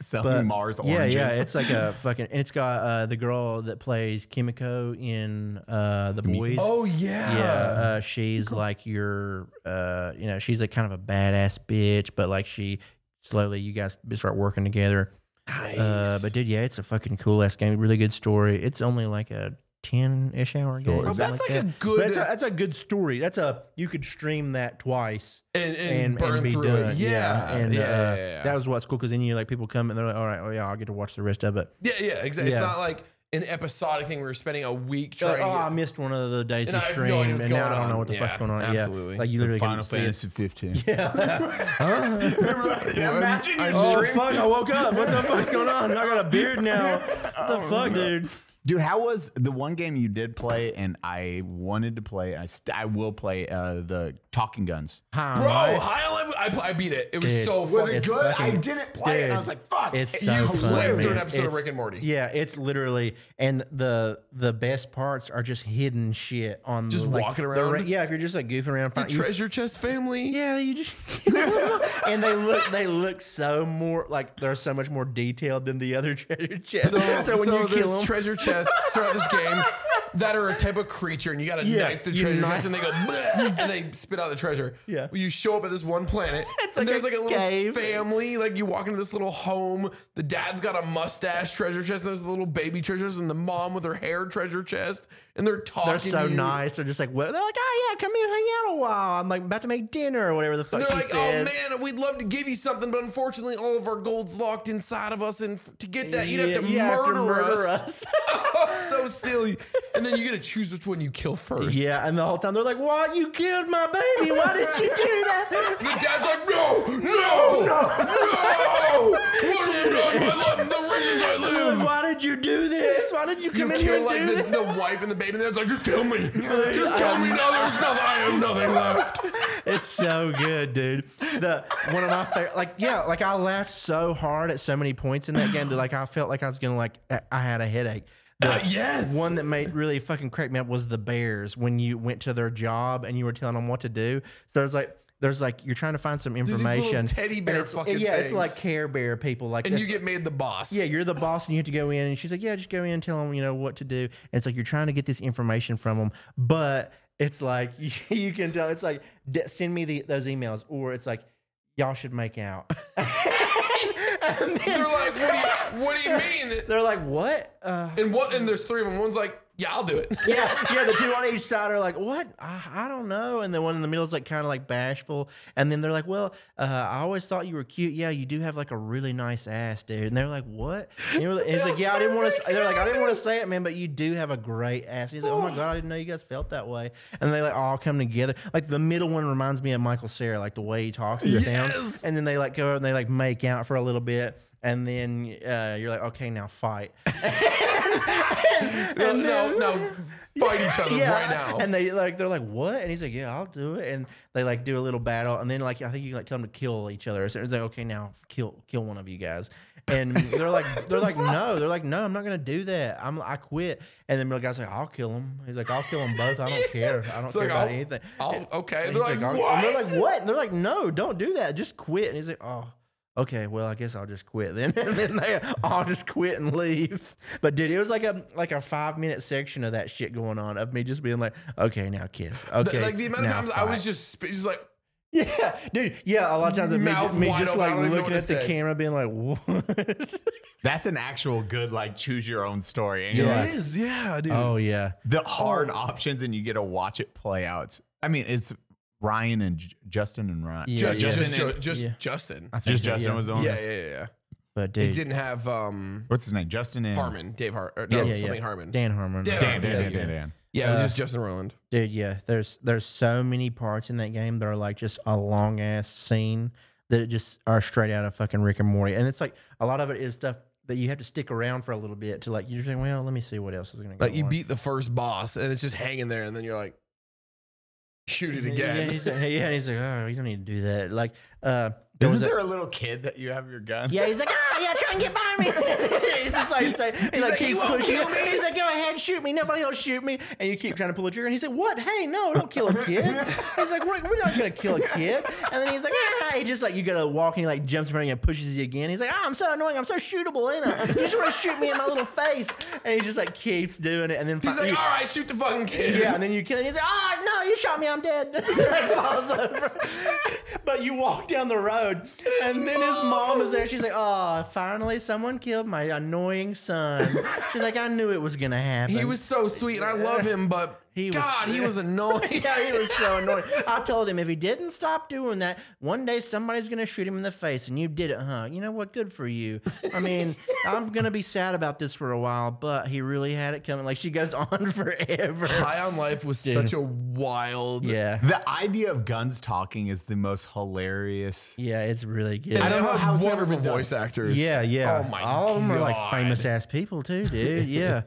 D: selling
C: but-
D: Mars
C: Yeah,
D: oranges.
C: yeah, it's like a fucking. And it's got uh, the girl that plays Kimiko in uh, the boys.
B: Oh yeah.
C: Yeah, uh, she's like your, uh, you know, she's a kind of a badass bitch, but like she slowly, you guys start working together. Uh, but dude, yeah, it's a fucking cool ass game. Really good story. It's only like a ten ish hour game.
B: Bro,
C: something
B: that's like a
C: that.
B: good-
C: But that's a, that's a good story. That's a you could stream that twice
B: and, and,
C: and,
B: burn
C: and be
B: through
C: done.
B: it. Yeah.
C: and
B: yeah,
C: uh,
B: yeah, yeah, yeah.
C: that was what's cool because then you like people come and they're like, all right, oh yeah, I'll get to watch the rest of it.
B: yeah, yeah, exactly.
C: yeah.
B: It's not like an episodic thing where you're spending a week
C: They're
B: trying
C: Like, oh, I
B: to
C: missed one of the days
B: And
C: you
B: I have no
C: streamed,
B: idea what's
C: and now
B: going
C: I don't know
B: on.
C: what the fuck's
B: Yeah,
C: going on.
B: absolutely.
C: Yeah, like you literally
D: Final
C: couldn't see it.
D: Fantasy 15.
B: get,
D: Imagine you
C: Oh
D: stream.
C: fuck! I woke up. What the fuck's going on? I got a beard now. What the fuck, dude?
D: Dude, how was the one game you did play and I wanted to play? I, st- I will play uh, the Talking Guns.
B: bro. High on level, I, pl- I beat it. It was
C: Dude.
B: so
D: Was
B: fucking.
D: it
C: It's
D: good? I
C: fucking-
D: didn't play it. And I
C: dude,
D: was like, fuck.
C: It's
D: you
C: so fun.
D: lived
B: lived an
D: through an
C: man.
B: episode of
C: It's-
B: Rick and Morty.
C: Yeah, it's literally, and the the best parts are just hidden shit on
B: Just
C: the, like,
B: walking
C: the
B: around?
C: ra- yeah, if you're just like goofing around,
B: The
C: fine, you-
B: treasure chest family.
C: yeah, you just and they look they look so more like they're so much more detailed than the other treasure chests. So, when you kill
B: there's
C: them,
B: treasure chests throughout this game that are a type of creature, and you got to
C: Yeah,
B: knife the
C: you
B: treasure
C: knife-
B: chest, and they go "Bleh," and they spit out the treasure.
C: Yeah.
B: Well, you show up at this one planet,
C: It's
B: and
C: like
B: there's
C: a
B: like a little
C: cave.
B: family. Like you walk into this little home. The dad's got a mustache treasure chest. And there's a little baby treasure chest, and the mom with her hair treasure chest, and they're talking.
C: they're so
B: to you.
C: nice. They're just like well, they're like, oh yeah, come here, hang out a while. I'm like about to make dinner or whatever the fuck.
B: And they're
C: she
B: like,
C: says.
B: oh man, we'd love to give you something, but unfortunately, all of our gold's locked inside of us, and f- to get that, you'd have to,
C: you
B: murder, us.
C: us.
B: oh, so silly. And then you get to choose which one you kill first.
C: yeah, and the whole time they're like, "Why you killed my baby? Why did you do
B: The
C: that?"
B: dad's like, no, no, no, no. What have you done? I love the reasons I live.
C: Why did you do this? Why did you
B: You
C: come in
B: kill
C: here and
B: like
C: do
B: the,
C: this?
B: the wife and the baby. And the dad's like, just kill me. Just kill me. No, there's nothing. I have nothing left.
C: It's so good, dude. The one of my favorite, like yeah, like I laughed so hard at so many points in that game that like I felt like I was gonna like I- I had a headache. The
B: Uh, yes.
C: One that made really fucking crack me up was the bears when you went to their job and you were telling them what to do. So there's like. There's like you're trying to find some
B: these little
C: information.
B: teddy
C: and
B: bear
C: it's-
B: fucking
C: yeah, it's
B: things.
C: like Care Bear people. Like
B: And you
C: it's-
B: get made the boss.
C: yeah, you're the boss and you have to go in. And she's like, yeah, just go in and tell them, you know, what to do. And it's like, you're trying to get this information from them, but it's like, you can tell, it's like, "D- send me the, those emails. Or it's like, y'all should make out. And
B: They're
C: then
B: like, what do you, what do you mean?
C: they're like, what? Uh,
B: And what? And there's three of them. One's like, yeah, I'll do it.
C: yeah, yeah. The two on each side are like, "What? I, I don't know." And the one in the middle is like kind of like bashful. And then they're like, "Well, uh, I always thought you were cute. Yeah, you do have like a really nice ass, dude." And they're like, "What?" And, you're like- and he's like, "Yeah, I didn't want to." They're like, "I didn't want to say it, man, but you do have a great ass." And he's like, "Oh my god, I didn't know you guys felt that way." And they like all come together. Like the middle one reminds me of Michael Sarah, like the way he talks to the sound.
B: Yes.
C: And then they like go over and they like make out for a little bit. And then uh, you're like, okay, now fight.
B: No,
C: And
B: no,
C: then-
B: no. Fight each other right now.
C: And they like they're like, what? And he's like, yeah, I'll do it. And they like do a little battle, and then like I think you like tell them to kill each other. So it's like, okay, now kill kill one of you guys. And they're like, they're like, no, they're like, no, I'm not gonna do that. I'm I quit. And then the guy's like, I'll kill him. He's like, I'll kill them both. I don't care. I don't
B: It's
C: care
B: like,
C: about
B: I'll-
C: anything.
B: I'll-
C: And-
B: okay.
C: and
B: They're
C: he's
B: like,
C: "I'll-" and they're
B: "What?"
C: like, what? And they're like, no, don't do that. Just quit. And he's like, oh. okay, well, I guess I'll just quit then. and then they all just quit and leave. But dude, it was like a like a five minute section of that shit going on of me just being like, okay, now kiss.
B: The-
C: Okay,
B: like the amount of
C: now
B: times I was
C: fight."
B: just, sp- just like,
C: yeah, dude, yeah, a lot of times it me,
B: Mouth
C: me
B: wide
C: just
B: open, I
C: like
B: don't even know
C: looking
B: what
C: at
B: to
C: the
B: say.
C: camera, being like, what?
D: That's an actual good like choose your own story. And you're
C: Yeah.
D: like
B: it is, yeah, dude.
C: oh yeah,
D: the hard options, and you get to watch it play out. I mean, it's Ryan and J- Justin and Ryan.
C: Yeah,
B: just, just,
C: yeah.
D: Justin
B: just,
D: and-
B: Ju- just
C: yeah.
B: Justin.
C: I think
D: just
C: so,
D: Justin
C: yeah.
D: was
B: Yeah,
D: on.
B: yeah, yeah. yeah.
C: But dude,
B: It didn't have um
D: What's his name? Justin and
B: Harmon, Dave Har, or, no,
C: Yeah, yeah, yeah.
B: something Harmon.
C: Dan Harmon,
B: Dan
C: right?
D: Dan, Dan,
B: Yeah,
D: Dan,
B: yeah.
D: Dan, Dan.
B: Yeah, it was
C: Uh,
B: just Justin Roland.
C: Dude, yeah, there's there's so many parts in that game that are like just a long ass scene that just are straight out of fucking Rick and Morty, and it's like a lot of it is stuff that you have to stick around for a little bit to like you're saying, well, let me see what else is gonna go.
B: Like you
C: on."
B: beat the first boss, and it's just hanging there, and then you're like, shoot it
C: Yeah,
B: again.
C: he's like, yeah, and he's like, oh, you don't need to do that. Like, uh, there was
D: Isn't
C: a-
D: there a little kid that you have your gun?
C: Yeah, he's like, ah, yeah, try and get by me. he's just like, say, he's, like,
B: like, "You
C: keeps
B: won't
C: pushing.
B: kill
C: it. He's like, go ahead, shoot me. Nobody will shoot me. And you keep trying to pull a trigger. And he's like, what? Hey, no, don't kill a kid. he's like, we're, we're not gonna kill a kid. And then he's like, ah, he just like you gotta walk and he like jumps in front of you and pushes you again. He's like, oh, I'm so annoying. I'm so shootable, ain't I? You just want to shoot me in my little face. And he just like keeps doing it. And then
B: He's
C: fi-
B: like, all right, shoot the fucking kid.
C: yeah, and then you kill him. He's like, "Oh no, you shot me! I'm dead." Like, falls over. but you walk down the road, and then his mom is there. She's like, "Oh, finally, someone killed my annoying son." She's like, "I knew it was gonna happen."
B: He was so sweet, and I love him, but
C: He was-
B: God, he was annoying.
C: Yeah, he was so annoying. I told him if he didn't stop doing that, one day somebody's gonna shoot him in the face, and you did it, huh? You know what? Good for you. I mean, I'm gonna be sad about this for a while, but he really had it coming. Like she goes on forever.
B: High on Life was such a wild.
C: Yeah,
D: The idea of guns talking is the most hilarious.
C: yeah, it's really good.
B: I don't know how
D: it's
B: wonderful
D: never been
B: voice actors.
C: Yeah, yeah.
B: Oh my
C: All of them are like
B: God.
C: famous ass people too, dude. Yeah.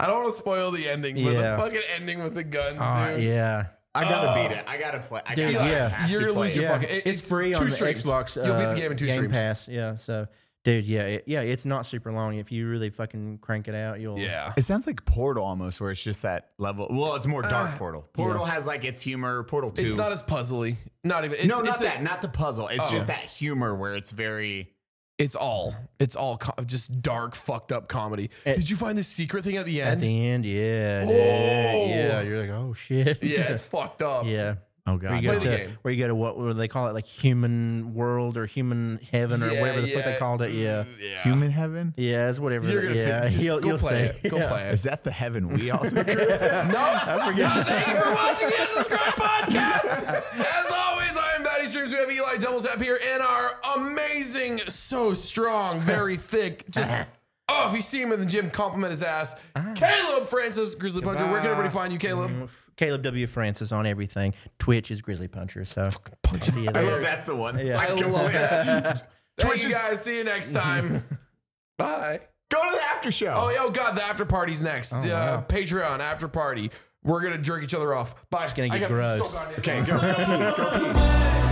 B: I don't want to spoil the ending, but
C: Yeah.
B: the fucking ending with the guns,
C: Uh,
B: dude.
C: yeah.
D: I gotta beat it. I gotta play. I
C: Oh. Dude,
D: gotta,
C: yeah.
D: I have to
B: You're gonna
D: play
B: lose
D: it.
B: your
C: yeah.
B: fucking- it-
C: it's,
B: it's
C: free
B: two
C: on the
B: streams.
C: Xbox.
B: You'll beat the
C: uh,
B: game in two
C: game
B: streams.
C: Pass. Yeah. So, dude, yeah, it, yeah, it's not super long. If you really fucking crank it out, you'll.
B: Yeah.
D: It sounds like Portal almost, where it's just that level. Well, it's more dark Portal. Uh, Portal has like its humor. Portal two.
B: It's not as puzzly. Not even. It's,
D: no,
B: it's a-
D: not
B: Oh.
D: that. not the puzzle. It's just that humor where it's very.
B: It's all. It's all co- just dark, fucked up comedy.
C: It-
B: Did you find the secret thing at the
C: Eh. At
B: end?
C: the end, yeah. dude,
B: Oh.
C: yeah. You're like, oh shit.
B: yeah, it's fucked up.
C: yeah.
D: Oh
C: Where you,
D: god.
C: go
B: Play the
C: to,
B: game.
C: where you go to what, what do they call it, like human world or human heaven or
B: Yeah,
C: whatever the fuck they
B: yeah,
C: called it. Yeah.
B: Yeah.
D: Human heaven.
C: Yeah, it's whatever.
B: You're
C: the-
B: gonna
C: yeah.
B: fit, just
C: you'll
B: go
C: you'll
B: play
C: say.
B: it. Go
C: yeah.
B: play
D: Is
B: it.
D: that the heaven we also grew up?
B: No,
C: I forget.
B: Thank you for watching the Unsubscribe Podcast. As always, I am Batty Streams. We have Eli Double Tap here and our amazing, so strong, very thick, just.
C: Uh-huh.
B: Oh, if you see him in the gym, compliment his ass. Caleb Francis, Grizzly Puncher. Where can everybody find you,
C: Mm-hmm.
B: Caleb?
C: Mm, Caleb W. Francis on everything. Twitch is Grizzly Puncher. So see you
D: I
C: later.
D: love that's the one.
C: Yeah.
D: I
B: I love that. Twitch you guys. See you next time. Bye.
D: Go to the after show.
B: Oh, yeah, oh God, the after party's next. uh, Patreon after party. We're gonna jerk each other off. Bye. It's
C: gonna get gross.
D: Okay, go.
B: Okay.